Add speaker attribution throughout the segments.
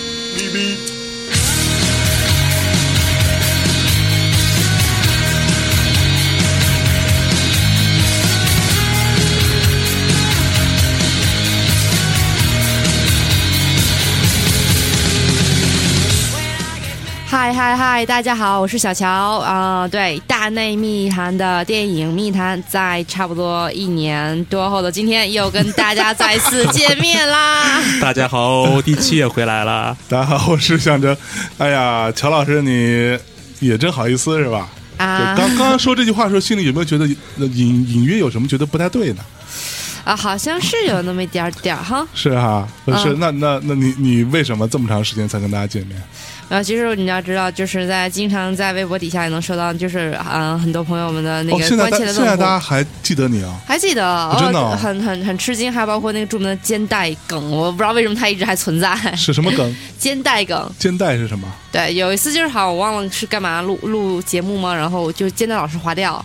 Speaker 1: happy beat.
Speaker 2: Hi Hi Hi，大家好，我是小乔啊、呃对，《大内密谈》的电影《密谈》在差不多一年多后的今天，又跟大家再次见面 啦。
Speaker 3: 大家好，第七也回来了。
Speaker 1: 大家好，我是象征。哎呀，乔老师，你也真好意思是吧？
Speaker 2: 啊
Speaker 1: 就刚刚说这句话的时候，心里有没有觉得隐隐约有什么觉得不太对呢？
Speaker 2: 啊，好像是有那么一点儿点儿哈。
Speaker 1: 是哈，不呃是？
Speaker 2: 嗯
Speaker 1: 那那那你你为什么这么长时间才跟大家见面？
Speaker 2: 然后呃其实你要知道，就是在经常在微博底下也能收到，就是嗯、呃很多朋友们的那
Speaker 1: 哦，
Speaker 2: 个
Speaker 1: 现在
Speaker 2: 关
Speaker 1: 大
Speaker 2: 切的
Speaker 1: 现
Speaker 2: 问
Speaker 1: 在
Speaker 2: 候。
Speaker 1: 大家还记得你啊？
Speaker 2: 还记得，哦
Speaker 1: 真的哦
Speaker 2: 很很很吃惊，还包括那个著名的肩带梗，我不知道为什么它一直还存在。
Speaker 1: 是什么梗？
Speaker 2: 肩带梗，
Speaker 1: 肩带是什么？
Speaker 2: 对，有一次就是好，我忘了是干嘛录录节目吗？然后就肩带老师划掉，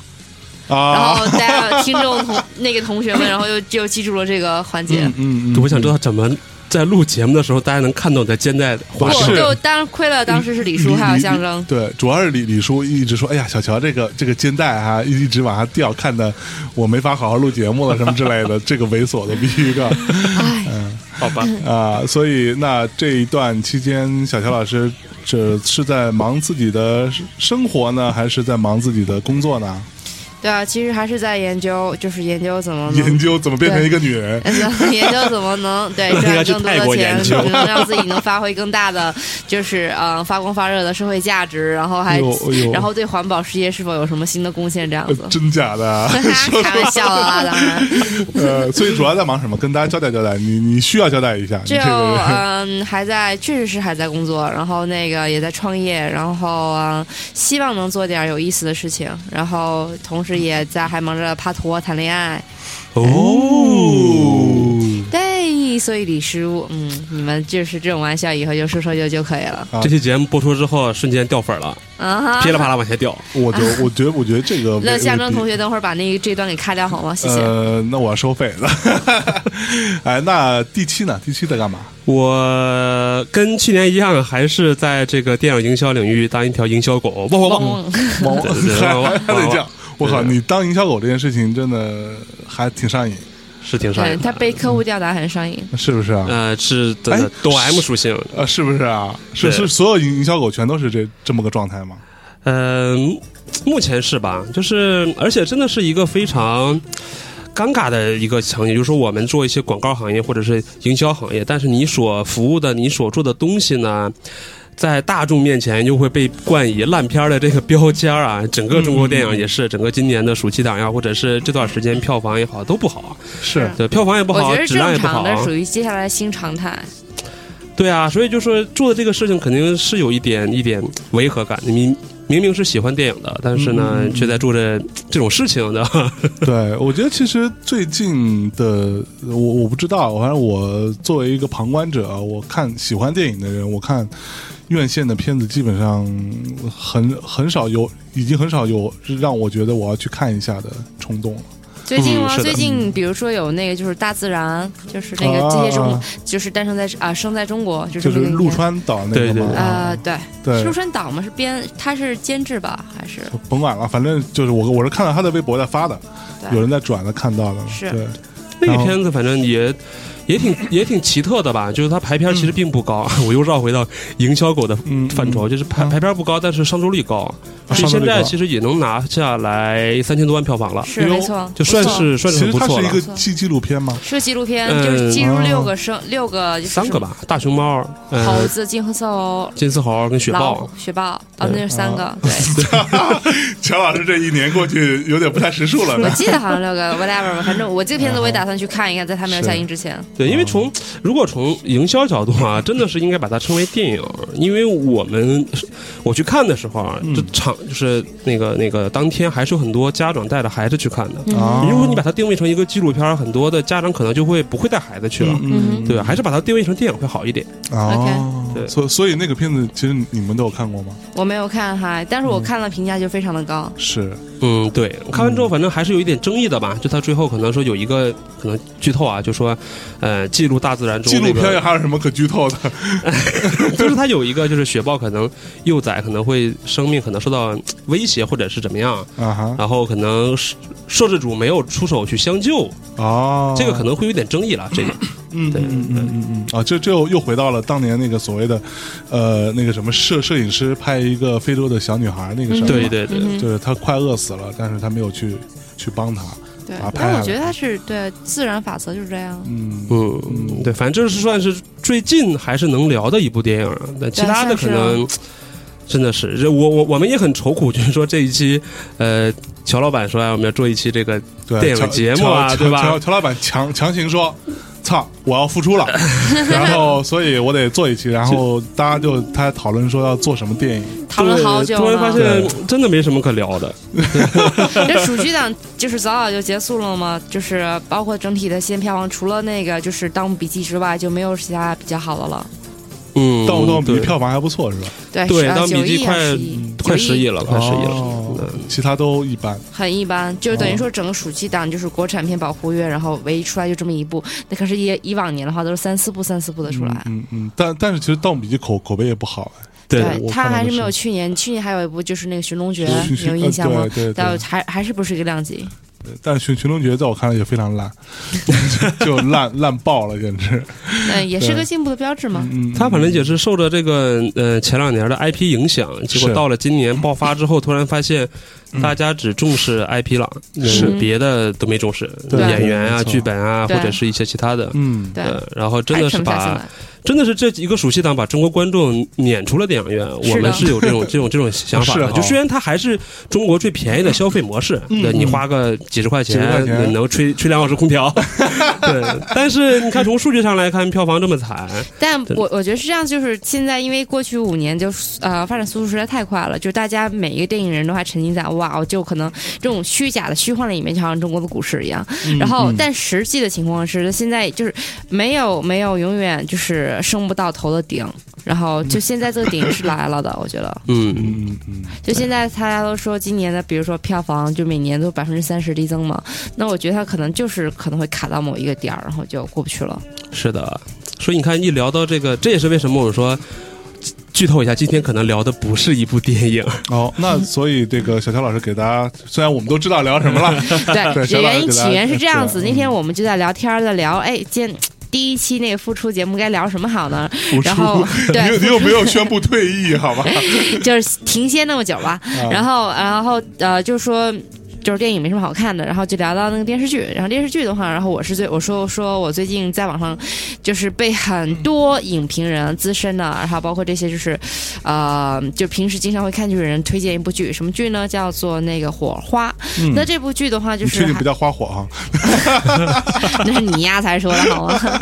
Speaker 2: 然
Speaker 1: 啊
Speaker 2: 后，大家听众同那个同学们，然后又就记住了这个环节。
Speaker 1: 嗯嗯，嗯
Speaker 4: 我想知道怎么在录节目的时候，大家能看到你的肩带
Speaker 2: 不
Speaker 4: 滑
Speaker 2: 过
Speaker 1: 是
Speaker 4: 动。
Speaker 2: 就当亏了，当时是李叔还有象征，
Speaker 1: 对，主要是李李叔一直说：“哎呀，小乔这个这个肩带啊，一一直往下掉，看的我没法好好录节目了，什么之类的，这个猥琐的逼一个
Speaker 2: 哎，
Speaker 3: 好吧，
Speaker 1: 啊。”所以那这一段期间，小乔老师这是在忙自己的生活呢，还是在忙自己的工作呢？
Speaker 2: 对啊，其实还是在研究，就是研究怎么能
Speaker 1: 研究怎么变成一个女人？
Speaker 2: 研究怎么能对
Speaker 3: 应
Speaker 2: 赚
Speaker 3: 该去
Speaker 2: 更多
Speaker 3: 泰
Speaker 2: 的
Speaker 3: 国
Speaker 2: 钱，
Speaker 3: 研究
Speaker 2: 怎么能让自己能发挥更大的，就是嗯、呃发光发热的社会价值，然后还
Speaker 1: 哎呦哎呦
Speaker 2: 然后对环保事业是否有什么新的贡献这样
Speaker 1: 呃。
Speaker 2: 子
Speaker 1: 真假 的啊？
Speaker 2: 嗯开玩笑啦，当然，
Speaker 1: 呃，所以主要在忙什么？跟大家交代交代，你你需要交代一下。你
Speaker 2: 就
Speaker 1: 这 个人
Speaker 2: 嗯，还在，确实是还在工作，然后那个也在创业，然后嗯，希望能做点有意思的事情，然后同时也在还忙着帕托谈恋爱，
Speaker 4: 哦，
Speaker 2: 对，所以李师傅，嗯，你们就是这种玩笑，以后就说说就就可以了，
Speaker 4: 这期节目播出之后，瞬间掉粉了，呃
Speaker 2: 啊哈，
Speaker 4: 噼里啪啦往下掉。
Speaker 1: 我觉我觉得我觉得 这个
Speaker 2: 那
Speaker 1: 未
Speaker 2: 象征
Speaker 1: 未必
Speaker 2: 同学，等会儿把那个这段给咔掉好吗？谢谢。
Speaker 1: 呃，那我要收费了。 哎，那第七呢？第七在干嘛？
Speaker 4: 我跟去年一样，还是在这个电影营销领域当一条营销狗。汪汪汪！
Speaker 2: 嗯
Speaker 1: 我
Speaker 4: 对对
Speaker 1: 还
Speaker 4: 我
Speaker 1: 还 还得这样。我靠，
Speaker 4: 对对
Speaker 1: 你当营销狗这件事情真的还挺上瘾，
Speaker 4: 是挺上
Speaker 2: 对，
Speaker 4: 瘾
Speaker 2: 嗯他
Speaker 4: 的。
Speaker 2: 被客户吊打很上瘾。
Speaker 1: 是不是啊？
Speaker 4: 呃，是真
Speaker 1: 哎
Speaker 4: 的抖 M 属性。
Speaker 1: 呃，是不是啊？是
Speaker 4: 对
Speaker 1: 是，所有营销狗全都是这这么个状态吗？
Speaker 4: 嗯，目前是吧？就是，而且真的是一个非常尴尬的一个场景，就是说我们做一些广告行业或者是营销行业，但是你所服务的、你所做的东西呢？在大众面前又会被冠以烂片儿的这个标签儿啊！整个中国电影也是，整个今年的暑期档呀，或者是这段时间票房也好，都不好，
Speaker 1: 是
Speaker 4: 对，票房也不
Speaker 2: 我
Speaker 4: 好
Speaker 2: 觉，得
Speaker 4: 质量
Speaker 2: 正
Speaker 4: 也不好
Speaker 2: 常，的，属于接下来新常态。
Speaker 4: 对啊，所以就说做的这个事情肯定是有一点一点违和感。你明明是喜欢电影的，但是呢，
Speaker 1: 嗯嗯嗯
Speaker 4: 却在做着这种事情 的。
Speaker 1: 对，我觉得其实最近的我我不知道，反正我作为一个旁观者，我看喜欢电影的人，我看院线的片子基本上很很少有，已经很少有让我觉得我要去看一下的冲动了。
Speaker 2: 最近吗？
Speaker 4: 嗯是的
Speaker 2: 最近比如说有那个就是大自然，就是那
Speaker 1: 啊
Speaker 2: 个这些中，就是诞生在啊生在中国，就
Speaker 1: 就是是
Speaker 2: 那个
Speaker 1: 陆。川岛那个
Speaker 4: 对对
Speaker 1: 嘛，
Speaker 4: 对
Speaker 2: 呃
Speaker 1: 啊，
Speaker 2: 对，是
Speaker 1: 对
Speaker 2: 陆，川岛嘛是编，他是监制吧？还是
Speaker 1: 甭管了，反正就是我我是看到他的微博在发的，
Speaker 2: 对
Speaker 1: 有人在转的看到的，
Speaker 2: 是
Speaker 1: 对，
Speaker 4: 那
Speaker 1: 然
Speaker 4: 个
Speaker 1: 后
Speaker 4: 片子反正也也挺也挺奇特的吧，就是它排片其实并不高。 我又绕回到营销狗的
Speaker 1: 嗯，
Speaker 4: 范畴，就是排
Speaker 1: 嗯
Speaker 4: 排片不高，但是上座率高，
Speaker 1: 啊
Speaker 4: 所以
Speaker 1: 上座
Speaker 4: 现
Speaker 1: 率
Speaker 4: 在
Speaker 1: 高
Speaker 4: 其实也能拿下来三千多万票房了，
Speaker 2: 是没错，
Speaker 4: 就算是算
Speaker 1: 其
Speaker 4: 是很
Speaker 1: 实
Speaker 4: 不
Speaker 1: 它
Speaker 4: 错啊
Speaker 1: 是
Speaker 4: 了
Speaker 1: 一。个纪纪录片嘛，
Speaker 2: 是个纪录片，
Speaker 4: 嗯
Speaker 2: 就是记录
Speaker 1: 哦
Speaker 2: 六个生六个就是
Speaker 4: 三个吧，大熊猫、
Speaker 2: 什么，猴
Speaker 4: 呃、
Speaker 2: 子、金丝猴、
Speaker 4: 金丝猴跟雪
Speaker 2: 老
Speaker 4: 豹
Speaker 2: 虎、。雪豹，哦，那是三
Speaker 1: 啊
Speaker 2: 个， 对，
Speaker 1: 乔老师这一年过去有点不太识数了
Speaker 2: 我
Speaker 1: 呢。
Speaker 2: 记得好像六个 whatever，吧，反正我这个片子我也打算去看一看，在他没有
Speaker 1: 嗯是
Speaker 2: 下映之前。
Speaker 4: 对，因为从如果从营销角度啊，真的是应该把它称为电影，因为我们我去看的时候啊，这场就是那个那个当天还是有很多家长带着孩子去看的。
Speaker 1: 啊
Speaker 4: 如果你把它定位成一个纪录片儿，很多的家长可能就会不会带孩子去了。
Speaker 2: 嗯
Speaker 4: 对，还是把它定位成电影会好一点。
Speaker 1: 哦，
Speaker 4: OK 对
Speaker 1: 所所以那个片子其实你们都有看过吗？
Speaker 2: 我没有看哈，但是我看了评价就非常的高，
Speaker 1: 是，
Speaker 4: 嗯，对，我看完之后，反正还是有一点争议的吧。就他最后可能说有一个可能剧透啊，就说，呃，记录大自然中、
Speaker 1: 纪录
Speaker 4: 那个
Speaker 1: 片也还有什么可剧透的？
Speaker 4: 就是它有一个，就是雪豹可能幼崽可能会生命可能受到威胁或者是怎么样，
Speaker 1: 啊哈，
Speaker 4: 然后可能摄摄制组没有出手去相救，
Speaker 1: 哦，
Speaker 4: 这个可能会有点争议了。这个
Speaker 1: 嗯，
Speaker 4: 对
Speaker 1: 嗯嗯嗯嗯啊，这这又又回到了当年那个所谓的，呃，那个什么摄摄影师拍一个非洲的小女孩那个事
Speaker 4: 嗯
Speaker 1: 儿嘛，
Speaker 4: 对对对，
Speaker 2: 嗯
Speaker 1: 就是她快饿死了，但是她没有去去帮她，
Speaker 2: 对
Speaker 1: 把它，拍
Speaker 2: 但我
Speaker 1: 下来
Speaker 2: 觉得它是对自然法则就是这样。
Speaker 1: 嗯
Speaker 4: 嗯，对，反正这是算是最近还是能聊的一部电影啊，但其他的可能真的是，这我我我们也很愁苦，就是说这一期，呃，乔老板说啊，我们要做一期这个，
Speaker 1: 对，
Speaker 4: 电影
Speaker 1: 乔
Speaker 4: 节目啊
Speaker 1: 乔
Speaker 4: 对吧
Speaker 1: 乔乔老板强强行说。操！我要复出了， 然后所以我得做一期，然后大家就他讨论说要做什么电影，
Speaker 2: 讨论好久
Speaker 4: 突然发
Speaker 2: 了，
Speaker 4: 现真的没什么可聊的，
Speaker 2: 这暑期档就是早早就结束了嘛，就是包括整体的新票房，除了那个就是《盗墓笔记》之外，就没有其他比较好的了。
Speaker 4: 嗯，
Speaker 1: 《盗墓盗墓笔记
Speaker 4: 对》
Speaker 1: 票房还不错是吧？
Speaker 2: 对，
Speaker 4: 对
Speaker 2: 十
Speaker 4: 盗墓笔
Speaker 2: 九
Speaker 4: 记
Speaker 2: 亿
Speaker 4: 快
Speaker 2: 还是亿，
Speaker 4: 快十亿
Speaker 2: 了，
Speaker 4: 了，快嗯十亿
Speaker 1: 哦
Speaker 4: 了，
Speaker 1: 其他都一般。
Speaker 2: 很一般，就等于说整个暑期档就是国产片保护月，然后唯一出来就这么一部。那可是以以往年的话都是三四部、三四部的出来，
Speaker 1: 嗯嗯，但但是其实《盗墓笔记》口口碑也不好，
Speaker 4: 对
Speaker 1: 对我
Speaker 2: 它
Speaker 1: 看到
Speaker 2: 还
Speaker 1: 的
Speaker 2: 是没有
Speaker 1: 是
Speaker 2: 去年，去年还有一部就是那个《寻龙诀》，
Speaker 1: 寻
Speaker 2: 你有
Speaker 1: 寻
Speaker 2: 印象吗
Speaker 1: 呃？对对
Speaker 2: 但
Speaker 1: 对，
Speaker 2: 还还是不是一个量级。
Speaker 1: 但是《寻寻龙诀》在我看来也非常烂， 就烂烂爆了，简直。
Speaker 2: 嗯，也是
Speaker 1: 对
Speaker 2: 个进步的标志嘛。
Speaker 1: 嗯，
Speaker 4: 他反正也是受着这个呃前两年的 IP 影响，结果
Speaker 1: 是
Speaker 4: 到了今年爆发之后，突然发现
Speaker 1: 嗯
Speaker 4: 大家只重视 IP 了，
Speaker 1: 是
Speaker 4: 嗯别的都没重视，
Speaker 1: 对
Speaker 4: 演员
Speaker 1: 没
Speaker 4: 啊、
Speaker 1: 错
Speaker 4: 剧本啊，
Speaker 2: 对
Speaker 4: 或者是一些其他的。
Speaker 1: 嗯，
Speaker 2: 对，
Speaker 4: 呃，然后真
Speaker 2: 还
Speaker 4: 的
Speaker 2: 沉
Speaker 4: 是
Speaker 2: 不下心
Speaker 4: 把
Speaker 2: 来。
Speaker 4: 真的是这一个暑期档把中国观众撵出了电影院，
Speaker 2: 是的
Speaker 4: 我们是有这种这种这种想法
Speaker 1: 是
Speaker 4: 的。
Speaker 1: 哈
Speaker 4: 就虽然它还是中国最便宜的消费模式，
Speaker 1: 嗯
Speaker 4: 对你
Speaker 1: 嗯
Speaker 4: 花个几十块
Speaker 1: 几十块钱
Speaker 4: 钱能吹吹两小时空 调，对。但是你看从数据上来看，票房这么惨，
Speaker 2: 但
Speaker 4: 对
Speaker 2: 我我觉得是这样，就是现在因为过去五年就呃发展速度实在太快了，就大家每一个电影人都还沉浸在哇，我就可能这种虚假的虚幻里面，就好像中国的股市一样。
Speaker 1: 嗯
Speaker 2: 然后，但实际的情况是，现在就是没有没有永远就是升不到头的顶。然后就现在这个顶是来了的，我觉得。
Speaker 4: 嗯，
Speaker 1: 嗯嗯
Speaker 2: 就现在大家都说今年的，比如说票房就每年都百分之三十递增嘛，那我觉得它可能就是可能会卡到某一个点儿，然后就过不去了。
Speaker 4: 是的，所以你看，一聊到这个，这也是为什么我说剧剧透一下，今天可能聊的不是一部电影，
Speaker 1: 哦，那所以这个小乔老师给大家，虽然我们都知道聊什么 了， 对
Speaker 2: 对，
Speaker 1: 小老
Speaker 2: 原
Speaker 1: 师
Speaker 2: 因
Speaker 1: 给大
Speaker 2: 起
Speaker 1: 家
Speaker 2: 源是这样子。
Speaker 1: 对
Speaker 2: 那天我们就在聊天儿，在聊，哎，今天第一期那个复出节目该聊什么好呢？然 后
Speaker 1: 你 有
Speaker 2: 对，
Speaker 1: 你有没有宣布退役？好吧，
Speaker 2: 就是停歇那么久吧。
Speaker 1: 啊
Speaker 2: 然后，然后呃，就说。就是电影没什么好看的，然后就聊到那个电视剧，然后电视剧的话，然后我是最我说说我最近在网上，就是被很多影评人资深的，然后包括这些就是，呃，就平时经常会看剧的人推荐一部剧，什么剧呢？叫做那个《火花》。那这部剧的话，就
Speaker 1: 嗯你
Speaker 2: 是
Speaker 1: 确定
Speaker 2: 还
Speaker 1: 不叫花火啊哈？
Speaker 2: 那是你丫才说的好吗？啊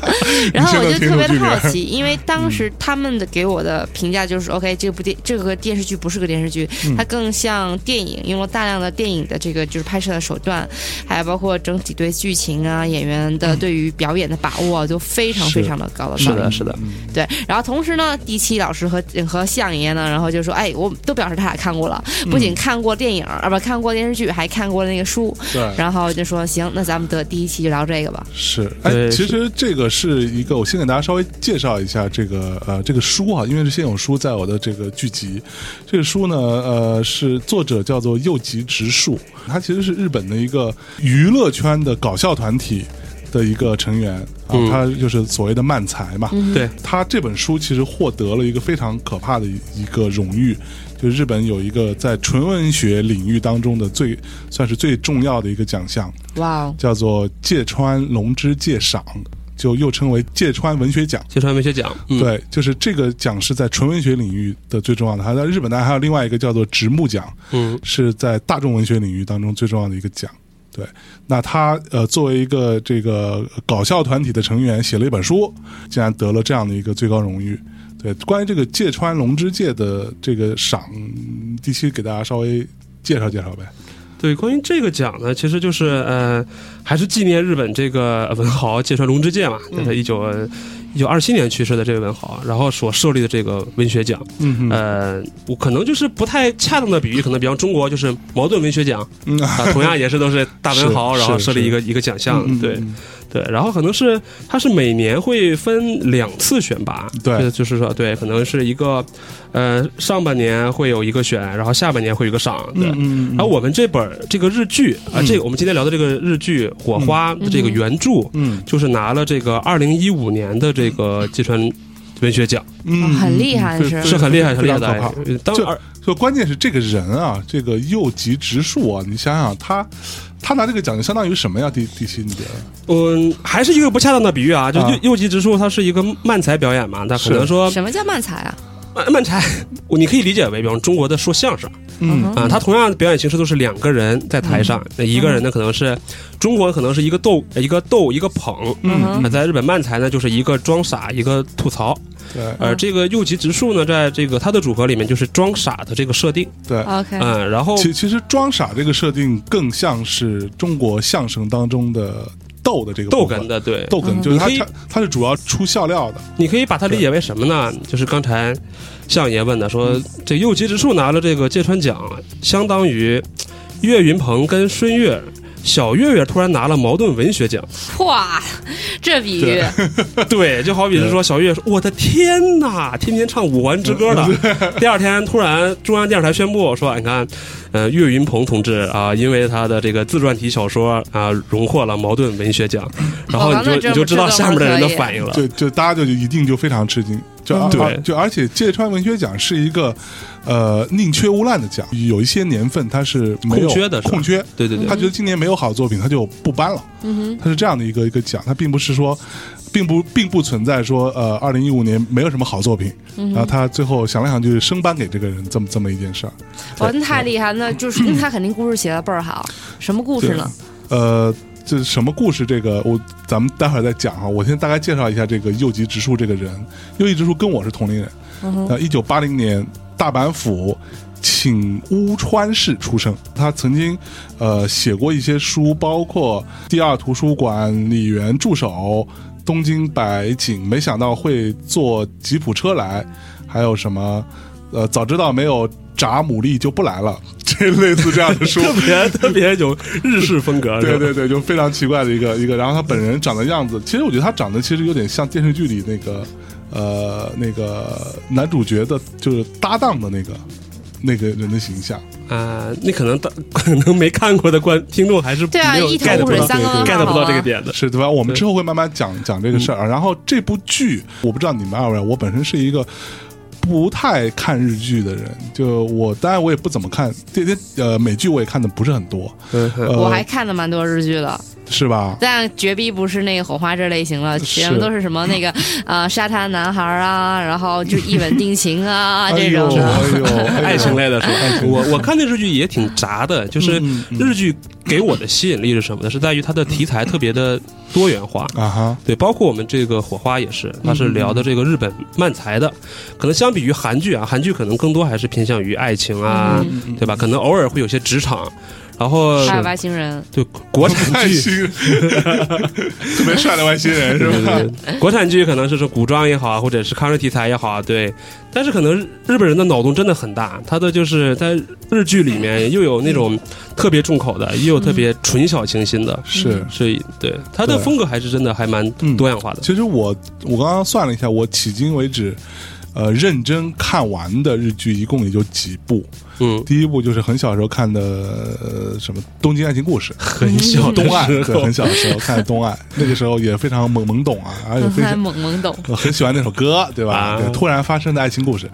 Speaker 2: 然后我就特别的好奇，因
Speaker 4: 嗯
Speaker 2: 为当时他们的给我的评价就是、o k 这部电这个电视剧不是个电视剧，
Speaker 4: 嗯
Speaker 2: 它更像电影，用了大量的电影的这个就是拍摄的手段，还有包括整体对剧情啊、演员的对于表演的把握啊、都非常
Speaker 1: 是
Speaker 2: 非常的高了。
Speaker 4: 嗯是的，是的，
Speaker 2: 对，然后同时呢，第七老师和和向爷呢，然后就说，哎，我都表示他俩看过了，
Speaker 4: 嗯
Speaker 2: 不仅看过电影啊，不看过电视剧，还看过那个书，
Speaker 4: 嗯
Speaker 1: 对，
Speaker 2: 然后就说行，那咱们的第一期就聊这个吧。
Speaker 1: 是，哎，
Speaker 4: 对
Speaker 1: 其
Speaker 4: 是
Speaker 1: 实这个是一个，我先给大家稍微介绍一下这个呃这个书啊，因为是先有书在我的这个剧集，这个书呢呃是作者叫做右吉直树，他其实是日本的一个娱乐圈的搞笑团体的一个成员啊，
Speaker 4: 嗯
Speaker 1: 他就是所谓的漫才
Speaker 2: 嗯
Speaker 1: 嘛，
Speaker 4: 对，
Speaker 1: 他这本书其实获得了一个非常可怕的一一个荣誉，就日本有一个在纯文学领域当中的最算是最重要的一个奖项。
Speaker 2: 哇哦！
Speaker 1: 叫做芥川龙之介赏，就又称为芥川文学奖。
Speaker 4: 芥川文学奖，嗯，
Speaker 1: 对，就是这个奖是在纯文学领域的最重要的，还在日本呢还有另外一个叫做直木奖，
Speaker 4: 嗯，
Speaker 1: 是在大众文学领域当中最重要的一个奖。对，那他呃作为一个这个搞笑团体的成员，写了一本书，竟然得了这样的一个最高荣誉。对，关于这个芥川龙之介的这个赏，第七给大家稍微介绍介绍呗。
Speaker 4: 对，关于这个奖呢，其实就是呃，还是纪念日本这个文豪芥川龙之介嘛，
Speaker 1: 嗯
Speaker 4: 就是一九一九二七年去世的这位文豪，然后所设立的这个文学奖。
Speaker 1: 嗯哼
Speaker 4: 呃，我可能就是不太恰当的比喻，可能比方中国就是茅盾文学奖
Speaker 1: 嗯
Speaker 4: 啊，同样也是都是大文豪，
Speaker 1: 是
Speaker 4: 然后
Speaker 1: 是
Speaker 4: 设立一个一个奖项，
Speaker 1: 嗯
Speaker 4: 对
Speaker 1: 嗯
Speaker 4: 对，然后可能是它是每年会分两次选拔，
Speaker 1: 对
Speaker 4: 就是就是说对，可能是一个呃上半年会有一个选，然后下半年会有一个赏，对。
Speaker 1: 嗯嗯，
Speaker 4: 然后我们这本儿这个日剧啊，
Speaker 1: 嗯
Speaker 4: 这个我们今天聊的这个日剧《火花》的这个原著，
Speaker 1: 嗯
Speaker 4: 就是拿了这个二零一五年的这个芥川文学奖，
Speaker 1: 嗯、
Speaker 2: 哦很厉害
Speaker 1: 嗯嗯
Speaker 2: 是
Speaker 1: 非
Speaker 4: 是很厉害，很
Speaker 1: 非
Speaker 4: 厉
Speaker 1: 常
Speaker 4: 害
Speaker 1: 可怕
Speaker 4: 的。。呃当
Speaker 1: 就
Speaker 4: 二
Speaker 1: 就关键是这个人啊，这个右极直树啊，你想想他，他拿这个奖就相当于什么呀？第第七，你觉得？
Speaker 4: 嗯，还是一个不恰当的比喻啊，就
Speaker 1: 啊
Speaker 4: 右右吉直树，他是一个慢才表演嘛，他可能
Speaker 1: 是
Speaker 4: 说
Speaker 2: 什么叫慢才啊？
Speaker 4: 慢慢才，你可以理解为，比方中国的说相声
Speaker 1: 嗯
Speaker 2: 哼
Speaker 4: 啊，他同样的表演形式都是两个人在台上，那一个人呢可能是中国可能是一个逗一个逗一个捧。
Speaker 2: 嗯
Speaker 4: 那在日本漫才呢，就是一个装傻，一个吐槽。
Speaker 1: 对
Speaker 4: 而这个右吉直树呢，在这个他的组合里面就是装傻的这个设定，
Speaker 1: 对。
Speaker 2: OK，
Speaker 4: 嗯，然后
Speaker 1: 其其实装傻这个设定更像是中国相声当中的逗的这个
Speaker 4: 逗
Speaker 1: 部分
Speaker 4: 哏的，对，
Speaker 1: 逗哏，就
Speaker 4: 嗯
Speaker 1: 是
Speaker 4: 你
Speaker 1: 他
Speaker 4: 可以
Speaker 1: 他他是主要出笑料的，
Speaker 4: 你可以把它理解为什么呢？就是刚才相爷问的，说
Speaker 1: 嗯
Speaker 4: 这右吉直树拿了这个芥川奖，相当于岳云鹏跟孙越。小岳岳突然拿了茅盾文学奖，
Speaker 2: 哇，这比喻
Speaker 1: 对
Speaker 4: 对，就好比是说小岳说：“我的天呐，天天唱五环之歌 的。”第二天突然中央电视台宣布说：“你看，呃，岳云鹏同志啊、因为他的这个自传体小说啊、荣获了茅盾文学奖。”然后你
Speaker 2: 哦那
Speaker 4: 就
Speaker 2: 这
Speaker 4: 你就知道
Speaker 2: 这
Speaker 4: 下面的人的
Speaker 2: 可以
Speaker 4: 反应了。
Speaker 1: 就就大家就一定就非常吃惊，就、啊
Speaker 4: 嗯啊对
Speaker 1: 就而且芥川文学奖是一个呃宁缺毋滥的奖，有一些年份它是没有
Speaker 4: 空缺的是吧
Speaker 1: 空缺，
Speaker 4: 对对对
Speaker 1: 他觉得今年没有好作品，他就不颁了。
Speaker 2: 嗯
Speaker 1: 它是这样的一个一个奖，它并不是说，并不并不存在说，呃，二零一五年没有什么好作品，然后他最后想来想去生颁给这个人，这么这么一件事儿。
Speaker 2: 哼，哇，那太厉害，那 就是那他肯定故事写的倍儿好，什么故事呢？
Speaker 1: 呃，这是什么故事？这个我咱们待会儿再讲哈。我先大概介绍一下这个右吉直树这个人。右吉直树跟我是同龄人，
Speaker 2: 嗯
Speaker 1: 呃，一九八零年大阪府请屋川市出生。他曾经呃写过一些书，包括《第二图书馆李元助手》《东京百景》，没想到会坐吉普车来，还有什么呃，早知道没有。炸牡蛎就不来了，这类似这样的书，
Speaker 4: 特别特别有日式风格，是
Speaker 1: 对
Speaker 4: 吧
Speaker 1: 对对，就非常奇怪的一个一个。然后他本人长的样子，其实我觉得他长得其实有点像电视剧里那个呃那个男主角的，就是搭档的那个那个人的形象。
Speaker 4: 啊、你可能当可能没看过的观听众还是
Speaker 2: 对啊
Speaker 4: 没有
Speaker 2: 一头
Speaker 4: get
Speaker 2: 雾
Speaker 4: 不
Speaker 1: 水
Speaker 4: 到
Speaker 1: 三更
Speaker 4: get
Speaker 2: 好
Speaker 4: 不到这
Speaker 2: 啊
Speaker 4: 个点的。
Speaker 1: 是对吧？我们
Speaker 4: 对
Speaker 1: 之后会慢慢讲讲这个事儿啊。然后这部剧，我不知道你们二位，我本身是一个不太看日剧的人，就我当然我也不怎么看这些呃美剧，我也看的不是很多，
Speaker 4: 嗯，
Speaker 1: 呃、
Speaker 2: 我还看了蛮多日剧的，
Speaker 1: 是吧？
Speaker 2: 但绝逼不是那个火花这类型了，
Speaker 1: 是
Speaker 2: 全部都是什么那个呃沙滩男孩啊，然后就一吻定情啊这种
Speaker 1: 哎
Speaker 2: 的。
Speaker 1: 呦，哎 呦
Speaker 4: 爱情类的是吧
Speaker 1: 爱？情
Speaker 4: 我我看那日剧也挺杂的，就是
Speaker 1: 嗯嗯嗯
Speaker 4: 日剧给我的吸引力是什么呢？是在于它的题材特别的多元化。
Speaker 1: 啊哈，
Speaker 4: 对，包括我们这个《火花》也是，它是聊的这个日本漫才的，可能相比于韩剧啊，韩剧可能更多还是偏向于爱情啊，
Speaker 1: 嗯
Speaker 4: 对吧？可能偶尔会有些职场，然后
Speaker 2: 还有外星人，
Speaker 4: 对国产
Speaker 1: 外
Speaker 4: 剧
Speaker 1: 星人，特别帅的外星人是
Speaker 4: 对
Speaker 1: 吧？
Speaker 4: 对对，国产剧可能是说古装也好啊，或者是抗日题材也好啊，对。但是可能日日本人的脑洞真的很大，他的就是在日剧里面又有那种特别重口的，又有特别纯小清新的，
Speaker 1: 是。
Speaker 4: 所以对他的
Speaker 1: 对
Speaker 4: 风格还是真的还蛮
Speaker 1: 嗯
Speaker 4: 多样化的。
Speaker 1: 其实我我刚刚算了一下，我迄今为止，呃，认真看完的日剧一共也就几部。
Speaker 4: 嗯，
Speaker 1: 第一部就是很小时候看的、呃、什么《东京爱情故 事》，
Speaker 4: 很小的
Speaker 1: 东爱，
Speaker 4: 时
Speaker 1: 对，
Speaker 4: 候
Speaker 1: 很小的时候看的 东爱，那个时候也非常懵懵懂啊，而且非
Speaker 2: 还
Speaker 1: 常。
Speaker 2: 懵懵 懂。
Speaker 1: 我很喜欢那首歌，对吧？
Speaker 4: 啊
Speaker 1: 对，突然发生的爱情故事。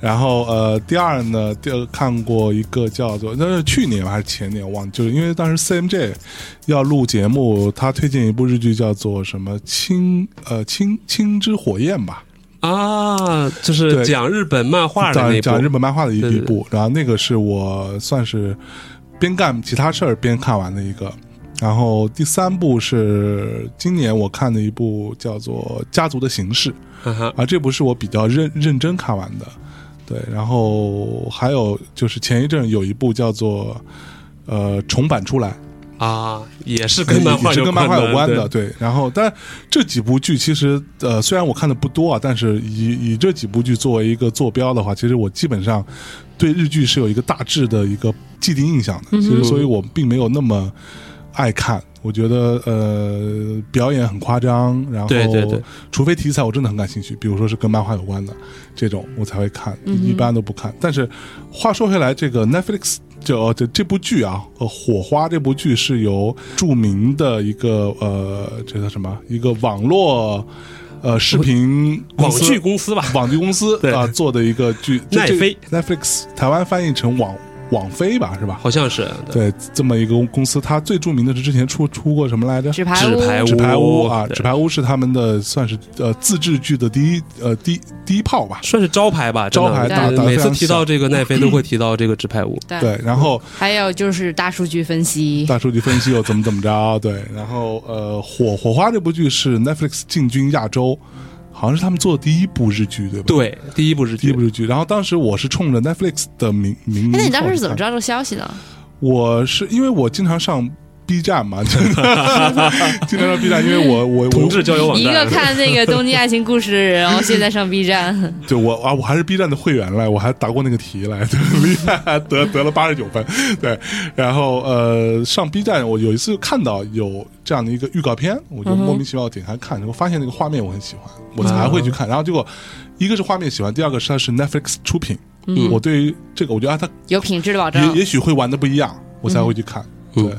Speaker 1: 然后呃，第二呢，第二看过一个叫做那是去年吧还是前年，我忘，了，就是因为当时 CMJ 要录节目，他推荐一部日剧叫做什么《青呃青青之火焰》吧，
Speaker 4: 啊，就是
Speaker 1: 对
Speaker 4: 讲日本漫画的那
Speaker 1: 讲
Speaker 4: 一
Speaker 1: 讲日
Speaker 4: 部。
Speaker 1: 本漫画的一
Speaker 4: 对
Speaker 1: 一
Speaker 4: 对
Speaker 1: 部。然后那个是我算是边干其他事儿边看完的一个。然后第三部是今年我看的一部叫做《家族的形式》。
Speaker 4: 啊哈
Speaker 1: 啊，这部是我比较认认真看完的，对。然后还有就是前一阵有一部叫做《呃重版出来，
Speaker 4: 啊，也是跟漫画
Speaker 1: 也是
Speaker 4: 有
Speaker 1: 跟漫画有关
Speaker 4: 的，
Speaker 1: 的，对。然后，但这几部剧其实呃，虽然我看的不多啊，但是以以这几部剧作为一个坐标的话，其实我基本上对日剧是有一个大致的一个既定印象的。其
Speaker 4: 嗯
Speaker 1: 实，所以我并没有那么爱看。我觉得呃，表演很夸张，然后
Speaker 4: 对对对
Speaker 1: 除非题材我真的很感兴趣，比如说是跟漫画有关的这种，我才会看，一般都不看。但是话说回来，这个 Netflix 就呃这这部剧啊，呃，《火花》这部剧是由著名的一个呃，这叫什么？一个网络呃视频公
Speaker 4: 网
Speaker 1: 司
Speaker 4: 剧公司吧，
Speaker 1: 网剧公司
Speaker 4: 对
Speaker 1: 啊、做的一个剧，这
Speaker 4: 奈
Speaker 1: 这个
Speaker 4: 飞
Speaker 1: Netflix 台湾翻译成网网飞吧，是吧？
Speaker 4: 好像是
Speaker 1: 对，这么一个公司，它最著名的是之前出出过什么来着？
Speaker 2: 纸牌
Speaker 4: 纸牌
Speaker 2: 屋
Speaker 4: 屋
Speaker 1: 纸牌屋啊，
Speaker 4: 对
Speaker 1: 纸牌屋是他们的算是呃自制剧的第一呃第第一炮吧。
Speaker 4: 算是招牌吧，真的呃
Speaker 1: 招牌
Speaker 2: 打
Speaker 1: 打得
Speaker 4: 每
Speaker 1: 非
Speaker 4: 次
Speaker 1: 常
Speaker 4: 提到这个奈飞都会提到这个纸牌屋，
Speaker 1: 对，然后
Speaker 2: 还有就是大数据分析，
Speaker 1: 大数据分析又怎么怎么着， 对，然后呃，火火花这部剧是 Netflix 进军亚洲，好像是他们做的第一部日剧，对吧？，
Speaker 4: 对，第一部是
Speaker 1: 第一部日剧。然后当时我是冲着 Netflix 的名名，
Speaker 2: 哎，那你
Speaker 1: 名
Speaker 2: 当
Speaker 1: 号
Speaker 2: 时
Speaker 1: 去
Speaker 2: 是怎么
Speaker 1: 看
Speaker 2: 知道这个消息的？
Speaker 1: 我是因为我经常上 B 站嘛， 真的经常上 B 站，因为我我
Speaker 4: 同
Speaker 1: 我
Speaker 4: 志交友网
Speaker 2: 一个
Speaker 4: 站，
Speaker 2: 看那个《东京爱情故事》，然后现在上 B 站，
Speaker 1: 对我啊，我还是 B 站的会员来，我还答过那个题来， 对，厉害，得得了八十九分，对，然后呃，上 B 站我有一次看到有这样的一个预告片，我
Speaker 2: 嗯
Speaker 1: 就莫名其妙点开看，我发现那个画面我很喜欢，我才会
Speaker 2: 嗯
Speaker 1: 去看，然后结果一个是画面喜欢，第二个是它是 Netflix 出品，
Speaker 2: 嗯
Speaker 1: 我对于这个我觉得啊，它
Speaker 2: 有品质的保
Speaker 1: 也
Speaker 2: 证。
Speaker 1: 也许会玩的不一样，我才会去看，
Speaker 4: 嗯
Speaker 1: 对，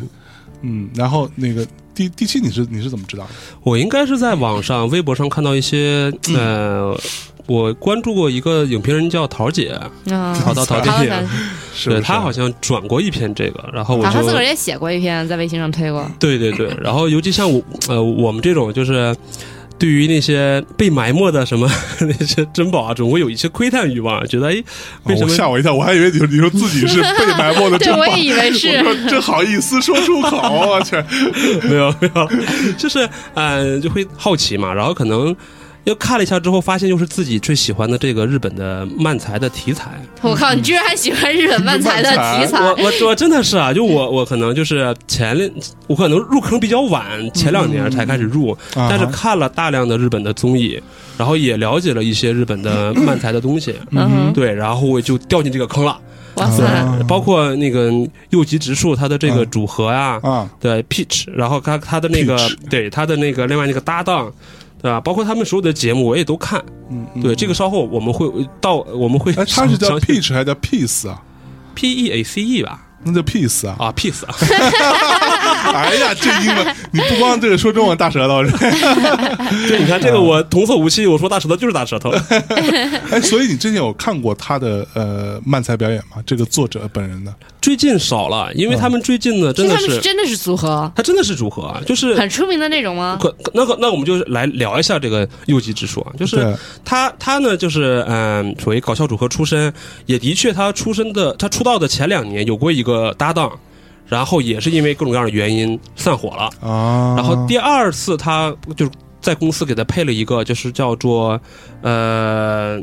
Speaker 1: 嗯，然后那个第第七你是你是怎么知道的？
Speaker 4: 我应该是在网上、微博上看到一些，
Speaker 1: 嗯
Speaker 4: 呃，我关注过一个影评人叫陶姐，
Speaker 2: 嗯，
Speaker 4: 淘到淘
Speaker 2: 淘
Speaker 4: 电
Speaker 2: 淘
Speaker 4: 影，
Speaker 1: 是不
Speaker 4: 对
Speaker 1: 是
Speaker 4: 她好像转过一篇这个，然后我
Speaker 2: 啊，
Speaker 4: 就
Speaker 2: 他自个儿也写过一篇，在微信上推过。
Speaker 4: 对对 对，然后尤其像我呃我们这种就是。对于那些被埋没的什么 那些珍宝啊，总会有一些窥探欲望，觉得哎，为什
Speaker 1: 哦我
Speaker 4: 么
Speaker 1: 吓我一跳，我还以为你说你说自己是被埋没的
Speaker 2: 对
Speaker 1: 珍宝，
Speaker 2: 我也以为是
Speaker 1: 我说这好意思说出口，啊我去，
Speaker 4: 没有没有，就是呃就会好奇嘛，然后可能又看了一下之后，发现又是自己最喜欢的这个日本的漫才的题材。
Speaker 2: 我靠，你居然还喜欢日本漫才的题材？
Speaker 4: 我我我真的是啊，就我我可能就是前两我可能入坑比较晚，前两
Speaker 2: 嗯
Speaker 4: 年才开始入，
Speaker 1: 啊
Speaker 4: 但是看了大量的日本的综艺，然后也了解了一些日本的漫才的东西，
Speaker 2: 嗯哼，
Speaker 4: 对，然后我就掉进这个坑了。
Speaker 2: 哇塞，
Speaker 1: 啊
Speaker 4: 包括那个右吉直树他的这个
Speaker 1: 嗯
Speaker 4: 组合呀、
Speaker 1: 啊，
Speaker 4: 对 Peach，然后他他的那个
Speaker 1: Peach
Speaker 4: 对他的那个另外那个搭档，对吧？包括他们所有的节目我也都看。
Speaker 1: 嗯，
Speaker 4: 对，这
Speaker 1: 个，
Speaker 4: 个稍后我们会到我们会
Speaker 1: 哎，他是叫
Speaker 4: 详
Speaker 1: peach 还是叫 peace 啊？
Speaker 4: P E A C E 吧？
Speaker 1: 那叫 peace 啊！
Speaker 4: 啊，peace 啊，
Speaker 1: 哎呀，这 英文你不光这个说中文大舌头，是
Speaker 4: 对，你看这个我童叟无欺，我说大舌头就是大 舌头。
Speaker 1: 哎，所以你之前有看过他的呃漫才表演吗？这个作者本人的
Speaker 4: 最近少了，因为他们最近呢
Speaker 2: 其
Speaker 4: 真
Speaker 2: 实
Speaker 4: 的
Speaker 2: 他们是
Speaker 4: 是
Speaker 2: 真的是组合，
Speaker 4: 他真的是组合啊，就是
Speaker 2: 很出名的那种吗？
Speaker 4: 可可那个那我们就来聊一下这个右吉直树啊，就是
Speaker 1: 对
Speaker 4: 他他呢，就是嗯、属于搞笑组合出身，也的确他出身的他出道的前两年有过一个搭档，然后也是因为各种各样的原因散伙了。
Speaker 1: 啊，
Speaker 4: 然后第二次他就是在公司给他配了一个，就是叫做呃，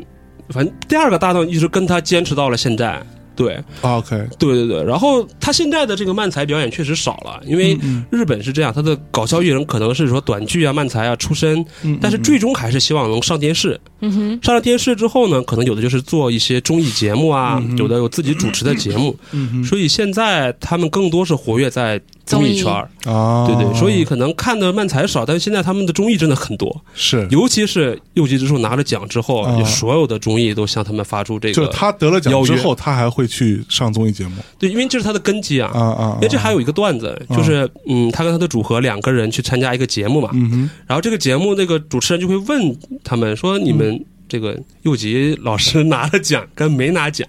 Speaker 4: 反正第二个搭档一直跟他坚持到了现在。对
Speaker 1: 啊 OK，
Speaker 4: 对对对，然后他现在的这个漫才表演确实少了，因为
Speaker 1: 嗯
Speaker 4: 日本是这样，他的搞笑艺人可能是说短剧啊、漫才啊出身，
Speaker 1: 嗯
Speaker 4: 但是最终还是希望能上电视。
Speaker 2: 嗯哼，
Speaker 4: 上了电视之后呢，可能有的就是做一些综艺节目啊，
Speaker 1: 嗯哼
Speaker 4: 有的有自己主持的节目，
Speaker 1: 嗯
Speaker 4: 所以现在他们更多是活跃在综艺圈儿，
Speaker 1: 嗯 啊，
Speaker 4: 对对，所以可能看的漫才少，但是现在他们的综艺真的很多，
Speaker 1: 是
Speaker 4: 尤其是右吉之树拿了奖之后，
Speaker 1: 啊
Speaker 4: 就所有的综艺都向他们发出这
Speaker 1: 就是
Speaker 4: 个，
Speaker 1: 他得了奖之
Speaker 4: 邀
Speaker 1: 后，他还会去上综艺节目
Speaker 4: 对，因为这是他的根基
Speaker 1: 啊
Speaker 4: 啊。
Speaker 1: 啊，啊
Speaker 4: 因为这还有一个段子，就是
Speaker 1: 哦
Speaker 4: 嗯，他跟他的组合两个人去参加一个节目嘛，
Speaker 1: 嗯哼
Speaker 4: 然后这个节目那个主持人就会问他们说：“你
Speaker 1: 嗯
Speaker 4: 们这个右吉老师拿了奖跟没拿 奖，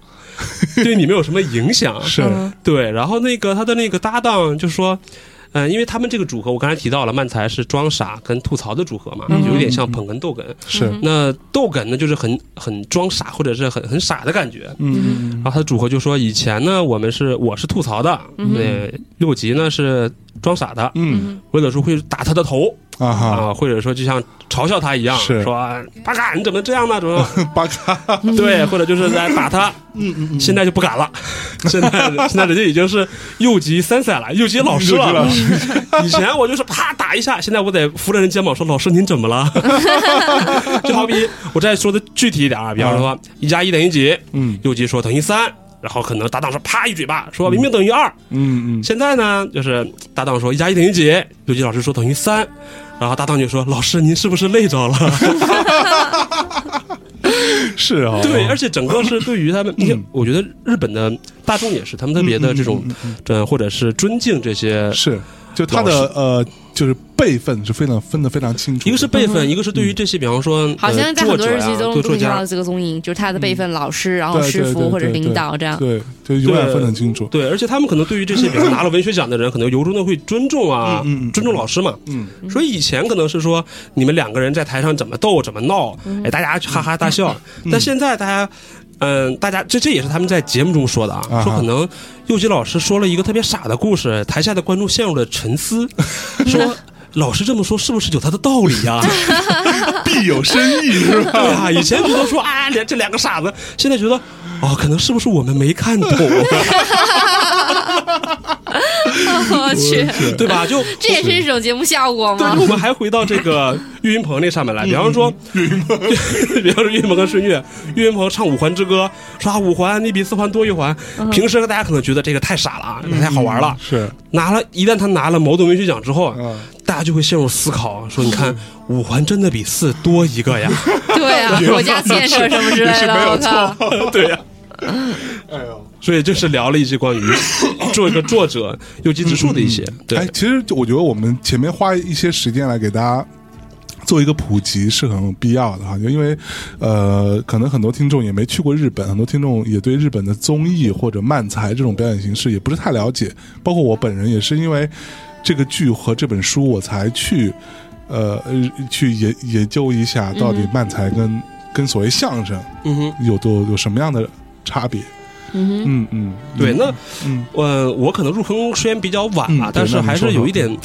Speaker 4: 对你们有什么影响
Speaker 1: 是
Speaker 2: 嗯，？”
Speaker 4: 对，然后那个他的那个搭档就说。嗯，因为他们这个组合，我刚才提到了，漫才是装傻跟吐槽的组合嘛，
Speaker 1: 嗯
Speaker 4: 有点像捧哏逗哏。
Speaker 1: 是
Speaker 2: 嗯
Speaker 4: 那逗哏呢，就是很很装傻或者是很很傻的感觉。
Speaker 1: 嗯
Speaker 4: 然后他的组合就说，以前呢，我们是我是吐槽的，对，右吉呢是装傻的，
Speaker 1: 嗯
Speaker 4: 或者说会打他的头，
Speaker 1: 啊哈，
Speaker 4: 啊，或者说就像嘲笑他一样，
Speaker 1: 是
Speaker 4: 说巴嘎你怎么这样呢？怎么
Speaker 1: 巴卡，
Speaker 4: 对？或者就是来打他。嗯嗯现在就不敢了， 现在现在人家已经是右级三赛了，右级老师
Speaker 1: 右级
Speaker 4: 了
Speaker 1: 老。
Speaker 4: 以前我就是啪打一下，现在我得扶着人肩膀说：“老师您怎么了？” 就好比我再说的具体一点啊，比方说一加一等于几，
Speaker 1: 嗯
Speaker 4: 右级说等于三，然后可能搭档说啪一嘴巴说明明等于二，
Speaker 1: 嗯嗯，
Speaker 4: 现在呢，就是搭档说一加一等于几，刘吉老师说等于三，然后搭档就说老师您是不是累着了？
Speaker 1: 是啊，
Speaker 4: 对，而且整个是对于他们，我觉得日本的大众也是，
Speaker 1: 嗯
Speaker 4: 他们特别的这种，呃，或者是尊敬这些，
Speaker 1: 是，就他的呃，就是辈分是非常分的非常清楚的，
Speaker 4: 一个是辈分，一个是对于这些，比方说
Speaker 2: 嗯好像在很多日剧
Speaker 4: 都
Speaker 2: 中都
Speaker 4: 作
Speaker 2: 能看到
Speaker 4: 家，
Speaker 2: 这个踪影，就是他的辈分，老师，然后
Speaker 1: 对
Speaker 2: 师
Speaker 1: 嗯对
Speaker 2: 傅
Speaker 1: 对
Speaker 2: 或者
Speaker 1: 对
Speaker 2: 领
Speaker 1: 对
Speaker 2: 导这样。
Speaker 1: 对，就永远分得很清楚，
Speaker 4: 对，而且他们可能对于这些，比方拿了文学奖的人，可能由衷的会尊重啊，尊重老师嘛。
Speaker 1: 嗯，
Speaker 4: 所以以前可能是说你们两个人在台上怎么斗怎么闹，哎，大家哈哈大笑。但现在大家，嗯、大家这这也是他们在节目中说的啊，
Speaker 1: 啊哈
Speaker 4: 说可能右吉老师说了一个特别傻的故事，台下的观众陷入了沉思， 说。老师这么说是不是有他的道理呀、啊？
Speaker 1: 必有深意是吧？
Speaker 4: 对 啊，以前不都说啊，两这两个傻子，现在觉得哦，可能是不是我们没看 懂，
Speaker 2: 我去，
Speaker 1: 是
Speaker 4: 对吧？就
Speaker 2: 这也是一种节目效果
Speaker 4: 对，
Speaker 2: 吗？
Speaker 4: 我们还回到这个岳云鹏那上面来，比方说
Speaker 1: 嗯
Speaker 4: 岳云鹏， 比方说岳云鹏跟孙悦，岳云鹏唱五环之歌，说啊五环你比四环多一环，平时大家可能觉得这个太傻了啊，太好玩了。
Speaker 1: 嗯是，
Speaker 4: 拿了，一旦他拿了茅盾文学奖之后啊
Speaker 1: 嗯，
Speaker 4: 大家就会陷入思考，啊说你看五环真的比四多一 个呀，
Speaker 2: 对啊，国家建设什么之 类的，我靠，
Speaker 4: 对呀。
Speaker 1: 哎呦。
Speaker 4: 所以就是聊了一些关于做一个作者有机之处的一些，
Speaker 1: 哎
Speaker 4: 对，，
Speaker 1: 其实就我觉得我们前面花一些时间来给大家。做一个普及是很有必要的哈，因为，呃，可能很多听众也没去过日本，很多听众也对日本的综艺或者漫才这种表演形式也不是太了解，包括我本人也是因为这个剧和这本书我才去，呃，呃去研研究一下到底漫才跟、跟所谓相声
Speaker 4: 嗯哼，
Speaker 1: 有多有什么样的差别。
Speaker 2: 嗯
Speaker 1: 嗯嗯，
Speaker 4: 对，那
Speaker 1: 嗯，
Speaker 4: 呃，我可能入坑虽然比较晚吧，
Speaker 1: 嗯对
Speaker 4: 但是
Speaker 1: 那你
Speaker 4: 还
Speaker 1: 说
Speaker 4: 是有
Speaker 1: 说
Speaker 4: 一点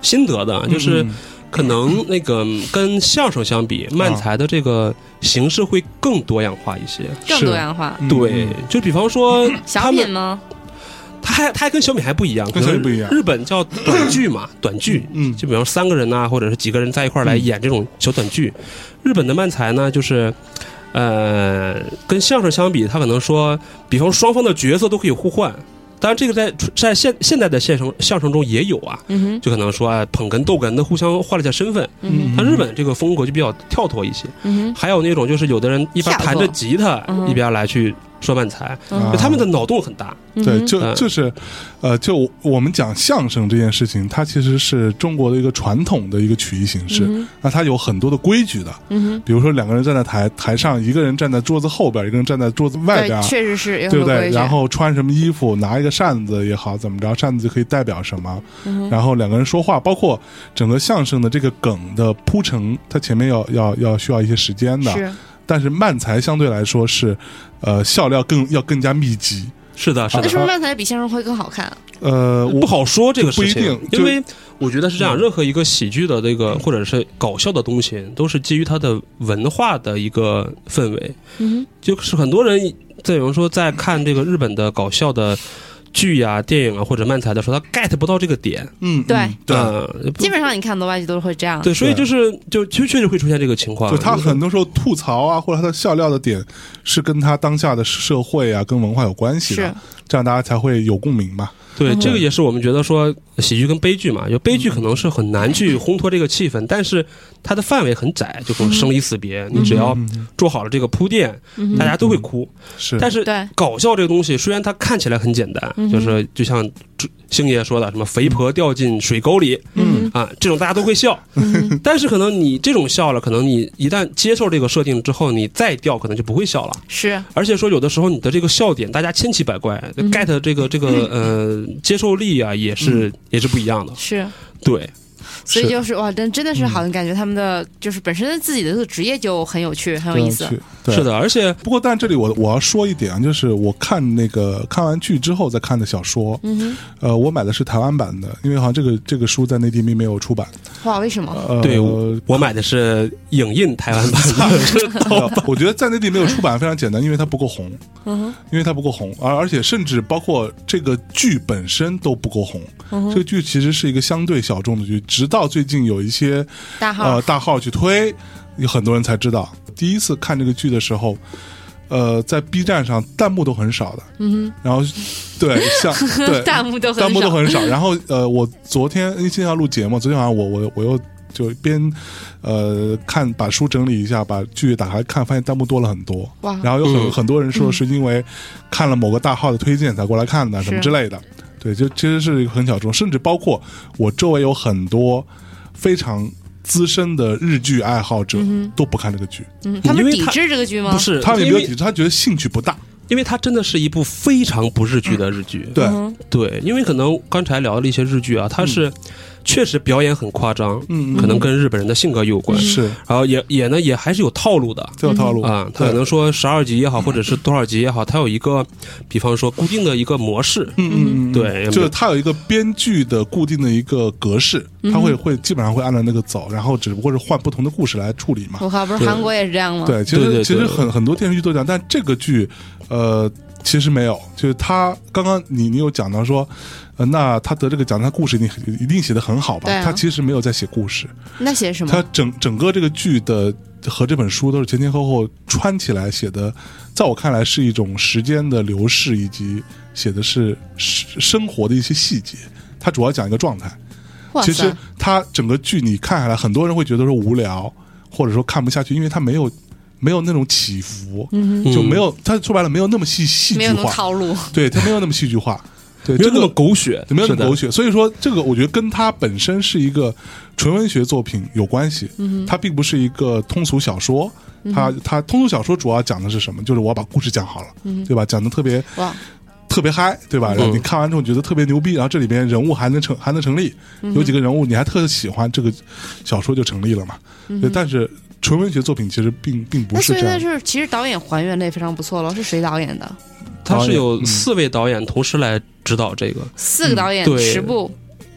Speaker 4: 心得的，啊就是
Speaker 1: 嗯嗯
Speaker 4: 可能那个跟相声相比，漫才的这个形式会更多样化一些。
Speaker 2: 哼，更多样化。
Speaker 1: 嗯
Speaker 4: 对，就比方说
Speaker 2: 小
Speaker 4: 他
Speaker 2: 品
Speaker 4: 们，
Speaker 2: 吗？
Speaker 4: 他还他还跟小品还不一样，
Speaker 1: 跟小品不一样
Speaker 4: 可能日本叫短剧 嘛，短剧，
Speaker 1: 嗯
Speaker 4: 就比方三个人呐、或者是几个人在一块儿来演这种小短剧。日本的漫才呢，就是。呃，跟相声相比，他可能说，比方双方的角色都可以互换。当然，这个在在现现代的现成相声中也有啊，
Speaker 2: 嗯
Speaker 4: 就可能说啊，捧哏逗哏的互相换了一下身份。
Speaker 2: 哼，嗯
Speaker 4: 但日本这个风格就比较跳脱一些，
Speaker 2: 哼，嗯
Speaker 4: 还有那种就是有的人一边弹着吉他
Speaker 2: 嗯
Speaker 4: 一边来去说漫才，
Speaker 1: 啊
Speaker 4: 就他们的脑洞很大。
Speaker 2: 哼，
Speaker 1: 对，
Speaker 2: 嗯哼
Speaker 1: 就
Speaker 4: 嗯
Speaker 1: 就是，呃，就我我们讲相声这件事情，它其实是中国的一个传统的一个曲艺形式，
Speaker 2: 嗯
Speaker 1: 那它有很多的规矩的，
Speaker 2: 嗯哼，
Speaker 1: 比如说两个人站在台台上，一个人站在桌子后边，一个人站在桌子外边
Speaker 2: 对，，确实是有很
Speaker 1: 对不
Speaker 2: 多
Speaker 1: 对？
Speaker 2: 规矩。
Speaker 1: 然后穿什么衣服，拿一个扇子也好，怎么着，扇子就可以代表什么。
Speaker 2: 嗯
Speaker 1: 然后两个人说话，包括整个相声的这个梗的铺陈，它前面要要要需要一些时间的。
Speaker 2: 是，
Speaker 1: 但是漫才相对来说是，呃，笑料更要更加密集。
Speaker 4: 是的，是
Speaker 2: 那
Speaker 4: 的
Speaker 1: 啊
Speaker 2: 是，不是漫才比相声会更好看？
Speaker 1: 呃，我
Speaker 4: 不好说这个事
Speaker 1: 不一
Speaker 4: 情
Speaker 1: 定，就嗯
Speaker 4: 因为我觉得是这样，任何一个喜剧的这个或者是搞笑的东西，都是基于它的文化的一个氛围。
Speaker 2: 嗯
Speaker 4: 就是很多人在有人说在看这个日本的搞笑的剧啊、电影啊或者漫才的时候，他 get 不到这个点。
Speaker 1: 嗯，
Speaker 2: 对
Speaker 1: 嗯对。
Speaker 4: 嗯
Speaker 2: 哼，基本上你看很多外剧都会这样。
Speaker 4: 对，所以
Speaker 1: 对
Speaker 4: 就是就确确实会出现这个情况，
Speaker 1: 就他很多时候吐槽啊，或者他的笑料的点是跟他当下的社会啊、跟文化有关系的
Speaker 2: 是，
Speaker 1: 这样大家才会有共鸣嘛。
Speaker 4: 对
Speaker 2: 嗯
Speaker 4: 这个也是我们觉得说喜剧跟悲剧嘛，就悲剧可能是很难去烘托这个气氛，但是它的范围很窄，就说生离死别，
Speaker 2: 嗯
Speaker 1: 嗯
Speaker 4: 你嗯只要做好了这个铺垫，大家都会哭。
Speaker 1: 是，
Speaker 4: 但是
Speaker 2: 嗯对
Speaker 4: 搞笑这个东西，虽然它看起来很简单，
Speaker 2: 嗯
Speaker 4: 就是就像星爷说的什么“肥婆掉进水沟里”，
Speaker 2: 嗯
Speaker 4: 啊，这种大家都会笑。但是可能你这种笑了，可能你一旦接受这个设定之后，你再掉可能就不会笑了。
Speaker 2: 是，
Speaker 4: 而且说有的时候你的这个笑点，大家千奇百怪、get 这个这个呃接受力啊，也是、也是不一样的。
Speaker 2: 是，
Speaker 4: 对，
Speaker 2: 所以
Speaker 1: 是嗯
Speaker 2: 就是哇，真真的是好像感觉他们的就是本身自己的这个职业就很有趣，很有意思。
Speaker 1: 去对
Speaker 4: 是的，而且
Speaker 1: 不过，但这里我我要说一点啊，就是我看那个看完剧之后再看的小说，
Speaker 2: 嗯
Speaker 1: 呃，我买的是台湾版的，因为好像这个这个书在内地并没有出版。
Speaker 2: 哼，哇，为什么？
Speaker 1: 呃，
Speaker 4: 对
Speaker 1: 呃
Speaker 4: 我买的是影印台湾版，
Speaker 1: 我觉得在内地没有出版非常简单，因为它不够红，
Speaker 2: 嗯
Speaker 1: 因为它不够红，而而且甚至包括这个剧本身都不够红。
Speaker 2: 嗯
Speaker 1: 这个剧其实是一个相对小众的剧，直到最近有一些
Speaker 2: 哼，大号、
Speaker 1: 呃大号去推，有很多人才知道。第一次看这个剧的时候，呃，在 B 站上弹幕都很少的，嗯，然后对， 像对
Speaker 2: 弹幕都很少，
Speaker 1: 弹呃幕都很少。然后呃，我昨天因为今天要录节目，昨天晚上我我我又就边呃看把书整理一下，把剧打开看，发现弹幕多了很多。
Speaker 2: 哇，
Speaker 1: 然后有很、
Speaker 4: 嗯
Speaker 1: 很多人说是因为看了某个大号的推荐才过来看的，
Speaker 2: 是
Speaker 1: 什么之类的。对，就其实是一个很小众，甚至包括我周围有很多非常资深的日剧爱好者、都不看这个剧，
Speaker 2: 嗯，他
Speaker 4: 因
Speaker 2: 们
Speaker 4: 为
Speaker 2: 抵
Speaker 4: 他
Speaker 2: 制这个剧吗？
Speaker 4: 不，是
Speaker 1: 他们也
Speaker 4: 呃因
Speaker 1: 没
Speaker 4: 为
Speaker 1: 有抵制，他觉得兴趣不大。
Speaker 4: 因为它真的是一部非常不日剧的日剧。
Speaker 1: 对，
Speaker 2: 嗯
Speaker 4: 对，因为可能刚才聊了一些日剧啊，它是确实表演很夸张，
Speaker 1: 嗯，
Speaker 4: 可能跟日本人的性格有关，
Speaker 1: 是嗯
Speaker 4: 然后也也呢也还是有套路的。
Speaker 1: 这种套路
Speaker 4: 啊，它
Speaker 1: 对
Speaker 4: 可能说十二集也好，
Speaker 1: 嗯
Speaker 4: 或者是多少集也好，它有一个，比方说固定的一个模式，
Speaker 1: 嗯嗯嗯，
Speaker 4: 对
Speaker 1: 就是它有一个编剧的固定的一个格式，它会会基本上会按照那个走，然后只不过是换不同的故事来处理嘛。
Speaker 2: 我靠，不是
Speaker 4: 对
Speaker 2: 韩国也是这样吗？
Speaker 1: 对，其实
Speaker 4: 对对
Speaker 1: 其实
Speaker 4: 对
Speaker 1: 很很多电视剧都这样，但这个剧，呃，其实没有，就是他刚刚你你有讲到说，呃，那他得这个奖，他故事一定一定写的很好吧？
Speaker 2: 对啊
Speaker 1: 他其实没有在写故事，
Speaker 2: 那写什么
Speaker 1: 他？整整个这个剧的和这本书都是前前后后穿起来写的，在我看来是一种时间的流逝，以及写的是生生活的一些细节。它主要讲一个状态。
Speaker 2: 哇
Speaker 1: 其
Speaker 2: 塞
Speaker 1: 实，它整个剧你看下来，很多人会觉得说无聊，或者说看不下去，因为它没有没有那种起伏，
Speaker 2: 嗯
Speaker 1: 就
Speaker 4: 嗯
Speaker 1: 没有它说白了没有那么戏戏
Speaker 2: 哼，没
Speaker 1: 剧
Speaker 2: 有那么
Speaker 1: 化，
Speaker 2: 套路，
Speaker 1: 对它没有那么戏剧化，对
Speaker 4: 没有
Speaker 1: 这
Speaker 4: 那么
Speaker 1: 个。
Speaker 4: 狗血，
Speaker 1: 没有
Speaker 4: 是
Speaker 1: 那么
Speaker 4: 的
Speaker 1: 狗血，所以说这个我觉得跟它本身是一个纯文学作品有关系，
Speaker 2: 嗯
Speaker 1: 它并不是一个通俗小说。它它通俗小说主要讲的是什么？就是我要把故事讲好了，
Speaker 2: 嗯
Speaker 1: 对吧？讲的特别
Speaker 2: 哇，
Speaker 1: 特别嗨，对吧？然后你看完之后你觉得特别牛逼，然后这里边人物还能成还能成立，有几个人物你还特喜欢，这个小说就成立了嘛。对，但是纯文学作品其实并并不
Speaker 2: 那
Speaker 1: 是
Speaker 2: 所以
Speaker 1: 这
Speaker 2: 那
Speaker 1: 样。
Speaker 2: 是其实导演还原的也非常不错了，是谁导演的？
Speaker 4: 它
Speaker 1: 导
Speaker 4: 是
Speaker 1: 演
Speaker 4: 有
Speaker 1: 嗯
Speaker 4: 四位导演同时来指导这个，
Speaker 2: 四个导演
Speaker 4: 嗯对
Speaker 2: 十部，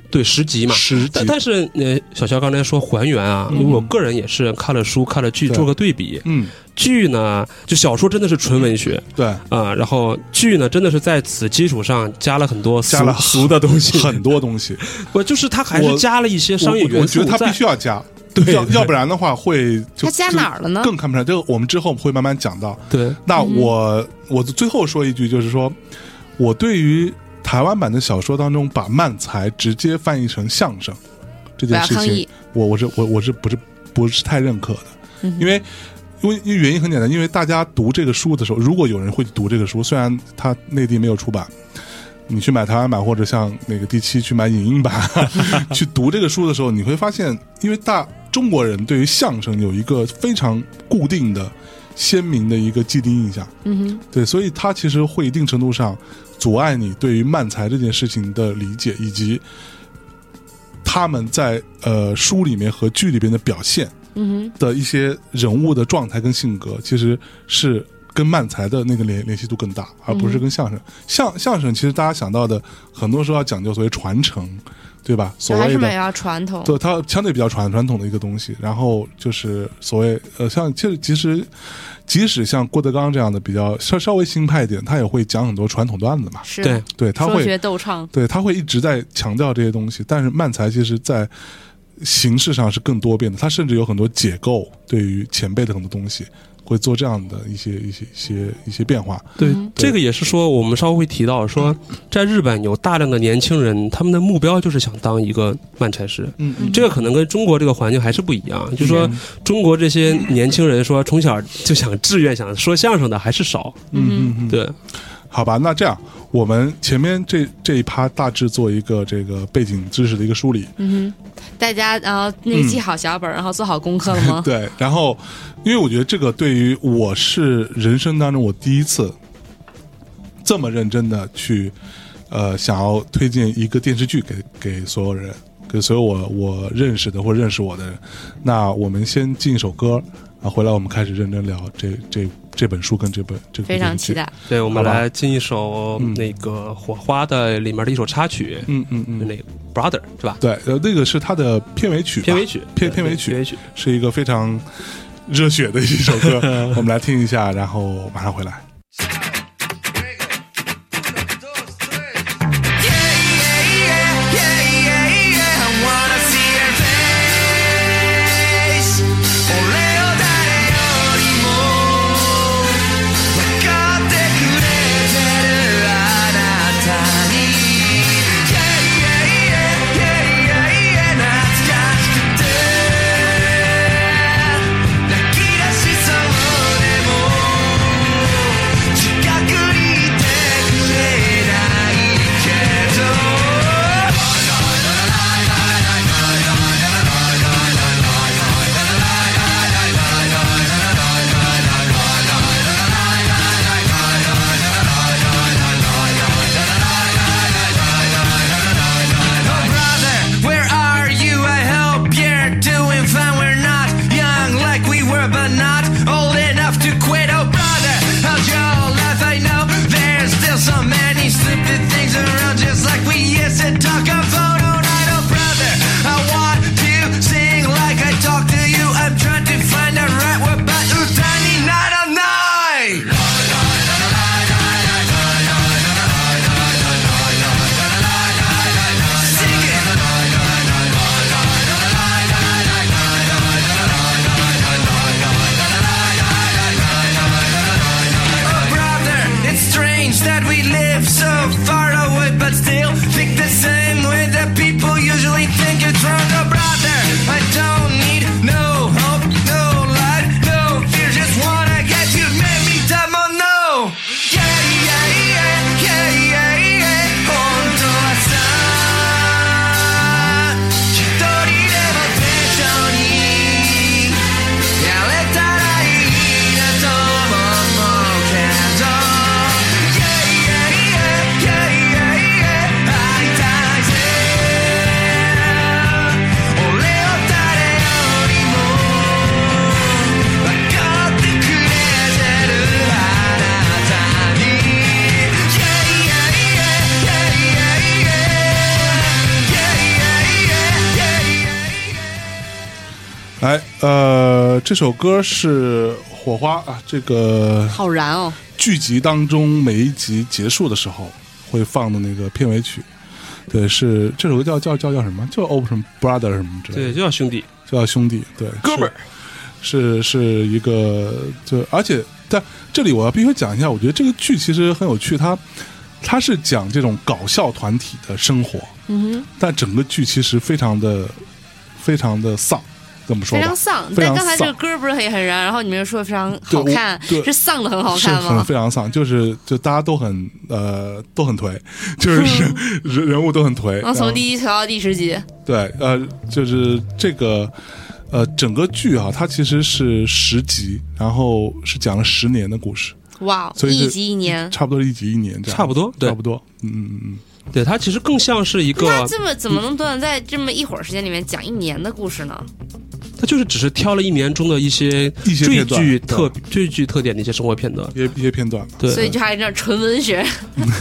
Speaker 4: 对十集嘛。
Speaker 1: 十集嗯
Speaker 4: 但，但是，呃，小肖刚才说还原啊，因为我个人也是看了书、看了剧
Speaker 1: 对
Speaker 4: 做个对比。
Speaker 1: 嗯，
Speaker 4: 剧呢，就小说真的是纯文学
Speaker 1: 对，
Speaker 4: 啊、然后剧呢，真的是在此基础上加了很多俗
Speaker 1: 加了
Speaker 4: 俗的东西。
Speaker 1: 很多东西，
Speaker 4: 不就是它还
Speaker 1: 我
Speaker 4: 是加了一些
Speaker 1: 我
Speaker 4: 商业
Speaker 1: 我
Speaker 4: 元
Speaker 1: 觉
Speaker 4: 素
Speaker 1: 得他
Speaker 4: 在
Speaker 1: 必。须要加，
Speaker 4: 对
Speaker 1: 要
Speaker 4: 对
Speaker 1: 要不然的话会就
Speaker 2: 他加
Speaker 1: 就
Speaker 2: 哪儿了呢？
Speaker 1: 更看不上。这个我们之后会慢慢讲到。
Speaker 4: 对，
Speaker 1: 那我我最后说一句，就是说我对于台湾版的小说当中把漫才直接翻译成相声
Speaker 2: 不
Speaker 1: 这件
Speaker 2: 要
Speaker 1: 事
Speaker 2: 抗
Speaker 1: 情
Speaker 2: 议，，
Speaker 1: 我我是我我是不是不是太认可的，
Speaker 2: 嗯哼
Speaker 1: 因为。因为因为原因很简单，因为大家读这个书的时候，如果有人会读这个书，虽然它内地没有出版，你去买台湾版或者像那个第七去买影音版， 去读这个书的时候，你会发现，因为大中国人对于相声有一个非常固定的、鲜明的一个既定印象，
Speaker 2: 嗯哼，
Speaker 1: 对，所以它其实会一定程度上阻碍你对于漫才这件事情的理解，以及他们在呃书里面和剧里边的表现
Speaker 2: 嗯
Speaker 1: 的一些人物的状态跟性格，其实是跟漫才的那个联联系度更大，而不
Speaker 2: 嗯
Speaker 1: 是跟相声。相相声其实大家想到的，很多时候要讲究所谓传承，对吧？所
Speaker 2: 哼，还
Speaker 1: 谓
Speaker 2: 是蛮
Speaker 1: 的。
Speaker 2: 要传统，
Speaker 1: 对，它相对比较传传统的一个东西，然后就是所谓呃，像其实其实即使像郭德纲这样的比较稍稍微新派一点，他也会讲很多传统段子嘛，
Speaker 2: 是
Speaker 4: 对，
Speaker 1: 对，他
Speaker 2: 说
Speaker 1: 会
Speaker 2: 学逗唱，
Speaker 1: 对，他会一直在强调这些东西，但是漫才其实在形式上是更多变的，他甚至有很多解构对于前辈的很多东西，会做这样的一些一些一些一些变化。
Speaker 4: 对
Speaker 2: 嗯，
Speaker 4: 这个也是说，我们稍后会提到说，在日本有大量的年轻人，他们的目标就是想当一个漫才师。
Speaker 1: 嗯
Speaker 2: 嗯
Speaker 4: 这个可能跟中国这个环境还是不一样，就是说中国这些年轻人说从小就想志愿想说相声的还是少。
Speaker 1: 嗯嗯嗯，
Speaker 4: 对，
Speaker 1: 好吧，那这样我们前面这这一趴大致做一个这个背景知识的一个梳理。
Speaker 2: 嗯哼，大家然后那个记好小本儿，然后做好功课了吗？
Speaker 1: 对，然后因为我觉得这个对于我是人生当中我第一次这么认真的去呃想要推荐一个电视剧给给所有人。给所有我我认识的或认识我的人。那我们先进一首歌，啊，回来我们开始认真聊这这这本书跟这本这 个
Speaker 2: 非常期。
Speaker 1: 这个
Speaker 2: 待。
Speaker 4: 对，我们
Speaker 1: 好吧
Speaker 4: 来进一首
Speaker 1: 嗯
Speaker 4: 那个《火花》的里面的一首插曲，
Speaker 1: 嗯嗯
Speaker 4: 就
Speaker 1: 嗯，
Speaker 4: 那个 Brother 是吧？
Speaker 1: 对，呃，那个是它的片尾曲吧，
Speaker 4: 片尾曲，
Speaker 1: 啊片
Speaker 4: 对
Speaker 1: 片尾曲
Speaker 4: 片尾曲。
Speaker 1: 是一个非常热血的一首 歌，我们来听一下，然后马上回来。
Speaker 5: 「近くにいてくれないけど」Oh brother, where are you? I hope you're doing fine. We're not young like we were, but not old enough to quit. Oh brother, how's your life? I know there's still so many stupid things around, just like we used to talk on phone all night. Oh brother, I want to sing like I talk to you. I'm trying to find the right word, but you're tiny, not a night. Sing it. brother. It's strange that we live so far away, but still think the same way that people usually think it's wrong. Oh, brother, I don't need no hope, no light, no fear. Just wanna get you, made me dumb, oh no. Yeah, yeah, yeah, yeah, yeah, yeah. 本当はさ一人でも成長にやれたらいいなと思うけど「イェイイェイイェイイェイイェイ会いたいぜ」「俺を誰よりも分かってくれてるあなたに」「イェイイェイイェイイェイイェイイェイ」
Speaker 1: 来，呃，这首歌是《火花》啊，这个
Speaker 2: 好燃哦！
Speaker 1: 剧集当中每一集结束的时候会放的那个片尾曲。对，是这首歌叫叫叫叫什么？叫 Open Brother 什么之类
Speaker 4: 对，
Speaker 1: 的，
Speaker 4: 就叫兄弟，
Speaker 1: 就叫兄弟。对，
Speaker 4: 哥们儿。
Speaker 1: 是是一个，就而且在这里我要必须讲一下，我觉得这个剧其实很有趣，它它是讲这种搞笑团体的生活，
Speaker 2: 嗯哼，
Speaker 1: 但整个剧其实非常的非常的丧，怎么说
Speaker 2: 非
Speaker 1: 吧
Speaker 2: 常？丧。
Speaker 1: 非
Speaker 2: 但
Speaker 1: 常
Speaker 2: 刚才这个
Speaker 1: 丧
Speaker 2: 歌不是也很燃？然后你们又说非常
Speaker 1: 对
Speaker 2: 好
Speaker 1: 我
Speaker 2: 看，
Speaker 1: 对
Speaker 2: 是丧的很好
Speaker 1: 是
Speaker 2: 看
Speaker 1: 很
Speaker 2: 吗？
Speaker 1: 非常丧，就是就大家都很呃都很颓，就是 人人人物都很颓。
Speaker 2: 能
Speaker 1: 然后
Speaker 2: 从第一调到第十集，
Speaker 1: 对，呃，就是这个，呃，整个剧啊，它其实是十集，然后是讲了十年的故事，
Speaker 2: 哇，
Speaker 1: 所以
Speaker 2: 一
Speaker 1: 是
Speaker 2: 集一年。
Speaker 1: 差不多一集一年这样，
Speaker 4: 差不多对
Speaker 1: 差不多，嗯嗯嗯，
Speaker 4: 对，它其实更像是一个，
Speaker 2: 那这么怎么能短短在这么一会儿时间里面讲一年的故事呢？
Speaker 4: 它就是只是挑了一年中的一些
Speaker 1: 一些
Speaker 4: 最
Speaker 1: 片段
Speaker 4: 具
Speaker 1: 对
Speaker 4: 特最具特点的一些生活片段。
Speaker 1: 一些一些片段，
Speaker 4: 对，嗯
Speaker 2: 所以就还是那纯文学，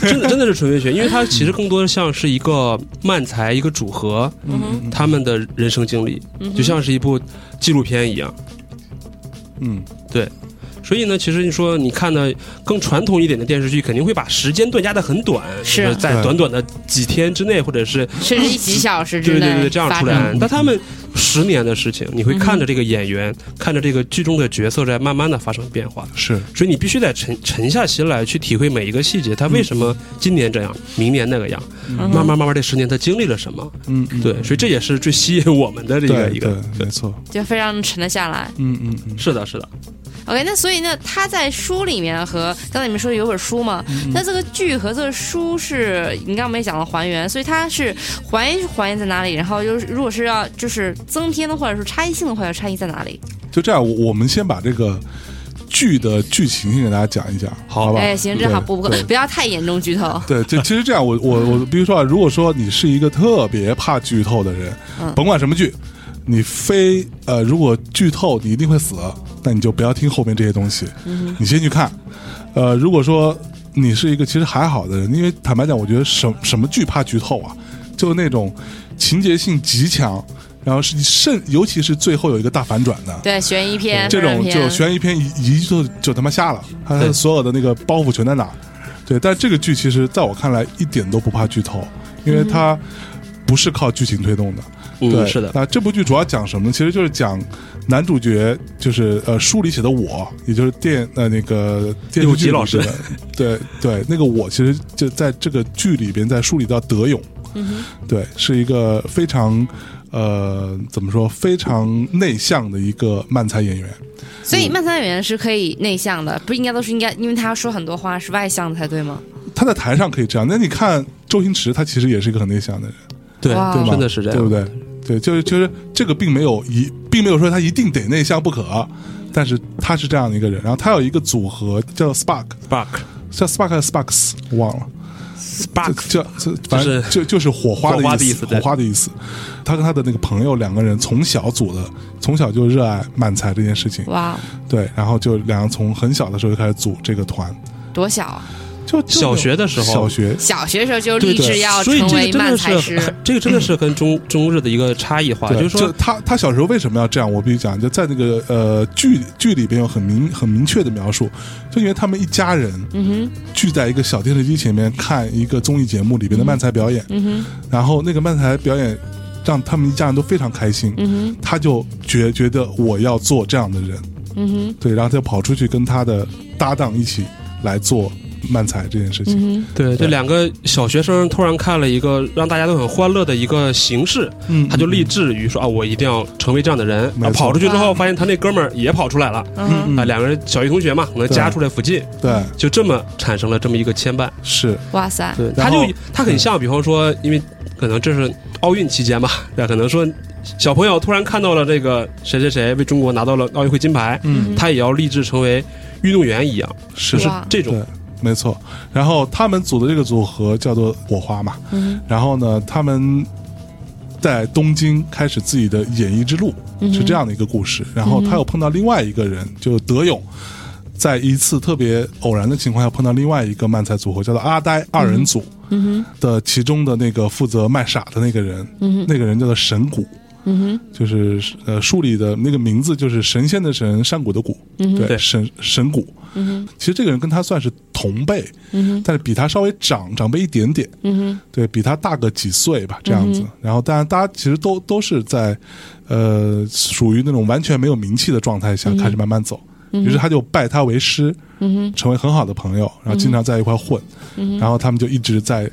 Speaker 4: 真的真的是纯文学，因为它其实更多的像是一个漫才一个组合，
Speaker 1: 嗯嗯
Speaker 4: 他们的人生经历，
Speaker 2: 嗯哼
Speaker 4: 就像是一部纪录片一样。
Speaker 1: 嗯，
Speaker 4: 所以呢，其实你说你看的更传统一点的电视剧，肯定会把时间段压得很短，
Speaker 2: 是啊
Speaker 4: 就在
Speaker 1: 对
Speaker 4: 短短的几天之内，或者是
Speaker 2: 甚至一几小时之
Speaker 4: 嗯对
Speaker 2: 内
Speaker 4: 对对对这样
Speaker 2: 发
Speaker 4: 出
Speaker 2: 展
Speaker 4: 来。但他们十年的事情，你会看着这个演员，
Speaker 2: 嗯
Speaker 4: 看着这个剧中的角色在慢慢的发生变化。
Speaker 1: 是
Speaker 4: 所以你必须得沉沉下心来去体会每一个细节，他为什么今年这样，明年那个样，
Speaker 2: 嗯
Speaker 4: 慢慢慢慢这十年他经历了什么，
Speaker 1: 嗯嗯，
Speaker 4: 对，所以这也是最吸引我们的这个
Speaker 1: 对
Speaker 4: 一个，
Speaker 1: 对，没错，
Speaker 2: 就非常沉得下来。
Speaker 1: 嗯嗯嗯，
Speaker 4: 是的，是的，
Speaker 2: OK，那所以呢，他在书里面和刚才你们说有本书嘛，
Speaker 4: 嗯
Speaker 2: 那这个剧和这个书是你刚刚没讲到还原，所以它是还原是还原在哪里？然后就是如果是要就是增添的或者是差异性的话，要差异在哪里？
Speaker 1: 就这样，我我们先把这个剧的剧情先给大家讲一讲，好吧？
Speaker 2: 哎，行，正好不不
Speaker 1: 对
Speaker 2: 不要太严重剧透。
Speaker 1: 对，就其实这样，我我我，比如说啊，如果说你是一个特别怕剧透的人，甭管什么剧，你非呃，如果剧透你一定会死，那你就不要听后面这些东西，你先去看。呃，如果说你是一个其实还好的人，因为坦白讲，我觉得什什么剧怕剧透啊，就是那种情节性极强，然后是甚，尤其是最后有一个大反转的，
Speaker 2: 对，悬疑片，
Speaker 1: 这
Speaker 2: 犯
Speaker 1: 种
Speaker 2: 罪
Speaker 1: 就
Speaker 2: 片
Speaker 1: 悬疑片一一就就他妈下了，他
Speaker 4: 对
Speaker 1: 所有的那个包袱全在哪儿？对，但这个剧其实在我看来一点都不怕剧透，因为它不是靠剧情推动的。对，
Speaker 4: 嗯，是的，
Speaker 1: 那这部剧主要讲什么呢？其实就是讲男主角，就是呃书里写的我，也就是电呃那个电视
Speaker 4: 六
Speaker 1: 剧
Speaker 4: 级老
Speaker 1: 里写
Speaker 4: 师
Speaker 1: 的，对对，那个我其实就在这个剧里边，在书里叫德勇，对，是一个非常呃怎么说非常内向的一个漫才演员。
Speaker 2: 所
Speaker 4: 嗯
Speaker 2: 以漫才演员是可以内向的，不应该都是应该，因为他要说很多话是外向的才对吗？
Speaker 1: 他在台上可以这样，那你看周星驰，他其实也是一个很内向的人，
Speaker 4: 对
Speaker 2: 哇
Speaker 1: 对吧？
Speaker 4: 嗯真的是这样，
Speaker 1: 对不对？对，就是就是这个并没有一，并没有说他一定得内向不可，但是他是这样的一个人。然后他有一个组合叫 Spark，
Speaker 4: ？Spark
Speaker 1: 叫 Spark 还是 Sparks，我忘了。
Speaker 4: Spark
Speaker 1: 就就反正
Speaker 4: 就是
Speaker 1: 就就是火花的
Speaker 4: 火花的
Speaker 1: 意
Speaker 4: 意
Speaker 1: 思，
Speaker 4: 思
Speaker 1: 火
Speaker 4: 对
Speaker 1: 花的意思。他跟他的那个朋友两个人从小组的，从小就热爱漫才这件事情。
Speaker 2: 哇，哦
Speaker 1: 对，然后就两人从很小的时候就开始组这个团，
Speaker 2: 多小啊！
Speaker 1: 就就
Speaker 4: 小学的时候
Speaker 1: 小学
Speaker 2: 小学时候就
Speaker 4: 对
Speaker 2: 立志要
Speaker 4: 所以
Speaker 2: 成
Speaker 4: 这
Speaker 2: 为
Speaker 4: 个真
Speaker 2: 漫
Speaker 4: 的
Speaker 2: 才
Speaker 4: 是
Speaker 2: 师
Speaker 4: 很，，这个真的是跟中中日的一个差异化，
Speaker 1: 对，
Speaker 4: 啊就是说，
Speaker 1: 他他小时候为什么要这样？我必须讲，就在那个呃剧剧里边有很明很明确的描述，就因为他们一家人
Speaker 2: 嗯
Speaker 1: 聚在一个小电视机前面看一个综艺节目里边的漫才表演，
Speaker 2: 哼，嗯哼，
Speaker 1: 然后那个漫才表演让他们一家人都非常开心，
Speaker 2: 嗯哼，
Speaker 1: 他就觉觉得我要做这样的人，
Speaker 2: 嗯哼，
Speaker 1: 对，然后他就跑出去跟他的搭档一起来做漫才这件事情，
Speaker 2: 嗯
Speaker 4: 对，这两个小学生突然看了一个让大家都很欢乐的一个形式，
Speaker 1: 嗯
Speaker 4: 他就立志于说啊，我一定要成为这样的人。
Speaker 1: 没
Speaker 4: 啊
Speaker 1: 错
Speaker 4: 跑出去之后，发现他那哥们儿也跑出来了。
Speaker 2: 哼，嗯哼，
Speaker 4: 啊，两个人小学同学嘛，可能
Speaker 1: 对
Speaker 4: 家住在附近，
Speaker 1: 嗯对
Speaker 4: 就这么产生了这么一个牵绊。
Speaker 1: 是
Speaker 2: 哇塞，
Speaker 4: 对，
Speaker 1: 然
Speaker 4: 他
Speaker 1: 后嗯
Speaker 4: 就他很像，比方说，因为可能这是奥运期间吧，对，可能说小朋友突然看到了这个谁谁谁为中国拿到了奥运会金牌，
Speaker 1: 嗯
Speaker 4: 他也要立志成为运动员一样，
Speaker 1: 是
Speaker 4: 就是
Speaker 2: 哇
Speaker 4: 这种
Speaker 1: 对，没错。然后他们组的这个组合叫做火花嘛，
Speaker 2: 嗯
Speaker 1: 然后呢，他们在东京开始自己的演艺之路，
Speaker 2: 嗯哼
Speaker 1: 是这样的一个故事。然后他又碰到另外一个人，就德勇。在一次特别偶然的情况下，碰到另外一个漫才组合，叫做阿呆二人组
Speaker 2: 嗯
Speaker 1: 的其中的那个负责卖傻的那个人，
Speaker 2: 嗯
Speaker 1: 那个人叫做神谷，
Speaker 2: 哼，嗯
Speaker 1: 就是呃书里的那个名字就是神仙的神，山谷的谷，
Speaker 2: 嗯
Speaker 1: 对，
Speaker 4: 对
Speaker 1: 神神谷。
Speaker 2: 哼，嗯哼，
Speaker 1: 其实这个人跟他算是同辈，
Speaker 2: 嗯哼，
Speaker 1: 但是比他稍微长长辈一点点，
Speaker 2: 嗯哼，
Speaker 1: 对比他大个几岁吧，这样子。
Speaker 2: 嗯哼
Speaker 1: 然后，当然大家其实都都是在，呃，属于那种完全没有名气的状态下开始慢慢走。于是他就拜他为师，
Speaker 2: 嗯哼，嗯
Speaker 1: 成为很好的朋友，然后经常在一块混。然后他们就一直在，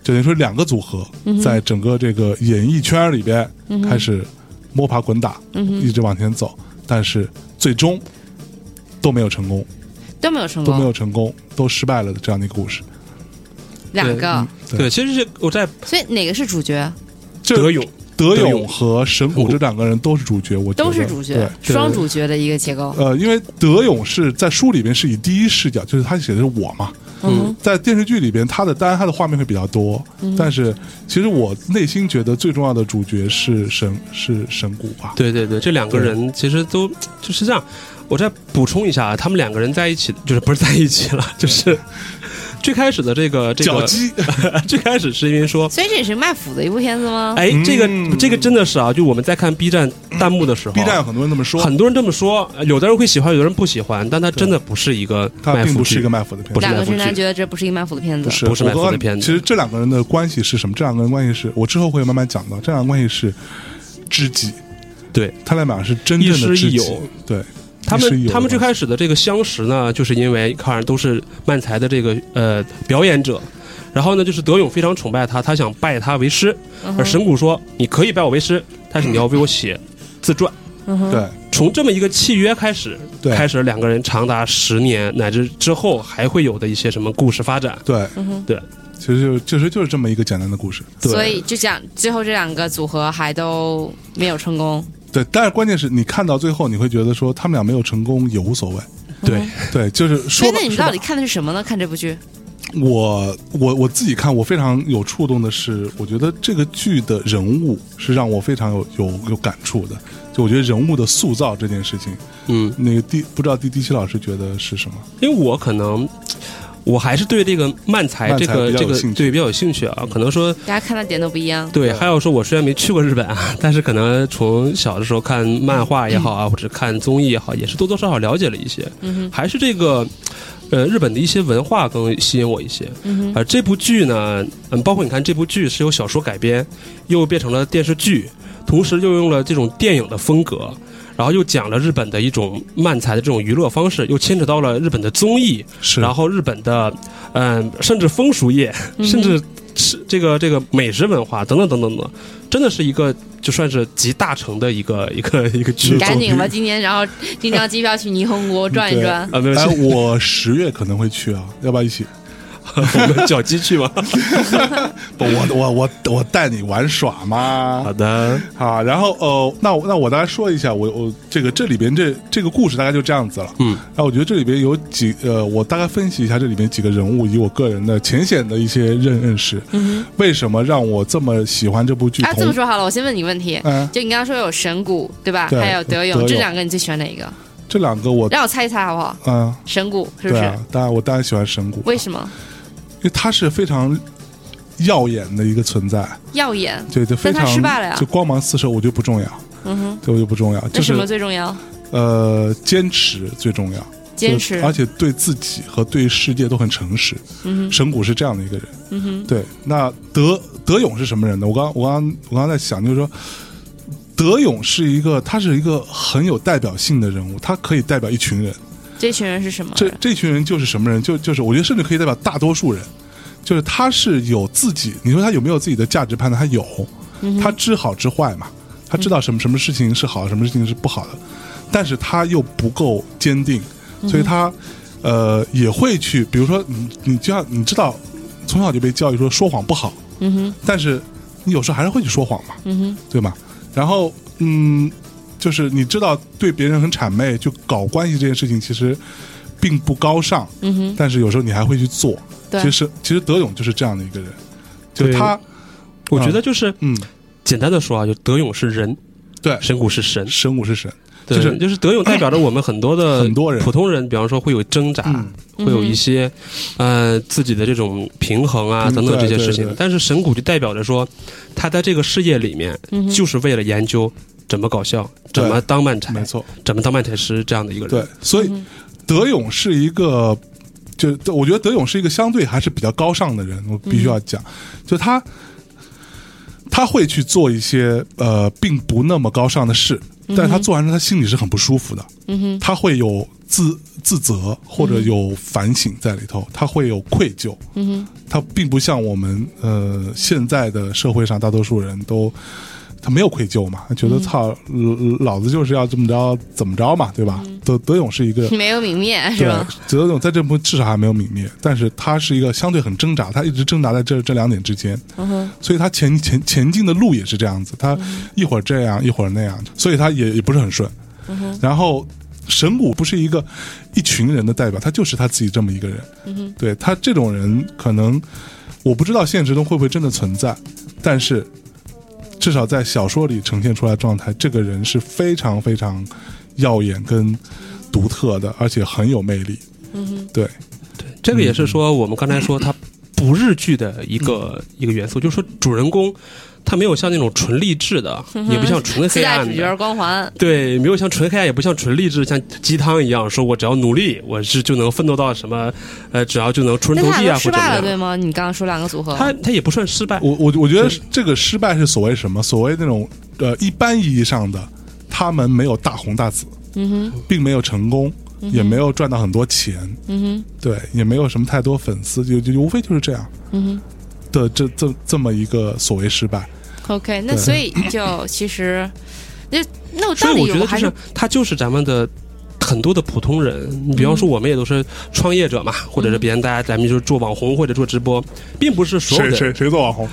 Speaker 1: 就等于说两个组合、
Speaker 2: 嗯
Speaker 1: 在整个这个演艺圈里边开始摸爬滚打，
Speaker 2: 嗯
Speaker 1: 一直往前走，但是最终都没有成功，
Speaker 2: 都没有成
Speaker 1: 都没有
Speaker 2: 功，
Speaker 1: 成功，都失败了的这样的一个故事。
Speaker 2: 两
Speaker 4: 嗯
Speaker 2: 个，
Speaker 1: 对
Speaker 4: 对，其实是我在
Speaker 2: 所以哪个是主角？
Speaker 1: 这
Speaker 4: 德勇，德
Speaker 1: 德勇
Speaker 4: 勇
Speaker 1: 和神谷这两个人都是主角，我觉
Speaker 2: 都
Speaker 1: 得
Speaker 2: 是主角
Speaker 1: 对，
Speaker 2: 双主角的一个结
Speaker 4: 嗯
Speaker 2: 构。
Speaker 1: 呃，因为德勇是在书里边是以第一视角，就是他写的是我嘛，
Speaker 2: 嗯
Speaker 1: 在电视剧里边，他的当然他的画面会比较多，但是其实我内心觉得最重要的主角是神是神谷吧，
Speaker 4: 对对对，这两个
Speaker 1: 对
Speaker 4: 人其实都就是这样。我再补充一下啊，他们两个人在一起，就是不是在一起了，就是最开始的这个这
Speaker 1: 脚
Speaker 4: 个，
Speaker 1: 鸡
Speaker 4: 最开始是因为说，
Speaker 2: 所以这也是卖腐的一部片子吗？
Speaker 4: 哎
Speaker 1: 嗯，
Speaker 4: 这个这个真的是啊，就我们在看 B 站弹幕的时候啊
Speaker 1: B 站有很多人这么说，
Speaker 4: 很多人这么说，有的人会喜欢，有的人不喜欢，但它真的不是一个
Speaker 1: 他
Speaker 4: 卖
Speaker 1: 并
Speaker 4: 腐
Speaker 1: 不是
Speaker 4: 剧
Speaker 1: 一个卖腐的片
Speaker 4: 不
Speaker 1: 子
Speaker 4: 是。
Speaker 2: 两个
Speaker 4: 卖腐
Speaker 2: 直男
Speaker 4: 剧
Speaker 2: 觉得这不是一个卖腐的片子，
Speaker 1: 是
Speaker 4: 不是
Speaker 1: 我
Speaker 4: 卖腐
Speaker 1: 告诉
Speaker 4: 的
Speaker 1: 你
Speaker 4: 片子
Speaker 1: 其实这两个人的关系是什么？这两个人关系是我之后会慢慢讲到，这两个关系是知己，
Speaker 4: 对
Speaker 1: 他俩是真正的
Speaker 4: 亦师
Speaker 1: 知
Speaker 4: 亦
Speaker 1: 己
Speaker 4: 友，
Speaker 1: 对，
Speaker 4: 他
Speaker 1: 亦师亦
Speaker 4: 们
Speaker 1: 友
Speaker 4: 他们最
Speaker 1: 的关系
Speaker 4: 开始的这个相识呢，就是因为看都是漫才的这个呃表演者，然后呢，就是德勇非常崇拜他，他想拜他为师，
Speaker 2: 嗯哼，
Speaker 4: 而神谷说你可以拜我为师，但是你要为我写自传。
Speaker 2: 嗯哼，
Speaker 1: 对
Speaker 4: 从这么一个契约开始，
Speaker 1: 对
Speaker 4: 开始了两个人长达十年乃至之后还会有的一些什么故事发展。
Speaker 1: 对
Speaker 2: 嗯哼，
Speaker 1: 其实就其实就是这么一个简单的故事。
Speaker 4: 对
Speaker 2: 所以就讲最后这两个组合还都没有成功。
Speaker 1: 对，但是关键是你看到最后，你会觉得说他们俩没有成功也无所谓，
Speaker 4: 对，
Speaker 2: 嗯
Speaker 1: 对，就是
Speaker 2: 所
Speaker 1: 说
Speaker 2: 以
Speaker 1: 吧
Speaker 2: 那你们
Speaker 1: 说吧
Speaker 2: 到底看的是什么呢？看这部剧，
Speaker 1: 我我我自己看，我非常有触动的是，我觉得这个剧的人物是让我非常有有有感触的。就我觉得人物的塑造这件事情，
Speaker 4: 嗯，
Speaker 1: 那个第不知道第第七老师觉得是什么？
Speaker 4: 因为我可能。我还是对这个漫才
Speaker 1: 漫才
Speaker 4: 这个
Speaker 1: 比较
Speaker 4: 这
Speaker 1: 有
Speaker 4: 个
Speaker 1: 兴趣嗯
Speaker 4: 对比较有兴趣啊，可能说
Speaker 2: 大家看的点都不一样。
Speaker 4: 对，还有说，我虽然没去过日本啊， 但是可能从小的时候看漫画也好 啊，或者看综艺也好，也是多多少少了解了一些。
Speaker 2: 嗯
Speaker 4: 还是这个，呃，日本的一些文化更吸引我一些。
Speaker 2: 嗯
Speaker 4: 而这部剧呢，嗯，包括你看这部剧是由小说改编，又变成了电视剧，同时又用了这种电影的风格，然后又讲了日本的一种漫才的这种娱乐方式，又牵扯到了日本的综艺，
Speaker 1: 是，
Speaker 4: 然后日本的，嗯、甚至风俗业，
Speaker 2: 嗯
Speaker 4: 甚至是这个这个美食文化等等等等等，真的是一个就算是集大成的一个一个一个剧
Speaker 1: 嗯
Speaker 2: 赶紧吧，
Speaker 1: 总
Speaker 2: 今年然后订张机票去霓虹国 转一转。
Speaker 4: 啊，没有，
Speaker 1: 哎，
Speaker 4: 是
Speaker 1: 我十月可能会去啊，要不要 一起？
Speaker 4: 我们脚鸡去吗？
Speaker 1: 不，我我我我带你玩耍嘛
Speaker 4: 好。的，
Speaker 1: 好，然后呃，那我那我大概说一下，我我这个这里边这这个故事大概就这样子了。
Speaker 4: 嗯，
Speaker 1: 那我觉得这里边有几呃，我大概分析一下这里边几个人物，以我个人的浅显的一些认认识，
Speaker 2: 嗯
Speaker 1: 为什么让我这么喜欢这部剧？
Speaker 2: 哼，啊，
Speaker 1: 同
Speaker 2: 这么说好了，我先问你个问题，
Speaker 1: 嗯，
Speaker 2: 就你刚刚说有神谷对吧？
Speaker 1: 对
Speaker 2: 还有德
Speaker 1: 德
Speaker 2: 勇，
Speaker 1: 勇
Speaker 2: 这两个你最喜欢哪一个？
Speaker 1: 这两个我
Speaker 2: 让我猜一猜好不好？
Speaker 1: 嗯、
Speaker 2: 神谷是不
Speaker 1: 对
Speaker 2: 是？
Speaker 1: 啊，当然我当然喜欢神谷，
Speaker 2: 为什么
Speaker 1: 因为他是非常耀眼的一个存在，
Speaker 2: 耀眼？
Speaker 1: 对，就非
Speaker 2: 但他
Speaker 1: 常
Speaker 2: 失败了呀
Speaker 1: 就光芒四射，我觉得不重要，
Speaker 2: 嗯哼，
Speaker 1: 对，我觉得不重要，
Speaker 2: 那
Speaker 1: 就
Speaker 2: 什
Speaker 1: 是
Speaker 2: 么最重要？
Speaker 1: 呃，坚持最重要。
Speaker 2: 坚
Speaker 1: 就啊
Speaker 2: 持
Speaker 1: 而。且对自己和对世界都很诚实。
Speaker 2: 嗯哼，
Speaker 1: 神谷是这样的一个人，
Speaker 2: 嗯哼，
Speaker 1: 对。那德德勇是什么人呢？我刚我刚我刚在想，就是说，德勇是一个，他是一个很有代表性的人物，他可以代表一群人。
Speaker 2: 这群人是什么
Speaker 1: 这
Speaker 2: 人？
Speaker 1: 这群人就是什么人？就就是我觉得甚至可以代表大多数人。就是他是有自己，你说他有没有自己的价值判断？他有，
Speaker 2: 嗯
Speaker 1: 他
Speaker 2: 哼，
Speaker 1: 知好知坏嘛，他知道什么什么事情是好，什么事情是不好的，但是他又不够坚
Speaker 2: 嗯
Speaker 1: 定，所以他呃也会去，比如说你你就像你知道，从小就被教育说说谎不好，
Speaker 2: 嗯哼，
Speaker 1: 但是你有时候还是会去说谎嘛，
Speaker 2: 嗯哼，
Speaker 1: 对吗？然后嗯，就是你知道对别人很谄媚，就搞关系这件事情其实并不高尚，
Speaker 2: 嗯哼，
Speaker 1: 但是有时候你还会去做。
Speaker 2: 对
Speaker 1: 其实其实德勇就是这样的一个人，就
Speaker 4: 对
Speaker 1: 他
Speaker 4: 我觉得就是
Speaker 1: 嗯，
Speaker 4: 简单的说啊，就德勇是人，
Speaker 1: 对，
Speaker 4: 神谷是神，
Speaker 1: 神武是神。
Speaker 4: 对
Speaker 1: 就是
Speaker 4: 就是德勇代表着我们很多的
Speaker 1: 很多人
Speaker 4: 普通人，比方说会有挣扎。
Speaker 1: 嗯
Speaker 4: 会有一些，呃，自己的这种平衡啊
Speaker 1: 嗯
Speaker 4: 等等这
Speaker 1: 对
Speaker 4: 些
Speaker 1: 对
Speaker 4: 事情
Speaker 1: 对。
Speaker 4: 但是神谷就代表着说，他在这个事业里面，
Speaker 2: 嗯哼
Speaker 4: 就是为了研究怎么搞笑，
Speaker 1: 对
Speaker 4: 怎么当漫才
Speaker 1: 没，错，
Speaker 4: 怎么当漫才师这样的一个人。
Speaker 1: 对，，所以
Speaker 2: 嗯
Speaker 1: 德勇是一个，就我觉得德勇是一个相对还是比较高尚的人，我必须要讲，
Speaker 2: 嗯
Speaker 1: 就他他会去做一些呃并不那么高尚的事，但是他做完之后他心里是很不舒服的，
Speaker 2: 嗯哼，
Speaker 1: 他会有自自责或者有反省在里头，他会有愧疚，
Speaker 2: 嗯哼，
Speaker 1: 他并不像我们呃现在的社会上大多数人都。他没有愧疚嘛？他觉得操、老老子就是要这么着怎么着嘛，对吧？德德勇是一个
Speaker 2: 没有泯灭是
Speaker 1: 对
Speaker 2: 吧？，
Speaker 1: 泽总在这部至少还没有泯灭，但是他是一个相对很挣扎，他一直挣扎在这这两点之间，
Speaker 2: 嗯哼，嗯
Speaker 1: 所以他前前前进的路也是这样子，他一会儿这样一会儿那样，所以他也也不是很顺。
Speaker 2: 嗯
Speaker 1: 然后神谷不是一个一群人的代表，他就是他自己这么一个人。
Speaker 2: 嗯
Speaker 1: 对他这种人，可能我不知道现实中会不会真的存在，但是至少在小说里呈现出来的状态，这个人是非常非常耀眼跟独特的，而且很有魅力。嗯，对，
Speaker 4: 这个也
Speaker 1: 嗯
Speaker 4: 是说我们刚才说他不日剧的一个
Speaker 2: 嗯
Speaker 4: 一个元素，就是说主人公他没有像那种纯励志的，也不像纯
Speaker 2: 嗯自
Speaker 4: 黑
Speaker 2: 带
Speaker 4: 暗
Speaker 2: 主
Speaker 4: 的
Speaker 2: 角。光环，
Speaker 4: 对，没有像纯黑暗，也不像纯励志，像鸡汤一样，说我只要努力，我是就能奋斗到什么，呃，只要就能出人
Speaker 2: 那
Speaker 4: 头
Speaker 2: 他
Speaker 4: 地
Speaker 2: 俩都
Speaker 4: 啊，
Speaker 2: 失
Speaker 4: 或者怎
Speaker 2: 败
Speaker 4: 么
Speaker 2: 了对
Speaker 4: 样。
Speaker 2: 吗？你刚刚说两个组合，
Speaker 4: 他他也不算失败，
Speaker 1: 我我我觉得
Speaker 4: 对
Speaker 1: 这个失败是所谓什么？所谓那种呃一般意义上的，他们没有大红大紫，
Speaker 2: 嗯哼，
Speaker 1: 并没有成功，也没有赚到很多钱，
Speaker 2: 嗯哼，
Speaker 1: 对，也没有什么太多粉丝，就就就无非就是这样
Speaker 2: 嗯
Speaker 1: 的这这这么一个所谓失败。
Speaker 2: 哼，OK，那
Speaker 1: 对
Speaker 2: 所以就其实，那那我
Speaker 4: 所
Speaker 2: 道
Speaker 4: 以
Speaker 2: 理
Speaker 4: 我觉得
Speaker 2: 还
Speaker 4: 就是是他就是咱们的很多的普通人，你比方说我们也都是创业者嘛，或者是别人大家咱们就是做网红或者做直播，并不是所有
Speaker 1: 谁
Speaker 4: 的人，
Speaker 1: 谁谁做网红？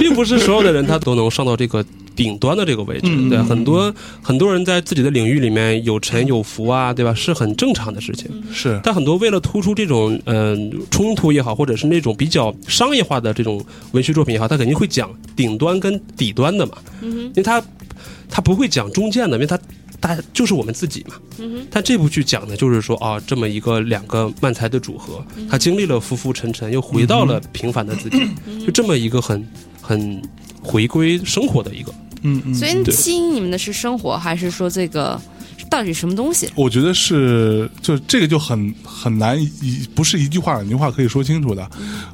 Speaker 4: 并不是所有的人他都能上到这个顶端的这个位置，
Speaker 1: 嗯
Speaker 4: 对
Speaker 1: 嗯
Speaker 4: 吧，
Speaker 1: 嗯
Speaker 4: 很多很多人在自己的领域里面有沉有浮啊，对吧，是很正常的事情。
Speaker 2: 嗯
Speaker 1: 是
Speaker 4: 但很多为了突出这种嗯、冲突也好，或者是那种比较商业化的这种文学作品也好，他肯定会讲顶端跟底端的嘛，因为他他不会讲中间的，因为他大就是我们自己嘛。但这部剧讲的就是说啊，这么一个两个漫才的组合，他经历了浮浮沉沉，又回到了平凡的自己，就这么一个很很回归生活的一个。
Speaker 1: 嗯嗯，
Speaker 2: 所以
Speaker 4: 对
Speaker 2: 吸引你们的是生活，还是说这个到底什么东西？
Speaker 1: 我觉得是，就这个就很很难一不是一句话两句话可以说清楚的。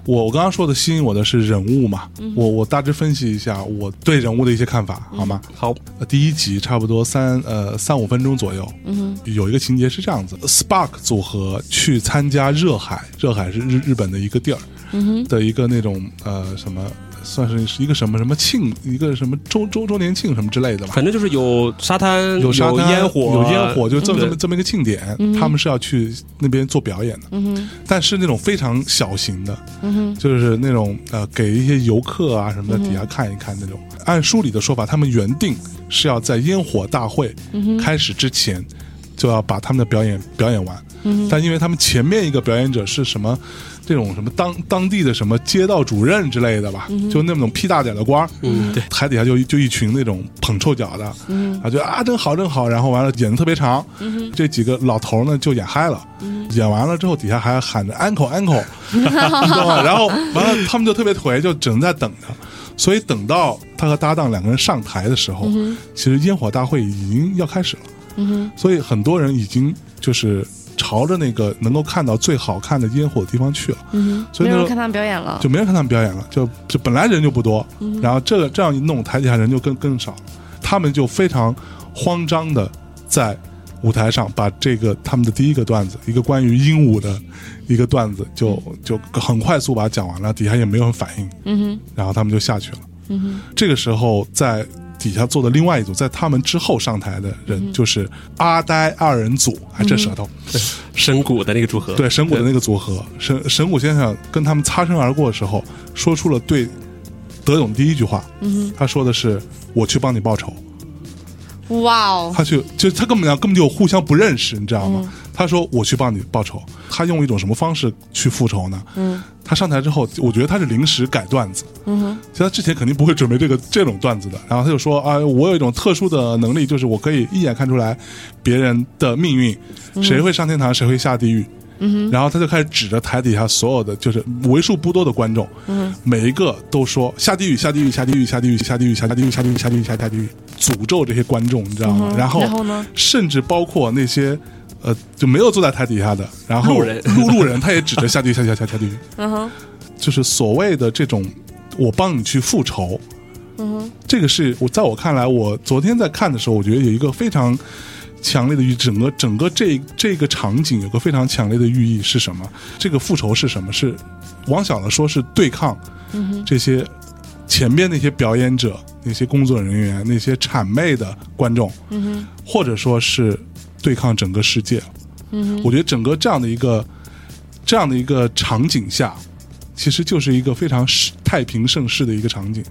Speaker 1: 我我刚刚说的吸引我的是人物嘛，我我大致分析一下我对人物的一些看法，好吗？
Speaker 4: 好，
Speaker 1: 呃第一集差不多三呃三五分钟左右，嗯，有一个情节是这样子：Spark 组合去参加热海，热海是日日本的一个地儿，嗯的一个那种呃什么。算是是一个什么什么庆，一个什么周周周年庆什么之类的吧，
Speaker 4: 反正就是有沙滩，
Speaker 1: 有沙滩、
Speaker 4: 烟火，啊
Speaker 1: 有烟火，就这么这
Speaker 4: 对
Speaker 1: 么这么一个庆典，他们是要去那边做表演的，但是那种非常小型的，就是那种呃给一些游客啊什么的底下看一看那种。按书里的说法，他们原定是要在烟火大会开始之前就要把他们的表演表演完，但因为他们前面一个表演者是什么？这种什么当当地的什么街道主任之类的吧，就那种屁大点的官儿，
Speaker 4: 嗯对
Speaker 1: 台底下就一就一群那种捧臭脚的，然后就啊真好真好，然后完了演的特别长，这几个老头儿呢就演嗨了，演完了之后底下还喊着 uncle uncle，你知 道吗？然后完了他们就特别颓，就只能在等着。所以等到他和搭档两个人上台的时
Speaker 2: 嗯
Speaker 1: 候，其实烟火大会已经要开始了。所以很多人已经就是朝着那个能够看到最好看的烟火的地方去了。所
Speaker 2: 嗯没有
Speaker 1: 以那
Speaker 2: 人
Speaker 1: 时
Speaker 2: 看
Speaker 1: 候
Speaker 2: 他们表演了
Speaker 1: 就，没人看他们表演了，就就本来人就不多，
Speaker 2: 嗯
Speaker 1: 然后这个这样一弄，台底下人就更更少，他们就非常慌张的在舞台上把这个他们的第一个段子，一个关于鹦鹉的一个段子，就就很快速把它讲完了，底下也没有人反应，
Speaker 2: 嗯哼，嗯
Speaker 1: 然后他们就下去了。这个时候，在底下坐的另外一组，在他们之后上台的人，就是阿呆二人组，还这舌头，
Speaker 4: 深谷的那个组合，
Speaker 1: 对神谷的那个组合，神神谷先生跟他们擦身而过的时候，说出了对德勇第一句话，他说的是“我去帮你报仇”，
Speaker 2: 哇哦，
Speaker 1: 他去就他根本俩根本就互相不认识，你知道吗？他说我去帮你报仇，他用一种什么方式去复仇呢？嗯，他上台之后，我觉得他是临时改段子，嗯哼，其实他之前肯定不会准备这个这种段子的。然后他就说啊、我有一种特殊的能力，就是我可以一眼看出来别人的命运，谁会上天堂，谁会下地狱。嗯、然后他就开始指着台底下所有的，就是为数不多的观众，嗯、每一个都说下地狱，下地狱，下地狱，下地狱，下地狱，下地狱，下地狱，下地狱，下地狱，诅咒这些观众，你知道吗？然后，
Speaker 2: 然后呢
Speaker 1: 甚至包括那些呃就没有坐在台底下的，然后
Speaker 4: 路人
Speaker 1: 路路人，他也指着下地狱下地狱下地狱下地狱，
Speaker 2: 嗯哼，
Speaker 1: 就是所谓的这种我帮你去复仇，嗯，这个是我在我看来，我昨天在看的时候，我觉得有一个非常。强烈的寓整个整个这这个场景有个非常强烈的寓意是什么？这个复仇是什么？是往小了说是对抗这些前边那些表演者、那些工作人员、那些谄媚的观众，或者说是对抗整个世界。我觉得整个这样的一个这样的一个场景下，其实就是一个非常世太平盛世的一个场景。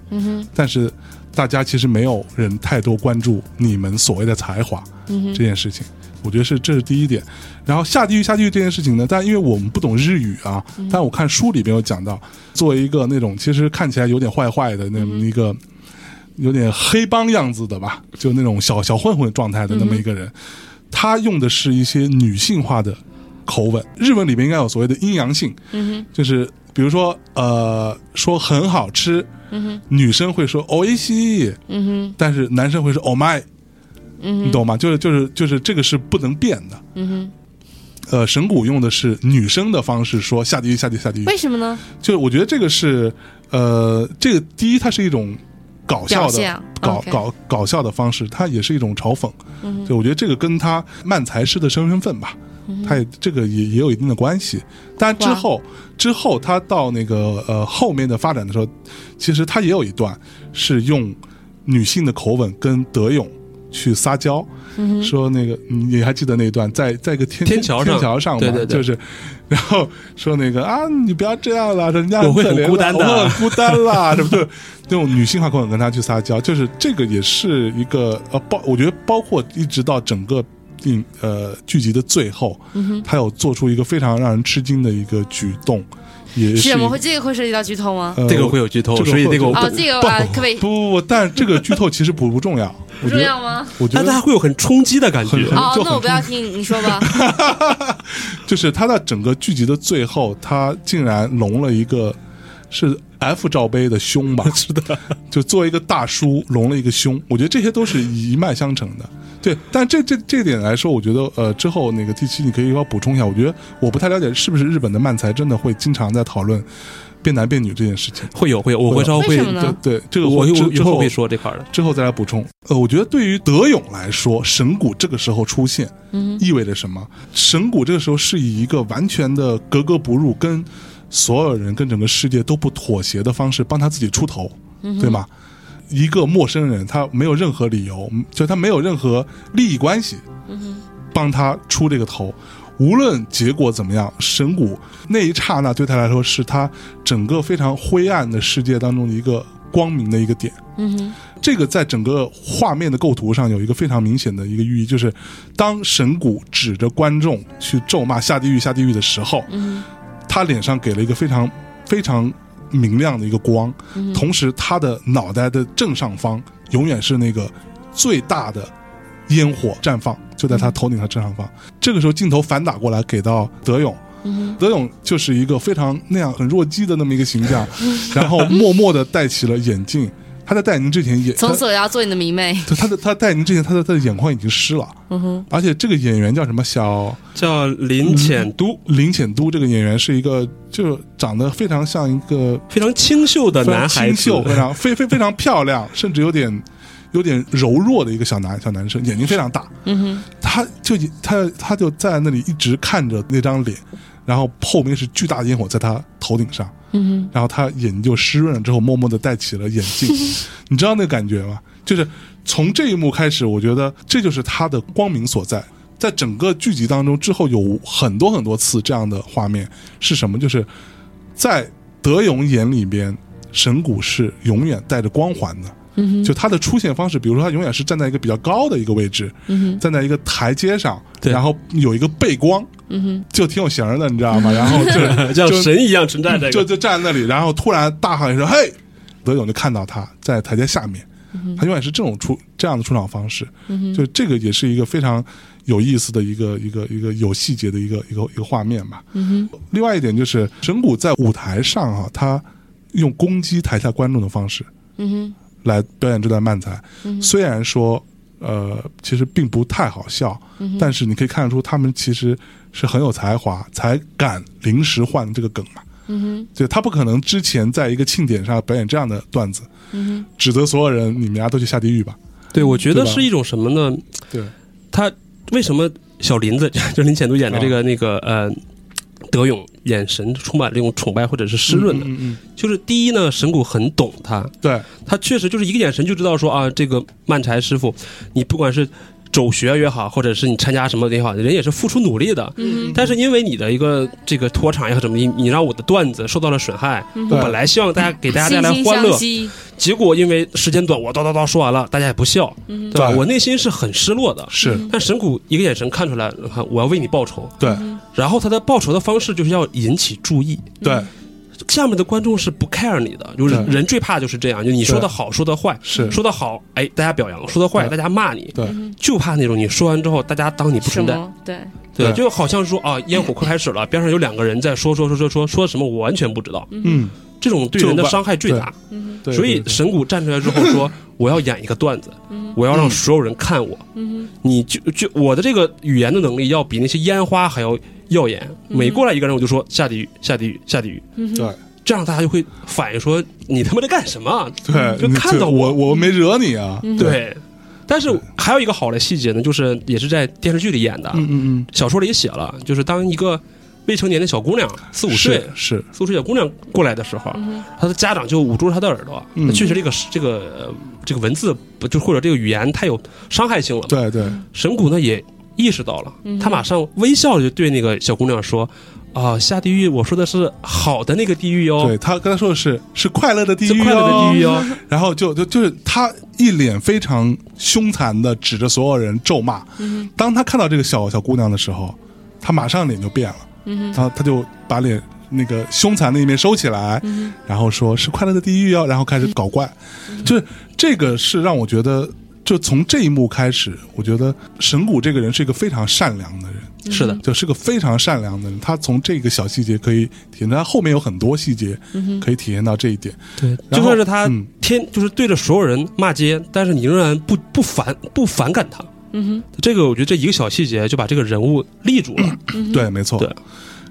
Speaker 1: 但是大家其实没有人太多关注你们所谓的才华、这件事情。我觉得是这是第一点，然后下地狱下地狱这件事情呢，但因为我们不懂日语啊，但我看书里边有讲到，作为一个那种其实看起来有点坏坏的那么一个、有点黑帮样子的吧，就那种小小混混状态的那么一个人，他用的是一些女性化的口吻，日文里面应该有所谓的阴阳性，就是比如说呃说很好吃，女生会说哦 o i s h E，
Speaker 2: 嗯
Speaker 1: 但是男生会说 oh my，、你懂吗？就是就是就是这个是不能变的。
Speaker 2: 嗯
Speaker 1: 呃，神谷用的是女生的方式说下地狱下地狱下地狱，
Speaker 2: 为什么呢？
Speaker 1: 就是我觉得这个是呃，这个第一它是一种搞笑
Speaker 2: 表现
Speaker 1: 的搞
Speaker 2: OK 嗯
Speaker 1: 搞搞笑的方式，它也是一种嘲讽。就我觉得这个跟他漫才师的身份吧，他也这个也也有一定的关系。但之
Speaker 2: 嗯哇
Speaker 1: 后之后他到那个呃后面的发展的时候，其实他也有一段是用女性的口吻跟德勇去撒娇，
Speaker 2: 嗯
Speaker 1: 说那个你你还记得那一段，在在一个天
Speaker 4: 天桥上
Speaker 1: 天桥上嘛，
Speaker 4: 对对对
Speaker 1: 就是，然后说那个啊，你不要这样了，人家
Speaker 4: 我会
Speaker 1: 很可
Speaker 4: 很
Speaker 1: 怜
Speaker 4: 孤单的
Speaker 1: 了我很孤单啦，什么的，那种女性化口吻跟他去撒娇，就是这个也是一个呃包，我觉得包括一直到整个。影呃剧集的最后，
Speaker 2: 嗯
Speaker 1: 他有做出一个非常让人吃惊的一个举动，也
Speaker 2: 是
Speaker 1: 是
Speaker 2: 怎
Speaker 1: 一
Speaker 2: 么会这个会涉及到剧透吗？
Speaker 1: 呃
Speaker 4: 这个会有剧透，
Speaker 1: 这个
Speaker 4: 所以
Speaker 1: 会
Speaker 4: 这个
Speaker 1: 有
Speaker 4: 我
Speaker 1: 剧
Speaker 2: 哦，这个
Speaker 4: 不，
Speaker 1: 透不
Speaker 2: 啊，可以
Speaker 1: 不不不，但这个剧透其实不不重要，
Speaker 2: 不
Speaker 1: 我觉
Speaker 2: 重
Speaker 1: 得嗯
Speaker 2: 要吗？
Speaker 1: 我觉
Speaker 4: 但
Speaker 1: 得
Speaker 4: 它会有很冲击的感觉
Speaker 1: 很。很
Speaker 2: 哦，
Speaker 1: 就
Speaker 2: 那
Speaker 1: 很
Speaker 2: 我不要听，你说 吧。
Speaker 1: 就是他在整个剧集的最后，他竟然隆了一个是 F 罩杯的胸 吧？是的， 就作为一个大叔隆了一个胸，我觉得这些都是一脉相承的。对，但这这这点来说，我觉得呃，之后那个第七你可以要补充一下。我觉得我不太了解是不是日本的漫才真的会经常在讨论变男变女这件事情。
Speaker 4: 会有会有，我会
Speaker 1: 会有
Speaker 4: 稍
Speaker 2: 为
Speaker 4: 微会
Speaker 2: 什么呢
Speaker 1: 对对，这个
Speaker 4: 我我
Speaker 1: 之
Speaker 4: 以
Speaker 1: 之
Speaker 4: 后
Speaker 1: 后
Speaker 4: 会说这块儿的。
Speaker 1: 之后再来补充。呃，我觉得对于德勇来说，神谷这个时候出现，意味着什么？神谷这个时候是以一个完全的格格不入，跟所有人、跟整个世界都不妥协的方式，帮他自己出头，对吗？一个陌生人，他没有任何理由，就他没有任何利益关系，帮他出这个头。无论结果怎么样，神谷那一刹那对他来说是他整个非常灰暗的世界当中的一个光明的一个点。
Speaker 2: 嗯
Speaker 1: 这个在整个画面的构图上有一个非常明显的一个寓意，就是当神谷指着观众去咒骂“下地狱，下地狱”的时候，他脸上给了一个非常非常明亮的一个光，同时他的脑袋的正上方永远是那个最大的烟火绽放，就在他头顶上正上方。这个时候镜头反打过来给到德勇。德勇就是一个非常那样很弱鸡的那么一个形象，然后默默的戴起了眼镜。他在戴眼镜之前也，
Speaker 2: 从
Speaker 1: 他
Speaker 2: 此我要做你的迷妹。
Speaker 1: 他他的他戴眼镜之前，他的他的眼眶已经湿了。而且这个演员叫什么？小
Speaker 4: 叫林浅都，
Speaker 1: 林浅都这个演员是一个，就长得非常像一个
Speaker 4: 非常清秀的
Speaker 1: 非
Speaker 4: 男
Speaker 1: 常
Speaker 4: 孩
Speaker 1: 清
Speaker 4: 子，
Speaker 1: 秀、非常非非非常漂亮，甚至有点有点柔弱的一个小男小男生，眼睛非常大。嗯哼，他就他他就在那里一直看着那张脸，然后后面是巨大的烟火在他头顶上。嗯哼，然后他眼睛就湿润了之后，默默的戴起了眼 镜。你知道那个感觉吗？就是从这一幕开始，我觉得这就是他的光明所在。在整个剧集当中，之后有很多很多次这样的画面是什么？就是在德勇眼里边，神谷是永远带着光环的。就他的出现方式，比如说他永远是站在一个比较高的一个位置，站在一个台阶上，
Speaker 4: 对
Speaker 1: 然后有一个背光，就挺有型儿的，你知道吗？然后就是
Speaker 4: 像
Speaker 1: 就
Speaker 4: 神一样存在这
Speaker 1: 就
Speaker 4: 个。
Speaker 1: 就站在那里，然后突然大喊一声：“嘿！”德勇就看到他在台阶下面，他永远是这种出这样的出场方式，就这个也是一个非常有意思的一个一个一个有细节的一个一个一个画面吧。另外一点就是神谷在舞台上啊，他用攻击台下观众的方式，
Speaker 2: 嗯
Speaker 1: 来表演这段漫才。虽然说呃，其实并不太好笑，但是你可以看得出他们其实是很有才华，才敢临时换这个梗嘛。嗯对他不可能之前在一个庆典上表演这样的段子，嗯、指责所有人你们家都去下地狱吧。嗯
Speaker 4: 对，我觉
Speaker 1: 对
Speaker 4: 得
Speaker 1: 吧
Speaker 4: 是一种什么呢？
Speaker 1: 对，
Speaker 4: 他为什么小林子 就林浅都演的这个那个呃德勇眼神充满这种崇拜或者是湿润的？
Speaker 1: 嗯嗯，
Speaker 4: 就是第一呢，神谷很懂他，
Speaker 1: 对
Speaker 4: 他确实就是一个眼神就知道说啊，这个漫才师傅，你不管是走学也好，或者是你参加什么也好，人也是付出努力的。嗯、但是因为你的一个这个拖场也好怎么，你你让我的段子受到了损害，我本来希望大家给大家
Speaker 2: 惺
Speaker 4: 带来
Speaker 2: 惺
Speaker 4: 欢乐
Speaker 2: 相，惜，
Speaker 4: 结果因为时间短，我叨叨叨说完了，大家也不笑，对吧？
Speaker 1: 对
Speaker 4: 我内心是很失落的。
Speaker 1: 是，
Speaker 4: 但神谷一个眼神看出来，啊我要为你报仇。
Speaker 1: 对
Speaker 4: 然后他的报仇的方式就是要引起注意，
Speaker 1: 对
Speaker 4: 下面的观众是不 care 你的，就是
Speaker 1: 对
Speaker 4: 人最怕就是这样，就你说的好，说的坏，
Speaker 1: 是
Speaker 4: 说的好，哎，大家表扬；说的坏，
Speaker 1: 对
Speaker 4: 大家骂你，
Speaker 1: 对
Speaker 4: 就怕那种你说完之后，大家当你不
Speaker 2: 什
Speaker 4: 存在，
Speaker 2: 么？对，
Speaker 4: 对，
Speaker 1: 对
Speaker 4: 就好像说啊，烟火快开始了，边上有两个人在说说说说说说什么，我完全不知道，
Speaker 1: 嗯，
Speaker 4: 这种对
Speaker 1: 就
Speaker 4: 人的
Speaker 1: 把
Speaker 4: 伤害最大。
Speaker 1: 对
Speaker 4: 所以
Speaker 1: 对
Speaker 4: 神谷站出来之后说：“我要演一个段子，我要让所有人看我。你就就我的这个语言的能力要比那些烟花还要耀眼。每过来一个人，我就说下地狱，下地狱，下地狱。
Speaker 1: 对
Speaker 4: 这样大家就会反应说：你他妈在干什么？啊
Speaker 1: 对，
Speaker 4: 就
Speaker 1: 你
Speaker 4: 看到
Speaker 1: 我，我没惹你啊，对，
Speaker 4: 对。但是还有一个好的细节呢，就是也是在电视剧里演的，
Speaker 1: 嗯嗯
Speaker 4: 小说里也写了，就是当一个未成年的小姑娘，四五岁
Speaker 1: 是，是，
Speaker 4: 四五岁小姑娘过来的时候，她的家长就捂住她的耳朵。
Speaker 1: 嗯
Speaker 4: 那确实，这个这个呃这个文字不就或者这个语言太有伤害性了。
Speaker 1: 对对，
Speaker 4: 神谷呢也意识到了，他马上微笑着就对那个小姑娘说：“啊，下地狱，我说的是好的那个地狱哦
Speaker 1: 对，他刚才说的是是快乐的地
Speaker 4: 是
Speaker 1: 狱、哦，
Speaker 4: 快乐的地狱哦。
Speaker 1: 然后就就就是他一脸非常凶残的指着所有人咒骂。当他看到这个小小姑娘的时候，他马上脸就变了，他他就把脸那个凶残的一面收起来，然后说是快乐的地狱哦，然后开始搞怪。就是这个是让我觉得，就从这一幕开始，我觉得神谷这个人是一个非常善良的人。
Speaker 4: 是的，
Speaker 1: 就是个非常善良的人，他从这个小细节可以体现，他后面有很多细节可以体现到这一点。
Speaker 4: 对，
Speaker 1: 然
Speaker 4: 就
Speaker 1: 后
Speaker 4: 算是他
Speaker 1: 嗯
Speaker 4: 天、就是对着所有人骂街，但是你仍然不不反不反感他。嗯哼，这个我觉得这一个小细节就把这个人物立住了。
Speaker 2: 嗯
Speaker 1: 对，没错。
Speaker 4: 对，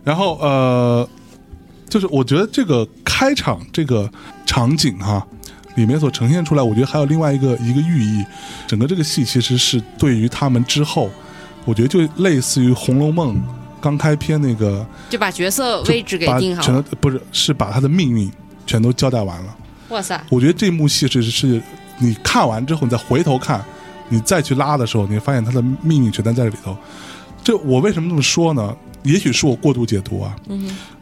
Speaker 1: 然后呃，就是我觉得这个开场这个场景哈，里面所呈现出来，我觉得还有另外一个一个寓意，整个这个戏其实是对于他们之后，我觉得就类似于《红楼梦》刚开篇那个，
Speaker 2: 就把角色
Speaker 1: 就
Speaker 2: 位置给
Speaker 1: 把
Speaker 2: 定好
Speaker 1: 全
Speaker 2: 了。
Speaker 1: 都不是是把他的命运全都交代完了。
Speaker 2: 哇塞，
Speaker 1: 我觉得这幕戏是是你看完之后，你再回头看，你再去拉的时候，你会发现他的秘密全在这里头。这我为什么这么说呢？也许是我过度解读啊。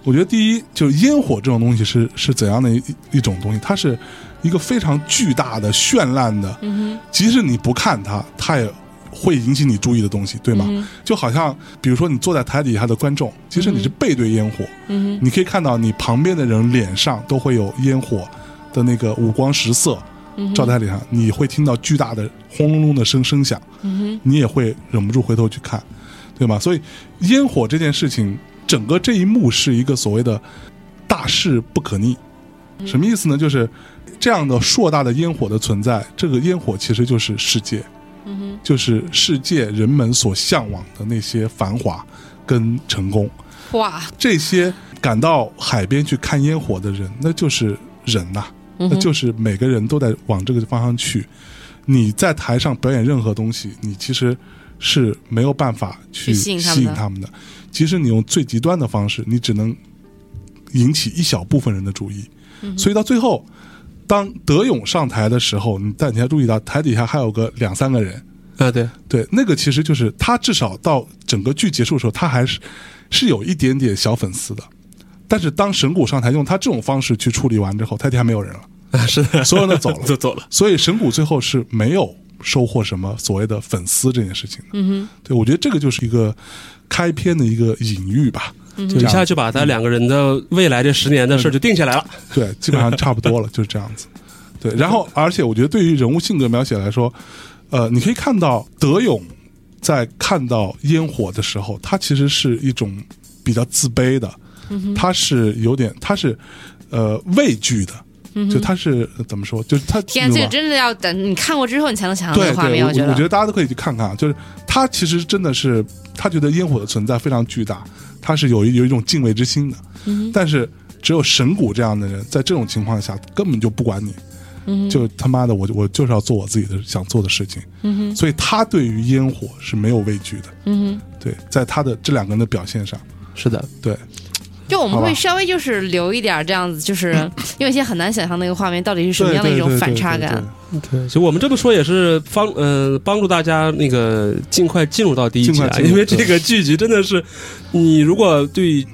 Speaker 1: 我觉得第一就是烟火这种东西是是怎样的一一种东西？它是一个非常巨大的、绚烂的，即使你不看它，它也会引起你注意的东西，对吗？就好像比如说你坐在台底下的观众，即使你是背对烟火，你可以看到你旁边的人脸上都会有烟火的那个五光十色照在脸上，你会听到巨大的轰隆隆的声声响，你也会忍不住回头去看，对吗？所以烟火这件事情，整个这一幕是一个所谓的大势不可逆，什么意思呢？就是这样的硕大的烟火的存在，这个烟火其实就是世界，就是世界人们所向往的那些繁华跟成功。
Speaker 2: 哇，
Speaker 1: 这些赶到海边去看烟火的人，那就是人呐、
Speaker 2: 嗯
Speaker 1: 那就是每个人都在往这个方向去。你在台上表演任何东西，你其实是没有办法去
Speaker 2: 去吸引他们的
Speaker 1: 吸引他们的。其实你用最极端的方式，你只能引起一小部分人的注意。
Speaker 2: 嗯
Speaker 1: 所以到最后，当德勇上台的时候，你但你要注意到台底下还有个两三个人，
Speaker 4: 啊，对，
Speaker 1: 对，那个其实就是他至少到整个剧结束的时候，他还是是有一点点小粉丝的。但是当神谷上台用他这种方式去处理完之后，泰迪还没有 人了，
Speaker 4: 啊，是的，
Speaker 1: 所有人都走了，
Speaker 4: 就走了。
Speaker 1: 所以神谷最后是没有收获什么所谓的粉丝这件事情的。嗯哼，对我觉得这个就是一个开篇的一个隐喻吧，就
Speaker 4: 就
Speaker 1: 这
Speaker 4: 一
Speaker 1: 样
Speaker 4: 下就把他两个人的未来这十年的事儿
Speaker 1: 嗯
Speaker 4: 就定下来了。
Speaker 1: 对，基本上差不 多了，就是这样子。对，然后而且我觉得对于人物性格描写来说，呃，你可以看到德勇在看到烟火的时候，他其实是一种比较自卑的，
Speaker 2: 嗯
Speaker 1: 他是有点，他是呃畏惧的，就他是呃怎么说，就是他
Speaker 2: 嗯天啊，
Speaker 1: 你
Speaker 2: 这
Speaker 1: 懂
Speaker 2: 个
Speaker 1: 吧
Speaker 2: 真的要等你看过之后，你才能想到那
Speaker 1: 对
Speaker 2: 啊个画面。
Speaker 1: 对，我
Speaker 2: 觉
Speaker 1: 我觉
Speaker 2: 得
Speaker 1: 得大家都可以去看看啊，就是他其实真的是他觉得烟火的存在非常巨大，他是有一有一种敬畏之心的，
Speaker 2: 嗯
Speaker 1: 但是只有神谷这样的人，在这种情况下根本就不管你。
Speaker 2: 嗯
Speaker 1: 就他妈的，我我就是要做我自己的想做的事情，
Speaker 2: 嗯
Speaker 1: 所以他对于烟火是没有畏惧的，
Speaker 2: 嗯
Speaker 1: 对，在他的这两个人的表现上，
Speaker 4: 是的，
Speaker 1: 对，
Speaker 2: 就我们
Speaker 1: 好吧
Speaker 2: 会稍微就是留一点这样子，就是因为一些很难想象那个画面到底是什么
Speaker 1: 对
Speaker 2: 样的一
Speaker 1: 对
Speaker 2: 种
Speaker 1: 对
Speaker 2: 反
Speaker 1: 对
Speaker 2: 差
Speaker 1: 对
Speaker 2: 感。啊
Speaker 4: 对，就我们这么说也是帮呃帮助大家那个尽快进入到第一集
Speaker 1: 尽快
Speaker 4: 啊，
Speaker 1: 进入
Speaker 4: 因为这个剧集真的是，你如果对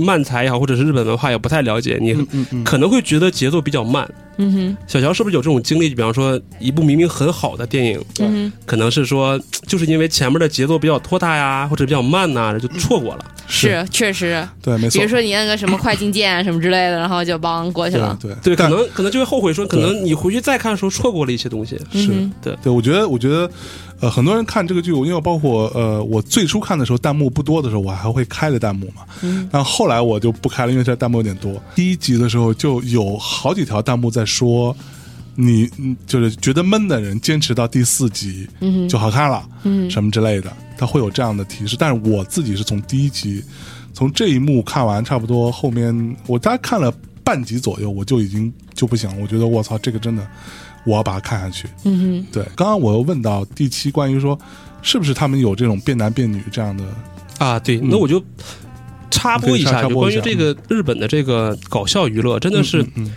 Speaker 4: 漫才也好，或者是日本文化也不太了解，你
Speaker 1: 嗯嗯，
Speaker 4: 可能会觉得节奏比较慢。
Speaker 2: 嗯哼，
Speaker 4: 小乔是不是有这种经历？就比方说，一部明明很好的电影，
Speaker 2: 嗯
Speaker 4: 可能是说就是因为前面的节奏比较拖沓呀，或者比较慢呐、就错过了。
Speaker 2: 哼，是确实，
Speaker 1: 对，没
Speaker 2: 比
Speaker 1: 错
Speaker 2: 如，说啊你按个什么快进键啊什么之类的，然后就帮过去
Speaker 1: 对
Speaker 2: 了。
Speaker 1: 对
Speaker 4: 对，可
Speaker 1: 但
Speaker 4: 能可能就会后悔说，可能你回去再看的时候错过了一些东西。
Speaker 1: 是。
Speaker 2: 嗯
Speaker 1: 对，我觉得，我觉得，呃，很多人看这个剧，我因为包括呃，我最初看的时候弹幕不多的时候，我还会开着弹幕嘛。嗯。但后来我就不开了，因为这弹幕有点多。第一集的时候就有好几条弹幕在说，你嗯就是觉得闷的人坚持到第四集，嗯，就好看了，嗯，什么之类的，他会有这样的提示。但是我自己是从第一集，从这一幕看完，差不多后面我大概看了半集左右，我就已经就不行了。我觉得我操，这个真的，我要把它看下去。
Speaker 2: 嗯
Speaker 1: 对，刚刚我又问到第七，关于说是不是他们有这种变男变女这样的，
Speaker 4: 啊，对，那
Speaker 1: 嗯
Speaker 4: 我就插播一
Speaker 1: 可以插
Speaker 4: 下，
Speaker 1: 插
Speaker 4: 就
Speaker 1: 播
Speaker 4: 关
Speaker 1: 一下
Speaker 4: 于这个日本的这个搞笑娱乐，真的是
Speaker 1: 嗯嗯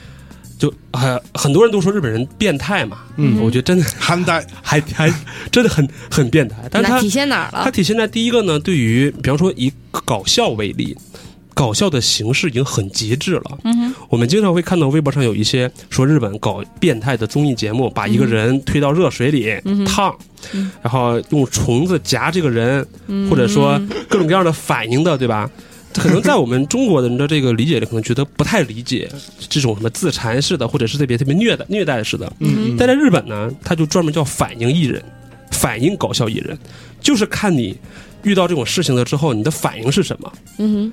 Speaker 4: 就很很多人都说日本人变态嘛，
Speaker 1: 嗯
Speaker 4: 我觉得真的
Speaker 1: 憨呆，
Speaker 4: 还还真的很很变态，但是
Speaker 2: 那
Speaker 4: 他
Speaker 2: 体现哪儿
Speaker 4: 它
Speaker 2: 了？
Speaker 4: 体现在第一个呢，对于比方说以搞笑为例，搞笑的形式已经很极致了。
Speaker 2: 嗯哼，
Speaker 4: 我们经常会看到微博上有一些说日本搞变态的综艺节目，把一个人推到热水里、
Speaker 2: 嗯哼
Speaker 4: 烫
Speaker 2: 嗯，
Speaker 4: 然后用虫子夹这个人，
Speaker 2: 嗯
Speaker 4: 或者说各种各样的反应的，对吧？这可能在我们中国人的这个理解里，可能觉得不太理解这种什么自残式的，或者是特别特别虐待虐待式的。
Speaker 1: 嗯，
Speaker 4: 但在日本呢，它就专门叫反应艺人，反应搞笑艺人，就是看你遇到这种事情了之后，你的反应是什么。
Speaker 2: 嗯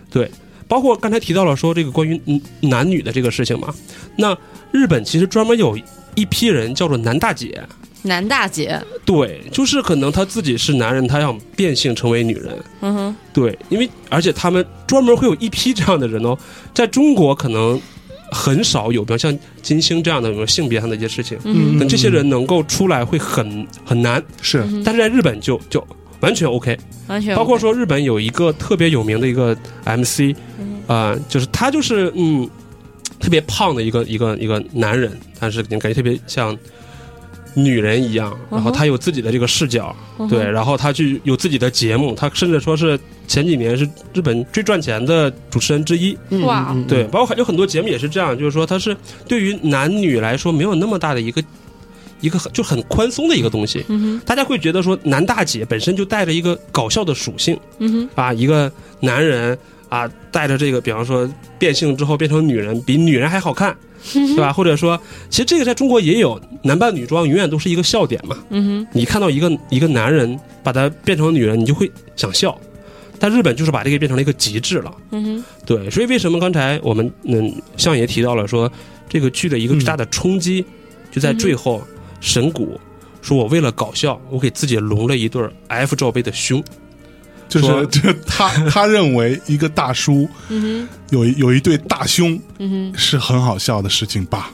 Speaker 4: 包括刚才提到了说这个关于嗯男女的这个事情嘛，那日本其实专门有一批人叫做男大姐，
Speaker 2: 哼，男大姐，
Speaker 4: 对，就是可能他自己是男人，他想变性成为女人，
Speaker 2: 嗯哼，
Speaker 4: 对，因为而且他们专门会有一批这样的人哦，在中国可能很少有，比如像金星这样的有性别上的一些事情。
Speaker 2: 嗯
Speaker 4: 等这些人能够出来会很很难，
Speaker 1: 是
Speaker 2: 哼，嗯
Speaker 4: 但
Speaker 2: 哼
Speaker 4: 是在日本就就完全 OK。
Speaker 2: 完全
Speaker 4: 包括说日本有一个特别有名的一个 MC，
Speaker 2: 嗯
Speaker 4: 啊、就是他就是嗯特别胖的一个一个一个男人，但是你感觉特别像女人一样，然后
Speaker 2: 嗯哼嗯
Speaker 4: 他有自己的这个视角，对，，然后他去有自己的节目，他甚至说是前几年是日本最赚钱的主持人之一。
Speaker 2: 嗯哼哇，
Speaker 1: 嗯
Speaker 4: 对，包括还有很多节目也是这样，就是说它是对于男女来说没有那么大的一个一个很就很宽松的一个东西。
Speaker 2: 嗯
Speaker 4: 大家会觉得说，男大姐本身就带着一个搞笑的属性
Speaker 2: 哼，嗯哼，
Speaker 4: 啊，一个男人啊，带着这个，比方说变性之后变成女人，比女人还好看，
Speaker 2: 嗯
Speaker 4: 对吧？或者说，其实这个在中国也有，男扮女装永远都是一个笑点嘛。
Speaker 2: 嗯
Speaker 4: 你看到一个一个男人把他变成女人，你就会想笑。但日本就是把这个变成了一个极致了，
Speaker 2: 哼，嗯哼，
Speaker 4: 对，所以为什么刚才我们嗯相爷提到了说这个剧的一个最大的冲击，就在最后神谷说我为了搞笑，我给自己隆了一对儿 F 罩杯的胸，
Speaker 1: 就是
Speaker 4: 说
Speaker 1: 就是他他认为一个大叔
Speaker 2: 嗯
Speaker 1: 有一有一对大胸
Speaker 2: 哼，嗯
Speaker 1: 是很好笑的事情吧？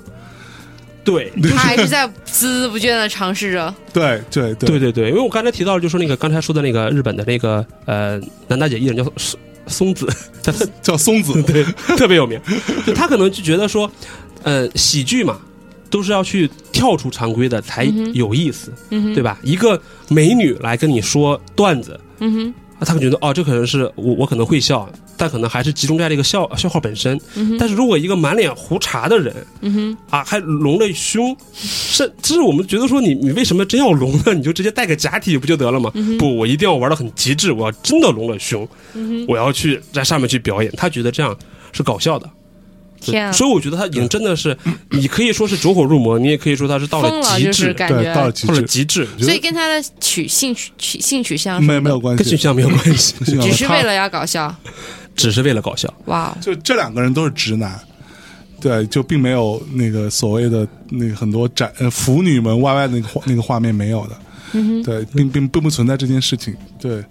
Speaker 4: 对。
Speaker 2: 哼，他还是在孜孜不倦的尝试着，
Speaker 1: 对对
Speaker 4: 对
Speaker 1: 对，
Speaker 4: 对对，因为我刚才提到了，就是那个刚才说的那个日本的那个呃男大姐艺人叫松松子， 他特
Speaker 1: 叫松子，
Speaker 4: 对特别有名，就他可能就觉得说，呃喜剧嘛，都是要去跳出常规的才
Speaker 2: 嗯哼
Speaker 4: 有意思，
Speaker 2: 嗯哼，
Speaker 4: 对吧？一个美女来跟你说段子，
Speaker 2: 嗯哼，
Speaker 4: 啊，他可能觉得哦，这可能是我我可能会笑，但可能还是集中在这个笑笑话本身。
Speaker 2: 嗯哼，
Speaker 4: 但是如果一个满脸胡茬的人
Speaker 2: 嗯哼，
Speaker 4: 啊，还隆了胸，甚至我们觉得说你你为什么真要隆呢？你就直接带个假体不就得了吗？
Speaker 2: 嗯
Speaker 4: 不，我一定要玩的很极致，我要真的隆了胸，
Speaker 2: 嗯
Speaker 4: 我要去在上面去表演。他觉得这样是搞笑的。
Speaker 2: 天啊，
Speaker 4: 所以我觉得他已经真的是，你可以说是走火入魔，你也可以说他是到
Speaker 2: 疯
Speaker 4: 了
Speaker 2: 了
Speaker 4: 极
Speaker 2: 就是
Speaker 4: 致，
Speaker 2: 感
Speaker 1: 对，到了
Speaker 2: 觉，
Speaker 1: 极
Speaker 4: 到了
Speaker 1: 致，
Speaker 4: 极致，
Speaker 1: 觉
Speaker 2: 所
Speaker 1: 得
Speaker 2: 以跟他的取性取取性取向是
Speaker 1: 没没有关
Speaker 4: 跟形
Speaker 1: 系，
Speaker 4: 象没有关系，
Speaker 1: 跟形象
Speaker 2: 只是
Speaker 1: 他
Speaker 2: 为了要搞笑，
Speaker 4: 只是为了搞笑。
Speaker 2: 哇，哦
Speaker 1: 就这两个人都是直男，对，就并没有那个所谓的那个很多宅呃腐女们 YY 那个画那个画面没有的，对，并并并不存在这件事情。对，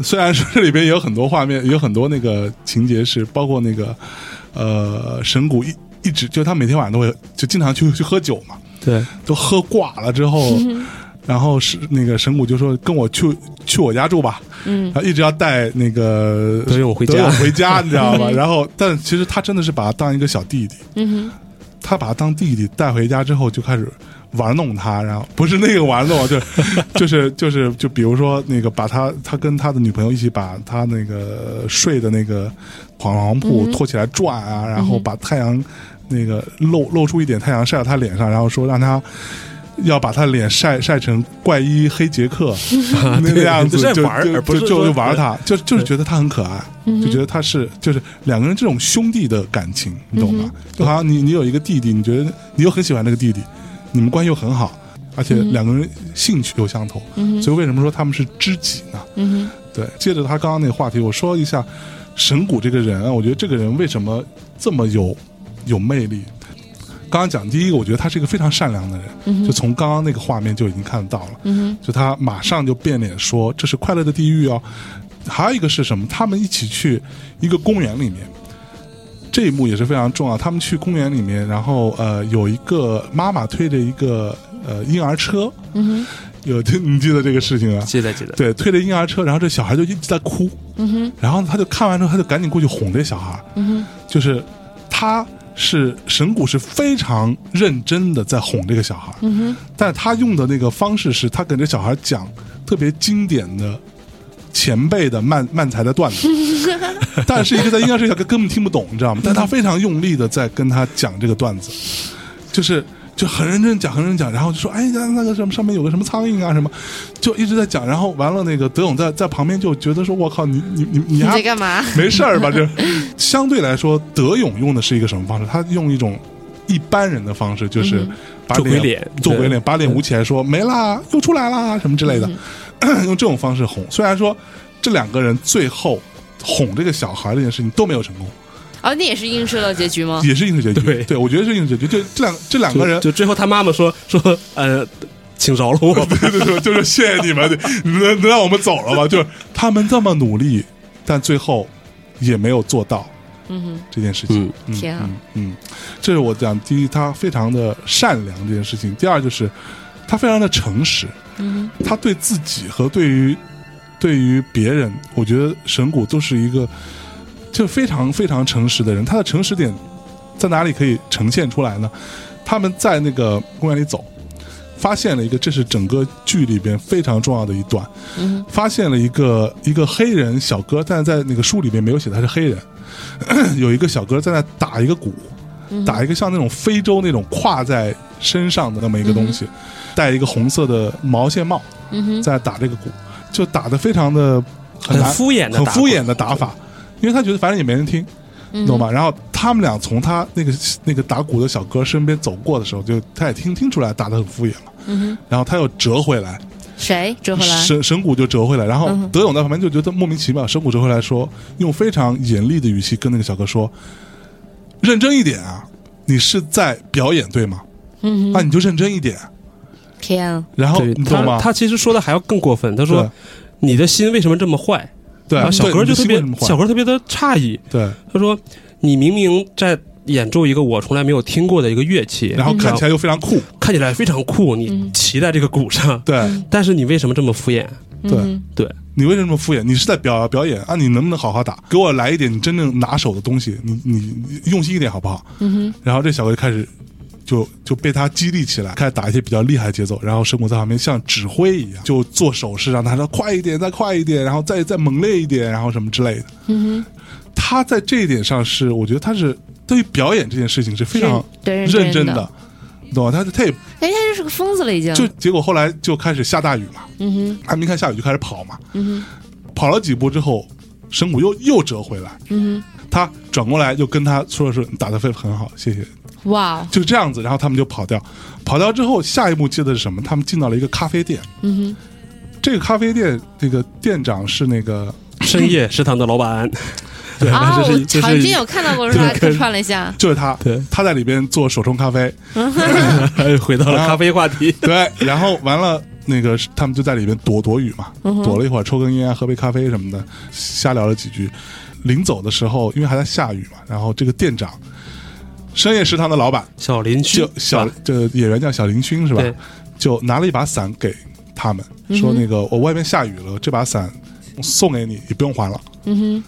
Speaker 1: 虽然说这里边有很多画面，有很多那个情节是包括那个呃神谷一一直就他每天晚上都会就经常去去喝酒嘛，
Speaker 4: 对，
Speaker 1: 都喝挂了之后。然后是那个神谷就说跟我去去我家住吧，
Speaker 2: 嗯
Speaker 1: 然后一直要带那个
Speaker 4: 德勇回
Speaker 1: 德
Speaker 4: 家
Speaker 1: 勇，回家，你知道吧？然后，但其实他真的是把他当一个小弟弟，
Speaker 2: 嗯
Speaker 1: 他把他当弟弟带回家之后，就开始玩弄他，然后不是那个玩弄，就 就是就是就比如说那个把他他跟他的女朋友一起把他那个睡的那个床铺拖起来转啊，然后把太阳那个露露出一点太阳晒到他脸上，然后说让他。要把他脸晒晒成怪医黑杰克那个样子，
Speaker 4: 就在
Speaker 1: 就
Speaker 4: 玩儿
Speaker 1: 就
Speaker 4: 而不
Speaker 1: 就是就
Speaker 4: 说
Speaker 1: 就玩儿他，就就是觉得他很可爱，就觉得他是就是两个人这种兄弟的感情，你懂吗？就好像你你有一个弟弟，你觉得你又很喜欢那个弟弟，你们关系又很好，而且两个人兴趣又相投，所以为什么说他们是知己呢？
Speaker 2: 哼，嗯
Speaker 1: 对，借着他刚刚那个话题，我说一下神谷这个人啊，我觉得这个人为什么这么有有魅力？刚刚讲第一个，我觉得他是一个非常善良的人，就从刚刚那个画面就已经看得到了。
Speaker 2: 嗯哼
Speaker 1: 就他马上就变脸说这是快乐的地狱哦。还有一个是什么？他们一起去一个公园里面，这一幕也是非常重要。他们去公园里面，然后呃，有一个妈妈推着一个呃婴儿车，
Speaker 2: 嗯哼，
Speaker 1: 有 记你记得这个事情啊？
Speaker 4: 记得记得，
Speaker 1: 对，推着婴儿车，然后这小孩就一直在哭，然后他就看完之后，他就赶紧过去哄这小孩，就是他是神谷是非常认真的在哄这个小孩，但他用的那个方式是他给这小孩讲特别经典的。前辈的慢慢才的段 子，但是一个在应该是小孩根本听不懂，你知道吗？但他非常用力的在跟他讲这个段子，就是就很认真讲，很认真讲，然后就说哎，那那个什么上面有个什么苍蝇啊什么，就一直在讲，然后完了那个德勇在在旁边就觉得说，我靠，你你你你
Speaker 2: 你
Speaker 1: 还
Speaker 2: 在干嘛？
Speaker 1: 没事儿吧？这相对来说，德勇用的是一个什么方式？他用一种一般人的方式，就是把
Speaker 4: 嗯做鬼脸
Speaker 1: 做鬼
Speaker 4: 对
Speaker 1: 脸，把脸捂起来说没啦，又出来啦，什么之类的，
Speaker 4: 嗯
Speaker 1: 用这种方式哄。虽然说这两个人最后哄这个小孩这件事情都没有成功，
Speaker 2: 哦，那也是映射到结局吗？
Speaker 1: 也是应试结局。
Speaker 4: 啊对
Speaker 1: 对，我觉得是应试结局。就这两这两个人
Speaker 4: 就就最后他妈妈说说呃，请饶了 我吧，
Speaker 1: 对对对，就是谢谢你们，你们能能让我们走了吗？就是他们这么努力，但最后也没有做到
Speaker 2: 嗯哼，
Speaker 1: 这件事情。嗯
Speaker 2: 天啊
Speaker 1: 嗯嗯，这是我讲第一，他非常的善良这件事情；第二就是他非常的诚实，
Speaker 2: 嗯哼，
Speaker 1: 他对自己和对于对于别人，我觉得神谷都是一个就非常非常诚实的人。他的诚实点在哪里可以呈现出来呢？他们在那个公园里走，发现了一个，这是整个剧里边非常重要的一段，
Speaker 2: 嗯
Speaker 1: 发现了一个一个黑人小哥，但是在那个书里面没有写他是黑人， 有一个小哥在那打一个鼓，
Speaker 2: 嗯
Speaker 1: 打一个像那种非洲那种挎在身上的那么一个东西，戴一个红色的毛线帽，
Speaker 2: 嗯哼，
Speaker 1: 在打这个鼓，就打的非常的很
Speaker 4: 很
Speaker 1: 难
Speaker 4: 敷衍的，
Speaker 1: 很敷衍的打法，因为他觉得反正也没人听，
Speaker 2: 嗯
Speaker 1: 你懂吗？然后他们俩从他那个那个打鼓的小哥身边走过的时候，就他也听听出来打的很敷衍了，
Speaker 2: 嗯
Speaker 1: 然后他又折回来，
Speaker 2: 哼，谁折回来？
Speaker 1: 神神谷就折回来，然后
Speaker 2: 嗯哼
Speaker 1: 德勇在旁边就觉得莫名其妙。神谷折回来说，用非常严厉的语气跟那个小哥说：“认真一点啊，你是在表演对吗？
Speaker 2: 嗯
Speaker 1: 啊，
Speaker 2: 哼，
Speaker 1: 你就认真一点。
Speaker 2: 天啊，”
Speaker 1: 然后
Speaker 4: 对
Speaker 1: 你懂
Speaker 4: 他
Speaker 1: 吗？
Speaker 4: 他其实说的还要更过分，他说你的心为什么这么坏？
Speaker 1: 对
Speaker 4: 然后
Speaker 1: 对，
Speaker 4: 小哥
Speaker 1: 对
Speaker 4: 就特别
Speaker 1: 你的心为什么坏
Speaker 4: 小哥特别的诧异，
Speaker 1: 对，
Speaker 4: 他说你明明在演奏一个我从来没有听过的一个乐器，
Speaker 1: 然后看起来又非常酷，
Speaker 4: 看起来非常酷，你
Speaker 2: 嗯
Speaker 4: 骑在这个鼓上，
Speaker 1: 对
Speaker 4: 但是你为什么这么敷衍？
Speaker 2: 嗯
Speaker 1: 对
Speaker 2: 哼
Speaker 4: 对，
Speaker 1: 你为什么敷衍？你是在表表演啊？你能不能好好打？给我来一点你真正拿手的东西，你你你用心一点好不好？
Speaker 2: 嗯哼，
Speaker 1: 然后这小哥就开始就就被他激励起来，开始打一些比较厉害的节奏，然后神谷在旁边像指挥一样，就做手势让他说快一点，再快一点，然后再再猛烈一点，然后什么之类的。
Speaker 2: 嗯
Speaker 1: 他在这一点上是，我觉得他是对于表演这件事情是非常
Speaker 2: 认对认真
Speaker 1: 认真
Speaker 2: 的
Speaker 1: 的，你懂吗？他他也
Speaker 2: 哼，哎，他就是个疯子了已经。
Speaker 1: 就结果后来就开始下大雨嘛，
Speaker 2: 嗯哼，
Speaker 1: 还没看下雨就开始跑嘛，
Speaker 2: 嗯
Speaker 1: 跑了几步之后，神谷又又折回来，
Speaker 2: 哼，嗯
Speaker 1: 他转过来就跟他说了说你打的非很好，谢谢，
Speaker 2: 哼，哇哦，
Speaker 1: 就这样子，然后他们就跑掉，跑掉之后，下一幕接的是什么？他们进到了一个咖啡店，
Speaker 2: 嗯
Speaker 1: 这个咖啡店那个店长是那个
Speaker 4: 深夜食堂的老 板，
Speaker 2: 哼，
Speaker 4: 反
Speaker 2: 哦，
Speaker 4: 正就是
Speaker 2: 我
Speaker 4: 就是
Speaker 2: 好像有看到过，是吧？
Speaker 4: 对跟
Speaker 2: 客串了一下，
Speaker 1: 就是他，
Speaker 4: 对
Speaker 1: 他在里边做手冲咖啡，
Speaker 4: 哎回到了咖啡话题。
Speaker 1: 对，然后完了。那个是他们就在里边躲躲雨嘛，躲了一会儿，抽根烟啊，喝杯咖啡什么的，瞎聊了几句。临走的时候，因为还在下雨嘛，然后这个店长，深夜食堂的老板，
Speaker 4: 小林区
Speaker 1: 就小这演员叫小林勋是吧
Speaker 4: 对？
Speaker 1: 就拿了一把伞给他们，
Speaker 2: 嗯
Speaker 1: 说那个我外面下雨了，这把伞送给你，也不用还了。
Speaker 2: 嗯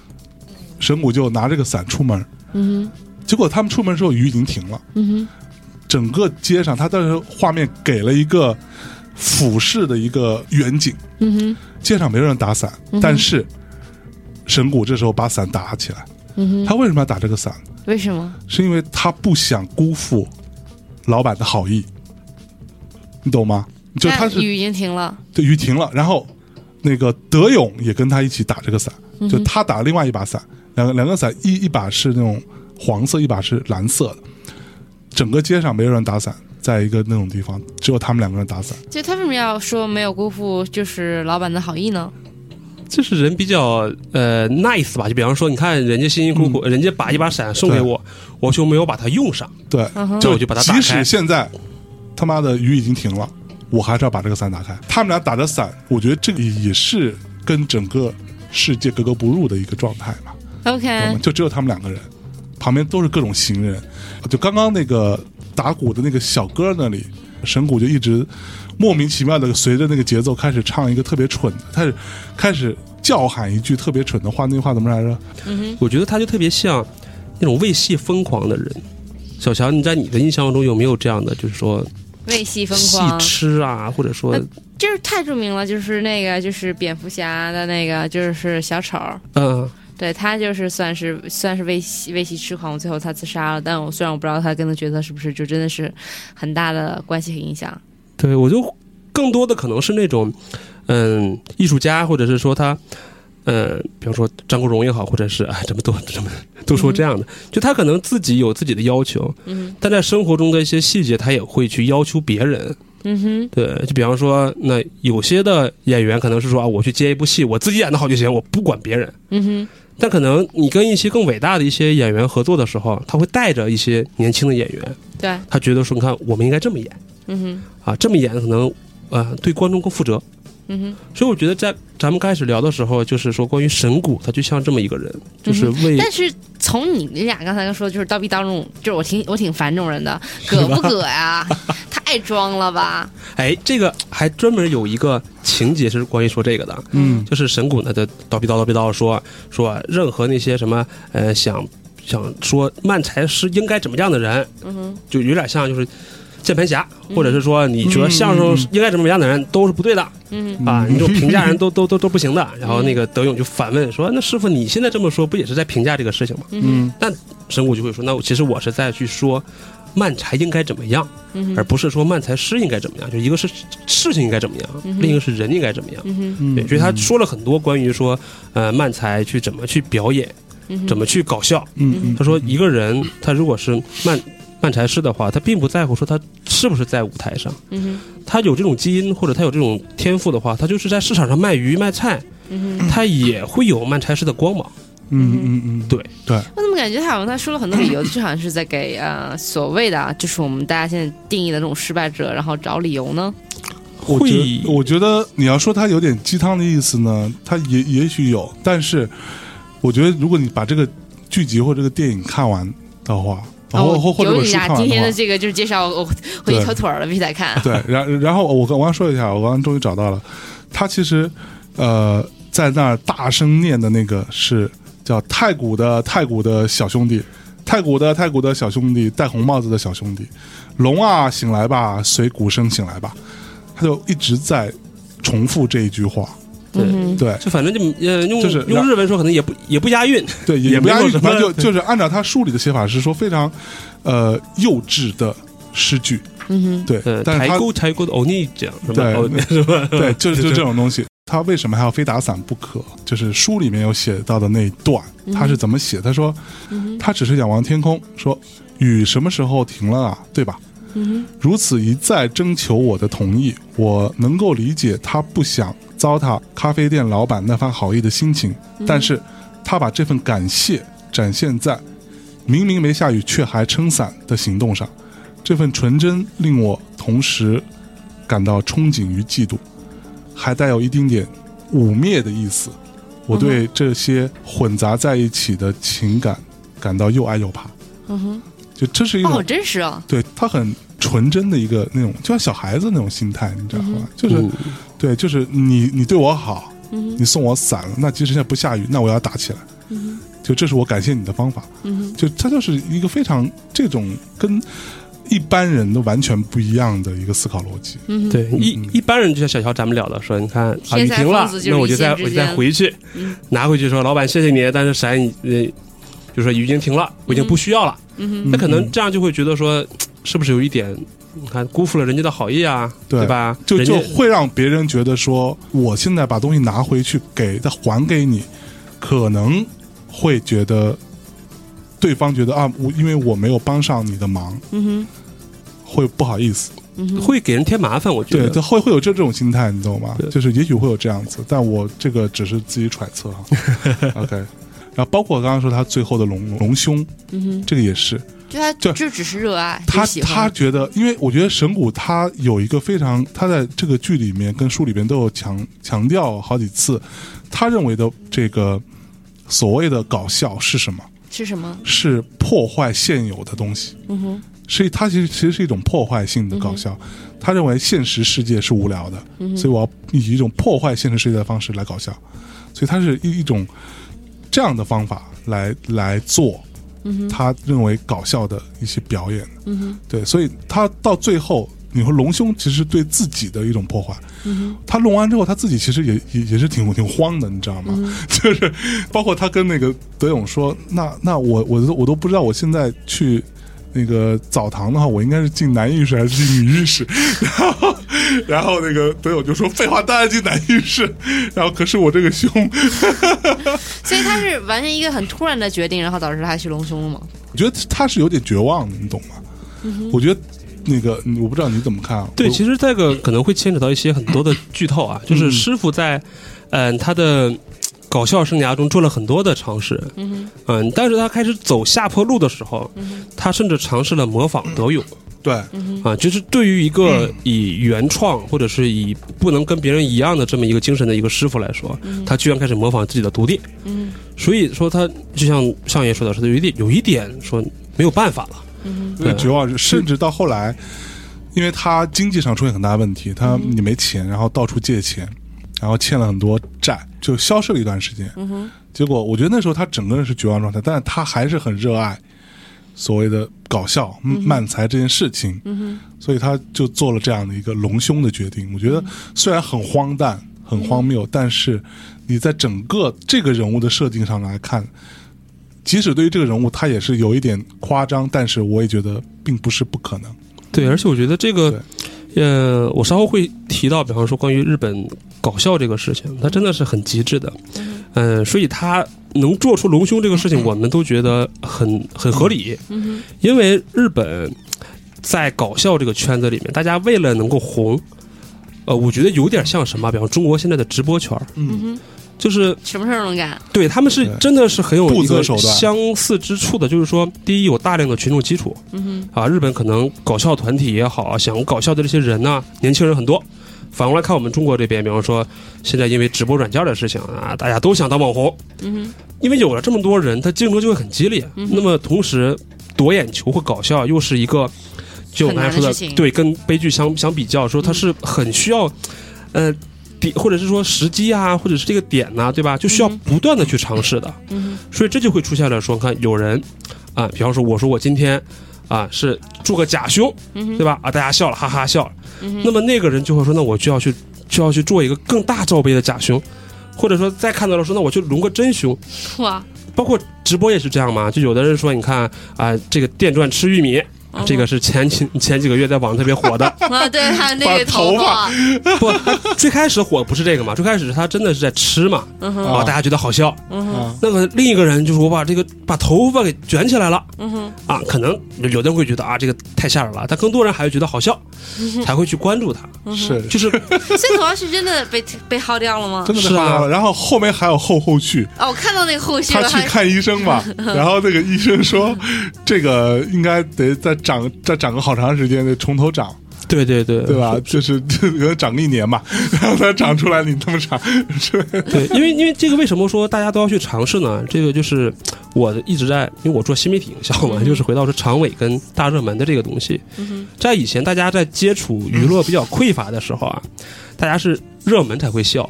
Speaker 1: 神谷就拿这个伞出门，
Speaker 2: 哼，嗯
Speaker 1: 结果他们出门之后雨已经停了，
Speaker 2: 哼，嗯
Speaker 1: 整个街上他当时画面给了一个俯视的一个远景，
Speaker 2: 哼，嗯
Speaker 1: 街上没有人打伞，但是神谷这时候把伞打起来，
Speaker 2: 哼，嗯哼，
Speaker 1: 他为什么要打这个伞？
Speaker 2: 为什么？
Speaker 1: 是因为他不想辜负老板的好意，你懂吗？就他
Speaker 2: 那
Speaker 1: 是
Speaker 2: 雨已经停了，
Speaker 1: 对雨停了，然后那个德勇也跟他一起打这个伞，就他打另外一把伞，两个两个伞一一把是那种黄色，一把是蓝色的。整个街上没有人打伞，在一个那种地方，只有他们两个人打伞。
Speaker 2: 就他为什么要说没有辜负就是老板的好意呢？
Speaker 4: 这是人比较呃 nice 吧？就比方说，你看人家辛辛苦苦，
Speaker 1: 嗯
Speaker 4: 人家把一把伞送给我，我就没有把它用上，
Speaker 1: 对，
Speaker 2: 嗯哼
Speaker 4: 这我就把它打
Speaker 1: 即使
Speaker 4: 开。
Speaker 1: 现在他妈的雨已经停了，我还是要把这个伞打开。他们俩打着伞，我觉得这个也是跟整个世界格格不入的一个状态吧。懂
Speaker 2: ，OK，
Speaker 1: 吗？就只有他们两个人，旁边都是各种行人。就刚刚那个打鼓的那个小哥那里，神谷就一直莫名其妙的随着那个节奏开始唱一个特别蠢的，开始开始叫喊一句特别蠢的话，那句话怎么来着？
Speaker 4: 我觉得他就特别像那种为戏疯狂的人。小乔，你在你的印象中有没有这样的，就是说
Speaker 2: 为戏疯
Speaker 4: 戏
Speaker 2: 狂，
Speaker 4: 痴啊，或者说
Speaker 2: 呃这是太著名了，就是那个就是蝙蝠侠的那个就是小丑，
Speaker 4: 嗯，
Speaker 2: 对他就是算是算是为戏为戏痴狂，最后他自杀了。但我虽然我不知道他跟他角色是不是就真的是很大的关系和影响，
Speaker 4: 对我就更多的可能是那种嗯艺术家，或者是说他。嗯，比方说张国荣也好，或者是啊，这么多这么都说这样的，就他可能自己有自己的要求，
Speaker 2: 嗯
Speaker 4: 但在生活中的一些细节，他也会去要求别人。
Speaker 2: 嗯哼，
Speaker 4: 对，就比方说，那有些的演员可能是说啊，我去接一部戏，我自己演的好就行，我不管别人。
Speaker 2: 嗯哼，
Speaker 4: 但可能你跟一些更伟大的一些演员合作的时候，他会带着一些年轻的演员，
Speaker 2: 对，
Speaker 4: 他觉得说，你看我们应该这么演
Speaker 2: 嗯哼，
Speaker 4: 啊，这么演可能呃对观众更负责。
Speaker 2: 嗯哼。
Speaker 4: 所以我觉得在咱们开始聊的时候，就是说关于神谷，他就像这么一个人，就是为、
Speaker 2: 嗯但是从你们俩刚才说，就是叨逼叨这种，就是我挺我挺烦这种人的，葛不葛呀？ 太装了吧？
Speaker 4: 哎，这个还专门有一个情节是关于说这个的，
Speaker 1: 嗯
Speaker 4: 就是神谷呢，就叨逼叨叨逼叨说说任何那些什么呃想想说漫才师应该怎么样的人，
Speaker 2: 嗯哼，
Speaker 4: 就有点像就是键盘侠，或者是说你觉得相声应该怎么样的人都是不对的
Speaker 2: 嗯
Speaker 4: 啊，你这种评价人都都都都不行的。然后那个德勇就反问说：“那师傅你现在这么说，不也是在评价这个事情吗
Speaker 1: 嗯？”
Speaker 4: 神谷就会说：“那我其实我是在去说。”漫才应该怎么样，
Speaker 2: 嗯
Speaker 4: 而
Speaker 2: 哼，
Speaker 4: 不是说漫才师应该怎么样。就一个是事情应该怎么样，
Speaker 2: 嗯哼
Speaker 4: 另一个是人应该怎么样。
Speaker 2: 嗯哼，
Speaker 1: 嗯，
Speaker 4: 对，所以他说了很多关于说，呃，漫才去怎么去表演，
Speaker 2: 嗯哼，
Speaker 4: 怎么去搞笑。
Speaker 1: 嗯嗯，
Speaker 4: 他说，一个人他如果是漫漫才师的话，他并不在乎说他是不是在舞台上，
Speaker 2: 嗯哼，
Speaker 4: 他有这种基因或者他有这种天赋的话，他就是在市场上卖鱼卖菜，
Speaker 2: 嗯哼，
Speaker 4: 他也会有漫才师的光芒。
Speaker 1: 嗯嗯嗯，
Speaker 4: 对
Speaker 1: 对，
Speaker 2: 我怎么感觉他好像他说了很多理由，就好像是在给呃所谓的啊，就是我们大家现在定义的这种失败者，然后找理由呢？
Speaker 1: 我觉
Speaker 4: 会
Speaker 1: 得我觉得你要说它有点鸡汤的意思呢，它也也许有，但是我觉得如果你把这个剧集或这个电影看完的话，然后哦或或者
Speaker 2: 哦有
Speaker 1: 本
Speaker 2: 你
Speaker 1: 书看
Speaker 2: 俩
Speaker 1: 完
Speaker 2: 今
Speaker 1: 的
Speaker 2: 天
Speaker 1: 话
Speaker 2: 的，这个就是介绍，我回去
Speaker 1: 对
Speaker 2: 条腿儿了，必须得看。 啊
Speaker 1: 对，然然后我刚我刚说一下，我刚刚终于找到了，他其实呃在那儿大声念的那个是叫太古的太古的小兄弟，太古的太古的小兄弟，戴红帽子的小兄弟，龙啊醒来吧，随鼓声醒来吧，他就一直在重复这一句话，
Speaker 4: 对
Speaker 2: 嗯哼，
Speaker 1: 对。
Speaker 4: 就反正就呃用
Speaker 1: 就是
Speaker 4: 用日文说可能也不也不押韵，
Speaker 1: 对，
Speaker 4: 也
Speaker 1: 也不
Speaker 4: 没
Speaker 1: 押
Speaker 4: 有
Speaker 1: 韵，
Speaker 4: 什么
Speaker 1: 反正就就是按照他书里的写法是说非常，呃，幼稚的诗句，
Speaker 2: 嗯哼，
Speaker 1: 对
Speaker 4: 呃，，
Speaker 1: 但是
Speaker 4: 抬
Speaker 1: 他
Speaker 4: 沟抬沟的欧尼讲什么
Speaker 1: 对
Speaker 4: 欧尼是吧？
Speaker 1: 对，就是就
Speaker 4: 对
Speaker 1: 这种东西，他为什么还要非打伞不可？就是书里面有写到的那一段，他是怎么写？他说，他只是仰望天空，说雨什么时候停了啊？对吧？如此一再征求我的同意，我能够理解他不想糟蹋咖啡店老板那番好意的心情，但是他把这份感谢展现在明明没下雨却还撑伞的行动上，这份纯真令我同时感到憧憬与嫉妒，还带有一丁点污蔑的意思。我对这些混杂在一起的情感感到又爱又怕。嗯哼，就这是一
Speaker 2: 哦，
Speaker 1: 种
Speaker 2: 好真实哦。
Speaker 1: 对他很纯真的一个那种，就像小孩子那种心态，你知道吗？就是、
Speaker 4: 嗯
Speaker 1: 对，就是你你对我好，你送我伞了，那即使现在不下雨，那我要打起来。就这是我感谢你的方法。就他就是一个非常这种跟一般人都完全不一样的一个思考逻辑。
Speaker 4: 对，
Speaker 1: 嗯
Speaker 4: 一一般人就像小乔咱们聊的说，你看啊，
Speaker 2: 天
Speaker 4: 雨
Speaker 2: 才
Speaker 4: 停了
Speaker 2: 疯子，就是
Speaker 4: 那我
Speaker 2: 一
Speaker 4: 就
Speaker 2: 线
Speaker 4: 再
Speaker 2: 之
Speaker 4: 我就再
Speaker 2: 间
Speaker 4: 回去
Speaker 2: 嗯
Speaker 4: 拿回去说，老板谢谢你，但是伞已呃，就说雨已经停了，我已经不需要了。
Speaker 2: 嗯
Speaker 4: 那可能
Speaker 1: 嗯
Speaker 4: 这样就会觉得说，是不是有一点，你看辜负了人家的好意啊，
Speaker 1: 对
Speaker 4: 吧？
Speaker 1: 就
Speaker 4: 人家
Speaker 1: 就会让别人觉得说，我现在把东西拿回去给再还给你，可能会觉得对方觉得啊，我因为我没有帮上你的忙，
Speaker 2: 哼，嗯哼，
Speaker 1: 会不好意思。
Speaker 2: 嗯哼。
Speaker 4: 会给人添麻烦，我觉
Speaker 1: 对，
Speaker 4: 得。
Speaker 1: 他会会有这这种心态，你懂吗
Speaker 4: 对？
Speaker 1: 就是也许会有这样子，但我这个只是自己揣测 哈。OK，然后包括刚刚说他最后的隆隆胸，
Speaker 2: 嗯哼
Speaker 1: 这个也是
Speaker 2: 就他
Speaker 1: 就
Speaker 2: 就只是热爱，
Speaker 1: 他
Speaker 2: 就喜
Speaker 1: 他
Speaker 2: 欢
Speaker 1: 觉得，因为我觉得神谷他有一个非常，他在这个剧里面跟书里面都有强强调好几次，他认为的这个所谓的搞笑是什么？
Speaker 2: 是什么？
Speaker 1: 是破坏现有的东西，
Speaker 2: 嗯哼，
Speaker 1: 是它其实其实是一种破坏性的搞笑。他认为现实世界是无聊的，所以我要以一种破坏现实世界的方式来搞笑，所以它是一一种这样的方法来来做。他认为搞笑的一些表演，嗯、对，所以他到最后，你说隆胸其实对自己的一种破坏，他弄完之后，他自己其实也也也是挺挺慌的，你知道吗？ 就是包括他跟那个德勇说，那那我我都我都不知道我现在去。那个澡堂的话，我应该是进男浴室还是进女浴室？ 然后，然后那个德勇就说：“废话，当然进男浴室。”然后，可是我这个胸，
Speaker 2: 所以他是完全一个很突然的决定，然后导致他去隆胸了吗？
Speaker 1: 我觉得他是有点绝望的，你懂吗？我觉得那个，嗯我不知道你怎么看啊。
Speaker 4: 对，
Speaker 1: 我
Speaker 4: 其实这个可能会牵扯到一些很多的剧透啊，就是师傅在，嗯、他的嘖搞笑生涯中做了很多的尝试，嗯但是他开始走下坡路的时候，他甚至尝试了模仿德勇
Speaker 1: 对，
Speaker 4: 啊，就是对于一个以原创或者是以不能跟别人一样的这么一个精神的一个师傅来说，他居然开始模仿自己的徒弟，
Speaker 2: 嗯，
Speaker 4: 所以说他就像上爷说的，是有一点有一点说没有办法了。
Speaker 1: 有点绝望，甚至到后来，因为他经济上出现很大问题，他你没钱，然后到处借钱，然后欠了很多债，就消失了一段时间。结果我觉得那时候他整个人是绝望状态，但是他还是很热爱所谓的搞笑、漫才这件事情，所以他就做了这样的一个隆胸的决定。我觉得虽然很荒诞、很荒谬，但是你在整个这个人物的设定上来看，即使对于这个人物他也是有一点夸张，但是我也觉得并不是不可能。
Speaker 4: 对，而且我觉得这个，呃，我稍后会提到，比方说关于日本搞笑这个事情，它真的是很极致的，嗯、所以它能做出隆胸这个事情，我们都觉得很很合理，因为日本在搞笑这个圈子里面，大家为了能够红，呃，我觉得有点像什么，比方中国现在的直播圈儿，
Speaker 1: 嗯
Speaker 4: 就是
Speaker 2: 什么事儿都能干。
Speaker 4: 对，他们是
Speaker 1: 对
Speaker 4: 真的是很有
Speaker 1: 不
Speaker 4: 一
Speaker 1: 择
Speaker 4: 个
Speaker 1: 手段
Speaker 4: 相似之处的，就是说，第一有大量的群众基础，嗯啊，日本可能搞笑团体也好啊，想搞笑的这些人呐，年轻人很多。反过来看我们中国这边，比方说现在因为直播软件的事情啊，大家都想当网红，
Speaker 2: 嗯
Speaker 4: 因为有了这么多人，他竞争就会很激烈。那么同时夺眼球或搞笑又是一个，就我刚才说
Speaker 2: 很难的
Speaker 4: 的
Speaker 2: 事，情嗯
Speaker 4: 对，跟悲剧相相比较，说它是很需要，呃。点或者是说时机啊，或者是这个点呐、对吧？就需要不断的去尝试的，
Speaker 2: 嗯
Speaker 4: 所以这就会出现了说，看有人啊，比方说我说我今天啊是做个假胸，
Speaker 2: 嗯
Speaker 4: 对吧？啊，大家笑了，哈哈笑了。那么那个人就会说，那我就要去就要去做一个更大罩杯的假胸，或者说再看到了说，那我就隆个真胸，
Speaker 2: 哼，哇，
Speaker 4: 包括直播也是这样嘛，就有的人说，你看啊、这个电钻吃玉米。啊这个是前几前几个月在网上特别火的，
Speaker 2: 啊，对，他那个
Speaker 1: 把头
Speaker 2: 发
Speaker 1: 发，
Speaker 4: 不， 最开始火不是这个嘛，最开始他真的是在吃嘛，
Speaker 2: 嗯哼，
Speaker 1: 哦
Speaker 4: 啊，大家觉得好笑。
Speaker 2: 嗯哼，
Speaker 1: 啊，
Speaker 4: 那么另一个人就说把这个把头发给卷起来了，
Speaker 2: 嗯哼，
Speaker 4: 啊，可能有有的人会觉得啊这个太吓人了，但更多人还会觉得好笑，
Speaker 2: 嗯
Speaker 4: 才会去关注他。
Speaker 1: 是
Speaker 4: 就是
Speaker 2: 所以头发是真的被被薅掉了吗
Speaker 1: 真？的
Speaker 4: 是
Speaker 1: 太
Speaker 4: 啊
Speaker 1: 夸张了。然后后面还有后后续，
Speaker 2: 哦，我看到那个后续
Speaker 1: 他
Speaker 2: 了，
Speaker 1: 去
Speaker 2: 还
Speaker 1: 看医生 嘛，然后那个医生说，这个应该得再长再长个好长时间，得从头长，
Speaker 4: 对对对
Speaker 1: 对吧？ 就是这个长个一年嘛，然后它长出来你这么长，是
Speaker 4: 对，因为因为这个为什么说大家都要去尝试呢？这个就是我一直在，因为我做新媒体营销
Speaker 2: 嗯
Speaker 4: 嘛，就是回到说长尾跟大热门的这个东西，在以前大家在接触娱乐比较匮乏的时候啊，大家是热门才会笑，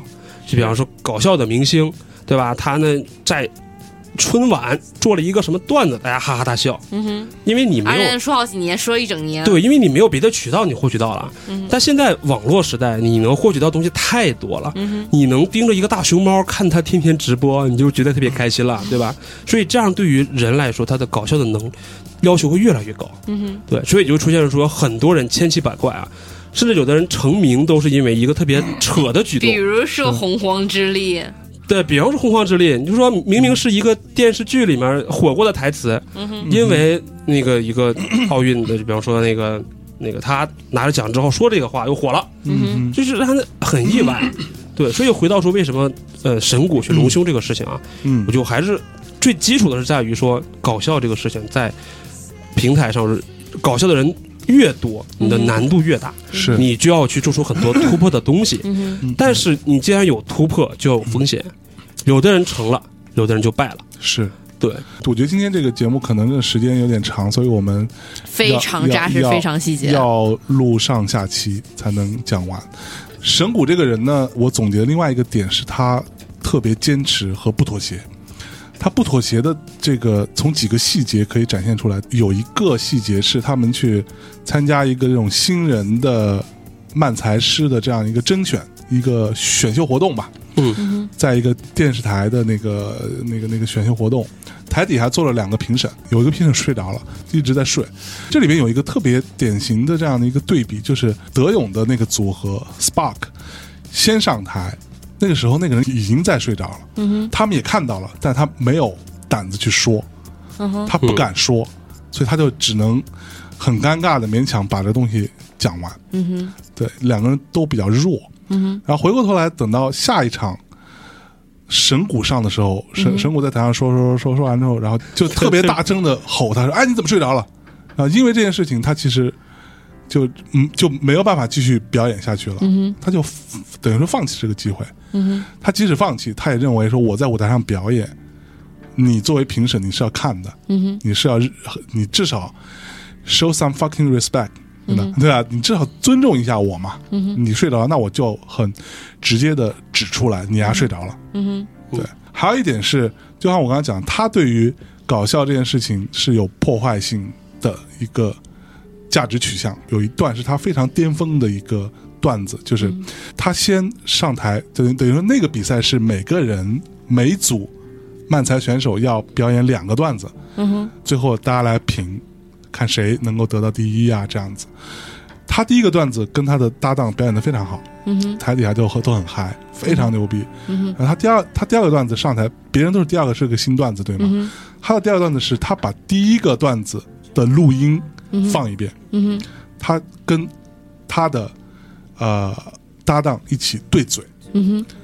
Speaker 4: 就比方说搞笑的明星，对吧？他呢在春晚做了一个什么段子，大家哈哈大笑，
Speaker 2: 嗯哼，
Speaker 4: 因为你
Speaker 2: 而
Speaker 4: 没有
Speaker 2: 且说好几年，说一整年，
Speaker 4: 对，因为你没有别的渠道你获取到了。
Speaker 2: 嗯
Speaker 4: 但现在网络时代，你能获取到东西太多了。
Speaker 2: 嗯
Speaker 4: 你能盯着一个大熊猫看它天天直播，你就觉得特别开心
Speaker 2: 嗯
Speaker 4: 了，对吧？所以这样对于人来说，他的搞笑的能要求会越来越高。
Speaker 2: 嗯
Speaker 4: 对，所以就出现了说很多人千奇百怪啊，甚至有的人成名都是因为一个特别扯的举动
Speaker 2: 比。如说洪荒之力，
Speaker 4: 对，比方说《洪荒之力》，你就说明明是一个电视剧里面火过的台词，
Speaker 1: 嗯
Speaker 2: 嗯
Speaker 4: 因为那个一个奥运的，比方说那个那个他拿着奖之后说这个话又火了，
Speaker 1: 嗯
Speaker 4: 就是让他很意外。对，所以回到说为什么呃神谷去隆胸这个事情啊，
Speaker 1: 嗯
Speaker 4: 我就还是最基础的是在于说搞笑这个事情在平台上是搞笑的人越多，你的难度越大，
Speaker 1: 是
Speaker 4: 你就要去做出很多突破的东西。
Speaker 2: 嗯
Speaker 1: 嗯
Speaker 4: 但是你既然有突破，就要有风险。有的人成了，有的人就败了。
Speaker 1: 是
Speaker 4: 对，
Speaker 1: 我觉得今天这个节目可能这个时间有点长，所以我们
Speaker 2: 非常
Speaker 1: 要
Speaker 2: 扎实，
Speaker 1: 要
Speaker 2: 非常细节。
Speaker 1: 要录上下期才能讲完。神谷这个人呢，我总结的另外一个点是他特别坚持和不妥协。他不妥协的这个，从几个细节可以展现出来。有一个细节是他们去参加一个这种新人的漫才师的这样一个甄选，一个选秀活动吧。
Speaker 4: 嗯，
Speaker 1: 在一个电视台的那个那个那个选秀活动，台底下坐了两个评审，有一个评审睡着了，一直在睡。这里面有一个特别典型的这样的一个对比，就是德勇的那个组合 Spark 先上台，那个时候那个人已经在睡着了，他们也看到了，但他没有胆子去说，他不敢说，所以他就只能很尴尬的勉强把这东西讲完。
Speaker 2: 嗯
Speaker 1: 对，两个人都比较弱。嗯然后回过头来，等到下一场神谷上的时候，神神谷在台上说说说说完之后，然后就特别大声的吼他说：“哎，你怎么睡着了？”啊，因为这件事情，他其实就嗯就没有办法继续表演下去了。嗯他就等于说放弃这个机会。嗯他即使放弃，他也认为说我在舞台上表演，你作为评审你是要看的。嗯你是要你至少 show some fucking respect，真的、对啊，你至少尊重一下我嘛。你睡着了，那我就很直接的指出来，你丫睡着了。嗯哼，对。还有一点是，就像我刚刚讲，他对于搞笑这件事情是有破坏性的一个价值取向。有一段是他非常巅峰的一个段子，就是他先上台，等于等于说那个比赛是每个人每组漫才选手要表演两个段子，
Speaker 2: 嗯哼，
Speaker 1: 最后大家来评，看谁能够得到第一啊，这样子。他第一个段子跟他的搭档表演的非常好，
Speaker 2: 嗯哼，
Speaker 1: 台底下就都很嗨，非常牛逼。
Speaker 2: 嗯哼
Speaker 1: 然后他第二他第二个段子上台，别人都是第二个是个新段子对吗？
Speaker 2: 嗯哼，
Speaker 1: 他的第二个段子是他把第一个段子的录音
Speaker 2: 嗯哼，
Speaker 1: 放一遍，
Speaker 2: 嗯哼，
Speaker 1: 他跟他的呃搭档一起对嘴，
Speaker 2: 嗯哼，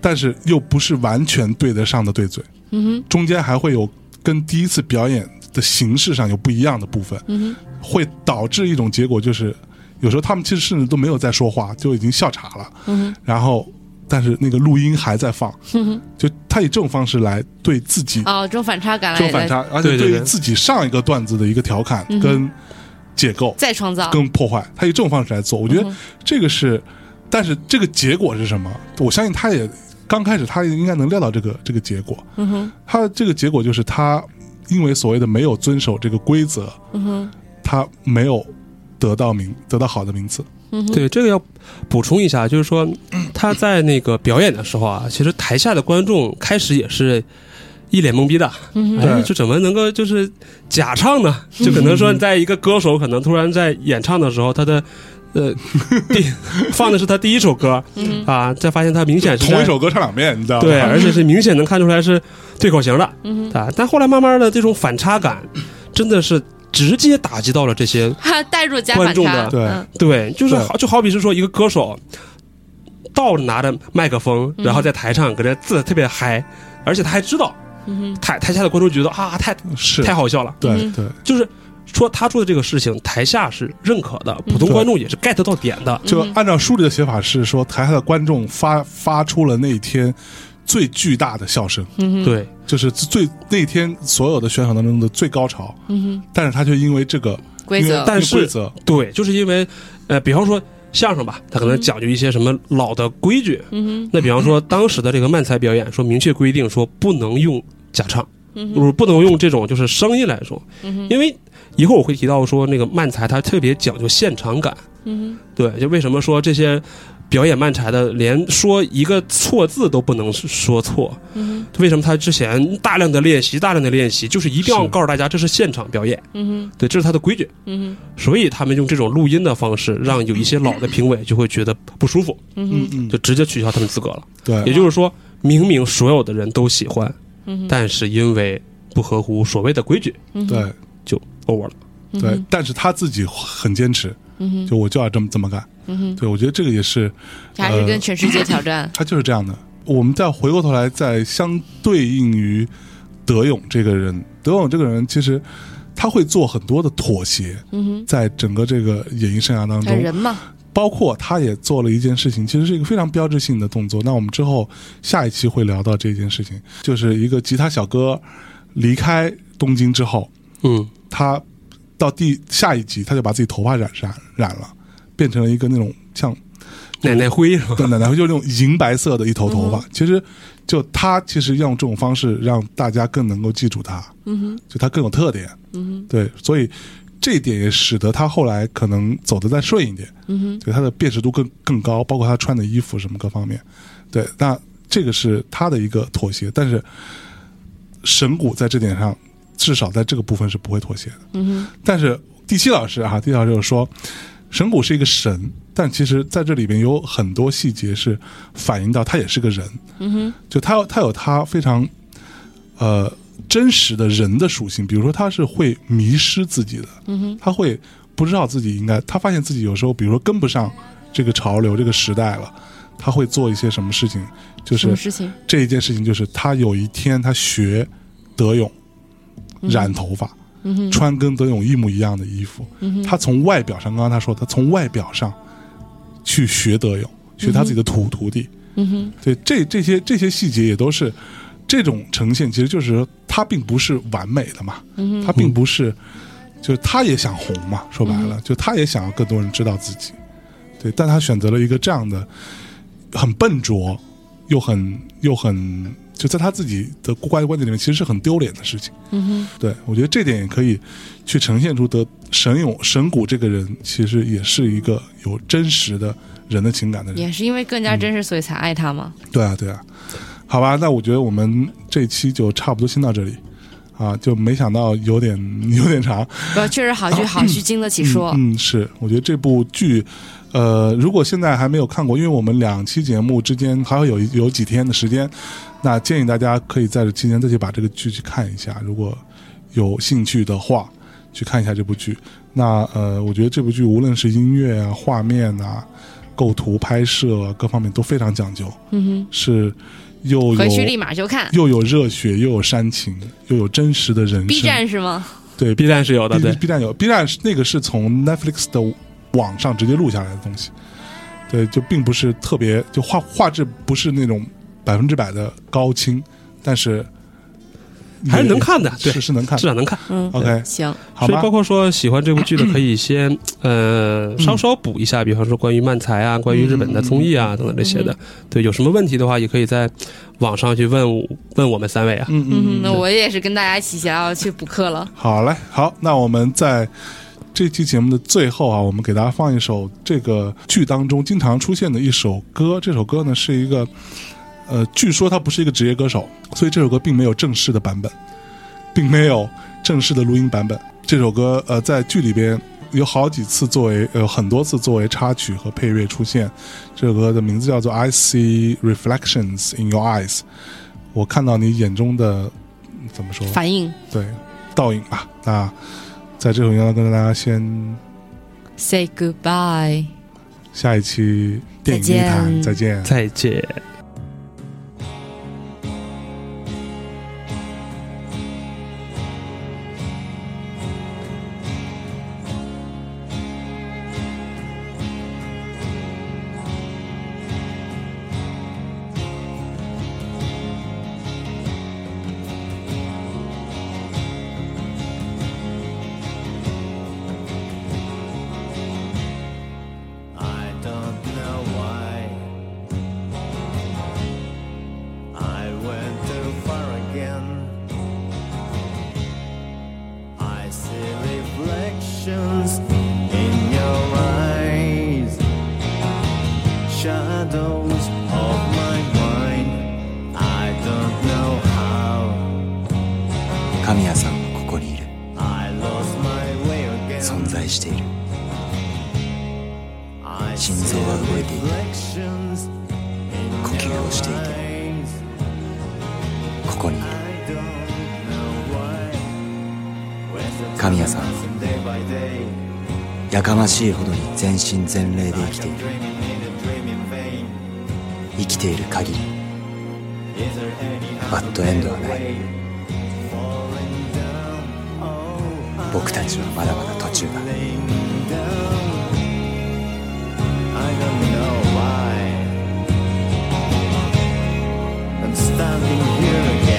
Speaker 1: 但是又不是完全对得上的对嘴，
Speaker 2: 嗯哼，
Speaker 1: 中间还会有跟第一次表演的形式上有不一样的部分，
Speaker 2: 嗯哼，
Speaker 1: 会导致一种结果就是，有时候他们其实甚至都没有在说话，就已经笑岔了，
Speaker 2: 嗯哼，
Speaker 1: 然后但是那个录音还在放，
Speaker 2: 嗯哼，
Speaker 1: 就他以这种方式来对自己
Speaker 2: 哦，这种反差感
Speaker 1: 这
Speaker 2: 来
Speaker 1: 种反差，而且
Speaker 4: 对对
Speaker 1: 对于
Speaker 4: 对
Speaker 1: 自己上一个段子的一个调侃
Speaker 2: 嗯哼
Speaker 1: 跟解构
Speaker 2: 再创造，
Speaker 1: 跟破坏，他以这种方式来做，我觉得
Speaker 2: 嗯哼
Speaker 1: 这个是，但是这个结果是什么？我相信他也刚开始他也应该能料到这个这个结果，
Speaker 2: 嗯哼，
Speaker 1: 他的这个结果就是他因为所谓的没有遵守这个规则，
Speaker 2: 嗯哼，
Speaker 1: 他没有得到名得到好的名次。
Speaker 2: 嗯
Speaker 4: 对，这个要补充一下，就是说他在那个表演的时候啊，其实台下的观众开始也是。一脸懵逼的，
Speaker 2: 嗯
Speaker 4: 哎，
Speaker 1: 对嗯
Speaker 4: 就怎么能够就是假唱呢？就可能说，在一个歌手可能突然在演唱的时候，他的呃 第放的是他第一首歌
Speaker 2: 嗯
Speaker 4: 啊，再发现他明显是在
Speaker 1: 同一首歌啊唱两遍，你知道吗？
Speaker 4: 对，而且是明显能看出来是对口型的，
Speaker 2: 嗯
Speaker 4: 啊，但后来慢慢的这种反差感，真的是直接打击到了这些，
Speaker 2: 哈， 带入加反
Speaker 4: 观众
Speaker 2: 差，
Speaker 4: 的
Speaker 1: 对
Speaker 2: 嗯
Speaker 4: 对，就是
Speaker 1: 对
Speaker 4: 好就好比是说一个歌手，倒着拿着麦克风，然后在台上搁这自特别嗨，而且他还知道
Speaker 2: 嗯哼，
Speaker 4: 台台下的观众觉得啊太
Speaker 1: 是，
Speaker 4: 太好笑了，
Speaker 1: 对
Speaker 2: 嗯
Speaker 1: 对，
Speaker 4: 就是说他做的这个事情，台下是认可的，普通
Speaker 1: 对
Speaker 4: 观众也是 get 到点的，
Speaker 1: 就
Speaker 2: 嗯
Speaker 1: 按照书里的写法是说，台下的观众发发出了那一天最巨大的笑声，
Speaker 2: 嗯哼，
Speaker 4: 对，
Speaker 1: 就是最那天所有的选手当中的最高潮。
Speaker 2: 嗯哼，
Speaker 1: 但是他却因为这个
Speaker 2: 规
Speaker 1: 因为
Speaker 2: 则，
Speaker 4: 但是
Speaker 1: 规则，
Speaker 4: 对，就是因为，呃，比方说相声吧，它可能讲究一些什么老的规矩。
Speaker 2: 嗯
Speaker 4: 那比方说当时的这个漫才表演，说明确规定说不能用假唱，
Speaker 2: 嗯
Speaker 4: 就是不能用这种就是声音来说，
Speaker 2: 哼，嗯哼，
Speaker 4: 因为一会儿我会提到说那个漫才它特别讲究现场感。
Speaker 2: 嗯
Speaker 4: 对，就为什么说这些表演漫才的，连说一个错字都不能说错？
Speaker 2: 哼，嗯哼，
Speaker 4: 为什么他之前大量的练习，大量的练习，就是一定要
Speaker 1: 是
Speaker 4: 告诉大家这是现场表演，
Speaker 2: 嗯哼，
Speaker 4: 对，这是他的规矩。
Speaker 2: 嗯哼，
Speaker 4: 所以他们用这种录音的方式，让有一些老的评委就会觉得不舒服，
Speaker 2: 嗯
Speaker 1: 嗯
Speaker 2: 哼，
Speaker 1: 嗯
Speaker 4: 就，直接取消他们资格了。也
Speaker 1: 对
Speaker 4: 就是说，明明所有的人都喜欢，
Speaker 2: 嗯哼，
Speaker 4: 但是因为不合乎所谓的规矩，
Speaker 2: 嗯哼，
Speaker 1: 对
Speaker 4: 就 over 了。
Speaker 2: 嗯
Speaker 1: 对
Speaker 2: 哼，，
Speaker 1: 但是他自己很坚持，
Speaker 2: 嗯哼，
Speaker 1: 就我就要这么这么干。
Speaker 2: 嗯哼，
Speaker 1: 对，我觉得这个也是，
Speaker 2: 还是跟全世界挑战，
Speaker 1: 他就是这样的。我们再回过头来，再相对应于德勇这个人，德勇这个人其实他会做很多的妥协，
Speaker 2: 嗯哼，
Speaker 1: 在整个这个演艺生涯当
Speaker 2: 但
Speaker 1: 中，
Speaker 2: 人嘛，
Speaker 1: 包括他也做了一件事情，其实是一个非常标志性的动作。那我们之后下一期会聊到这件事情，就是一个吉他小哥离开东京之后，
Speaker 4: 嗯，
Speaker 1: 他到第下一集他就把自己头发染染染了，变成了一个那种像
Speaker 4: 奶奶灰是吧？
Speaker 1: 对，奶奶就是那嗯种银白色的一头头发。其实，就他其实用这种方式让大家更能够记住他，嗯哼，就他更有特点，嗯哼，对，所以这一点也使得他后来可能走得再顺一点，嗯哼，对，他的辨识度更更高，包括他穿的衣服什么各方面，对，那这个是他的一个妥协，但是神谷在这点上，至少在这个部分是不会妥协的，嗯哼，但是第七老师啊，第七老师有说。神谷是一个神，但其实在这里边有很多细节是反映到他也是个人。嗯哼，就他有他有他非常呃真实的人的属性，比如说他是会迷失自己的，嗯哼，他会不知道自己应该，他发现自己有时候比如说跟不上这个潮流、这个时代了，他会做一些什么事情，就
Speaker 2: 什
Speaker 1: 是
Speaker 2: 么事情？
Speaker 1: 这一件事情就是他有一天他学德勇，染头发，
Speaker 2: 嗯
Speaker 1: 穿跟德勇一模一样的衣服。他从外表上，刚刚他说他从外表上去学德勇，学他自己的徒徒弟。嗯哼，对，这这些这些细节也都是这种呈现，其实就是说他并不是完美的嘛，他并不是，就是他也想红嘛，说白了，就他也想要更多人知道自己，对，但他选择了一个这样的很笨拙，又很又很就在他自己的观观点里面，其实是很丢脸的事情。嗯哼，对我觉得这点也可以去呈现出的神勇神谷这个人，其实也是一个有真实的人的情感的人。
Speaker 2: 也是因为更加真实，所以才爱他吗？
Speaker 1: 对啊，对啊，好吧，那我觉得我们这期就差不多先到这里。啊，就没想到有点 有点长，
Speaker 2: 不，确实 好剧，好剧经得起说。
Speaker 1: 嗯，嗯是，我觉得这部剧，呃，如果现在还没有看过，因为我们两期节目之间还会有一有几天的时间，那建议大家可以在这期间再去把这个剧去看一下，如果有兴趣的话，去看一下这部剧。那呃，我觉得这部剧无论是音乐啊、画面啊、构图、拍摄、啊、各方面都非常讲究，嗯哼，是又有
Speaker 2: 回去立马就看。
Speaker 1: 又有热血，又有煽情，又有真实的人生。
Speaker 2: B 站是吗？
Speaker 1: 对
Speaker 4: B 站是有的，
Speaker 1: B
Speaker 4: 对
Speaker 1: B 站有 B 站是那个是从 Netflix 的网上直接录下来的东西，对，就并不是特别，就画画质不是那种百分之百的高清，但是也
Speaker 4: 还是能看的啊对
Speaker 1: 是是能看
Speaker 4: 至。少能看。
Speaker 2: 嗯，
Speaker 1: OK，
Speaker 2: 行，
Speaker 1: 好
Speaker 4: 所以
Speaker 1: 吧
Speaker 4: 包，括说喜欢这部剧 的，可以先呃稍稍补一下，比方说关于漫才啊、关于日本的综艺
Speaker 1: 嗯
Speaker 4: 啊等等这些
Speaker 2: 嗯
Speaker 4: 的。对，有什么问题的话，也可以在网上去问我问我们三位啊。
Speaker 1: 嗯嗯，
Speaker 2: 嗯，那我也是跟大家一起想要去补课了。
Speaker 1: 好嘞，好，那我们在。这期节目的最后啊，我们给大家放一首这个剧当中经常出现的一首歌。这首歌呢是一个，呃，据说他不是一个职业歌手，所以这首歌并没有正式的版本，并没有正式的录音版本。这首歌呃，在剧里边有好几次作为呃很多次作为插曲和配乐出现。这首歌的名字叫做《I See Reflections in Your Eyes》，我看到你眼中的嗯怎么说？
Speaker 2: 反应
Speaker 1: 对，倒影吧。那在这首歌当中跟大家先
Speaker 2: ，say goodbye。
Speaker 1: 下一期电影
Speaker 2: 再
Speaker 1: 密
Speaker 2: 见
Speaker 1: 谈再见。
Speaker 4: 再见。
Speaker 6: I don't know why I went too far again. I see reflections in your eyes, shadows of my mind. I don't know how
Speaker 7: 神谷さんはここにいる
Speaker 6: I lost my way
Speaker 7: 存
Speaker 6: again.
Speaker 7: 在している
Speaker 6: I
Speaker 7: 心
Speaker 6: see
Speaker 7: 臓は動いている
Speaker 6: reflections in
Speaker 7: 呼吸をしてい
Speaker 6: your
Speaker 7: て
Speaker 6: eyes.
Speaker 7: ここにいる
Speaker 6: I don't know why. Where's the
Speaker 7: 神谷さん
Speaker 6: time? Day by day,
Speaker 7: やかましいほどに全身全霊で生きている
Speaker 6: dreaming in a dream in vain.
Speaker 7: 生きている限り
Speaker 6: Is there any
Speaker 7: バッドエンドはない
Speaker 6: way? Falling down, oh,
Speaker 7: 僕たちはまだまだ途中だ
Speaker 6: laying down. I don't know why. I'm standing here again.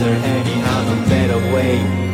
Speaker 6: there any other better way? Oh,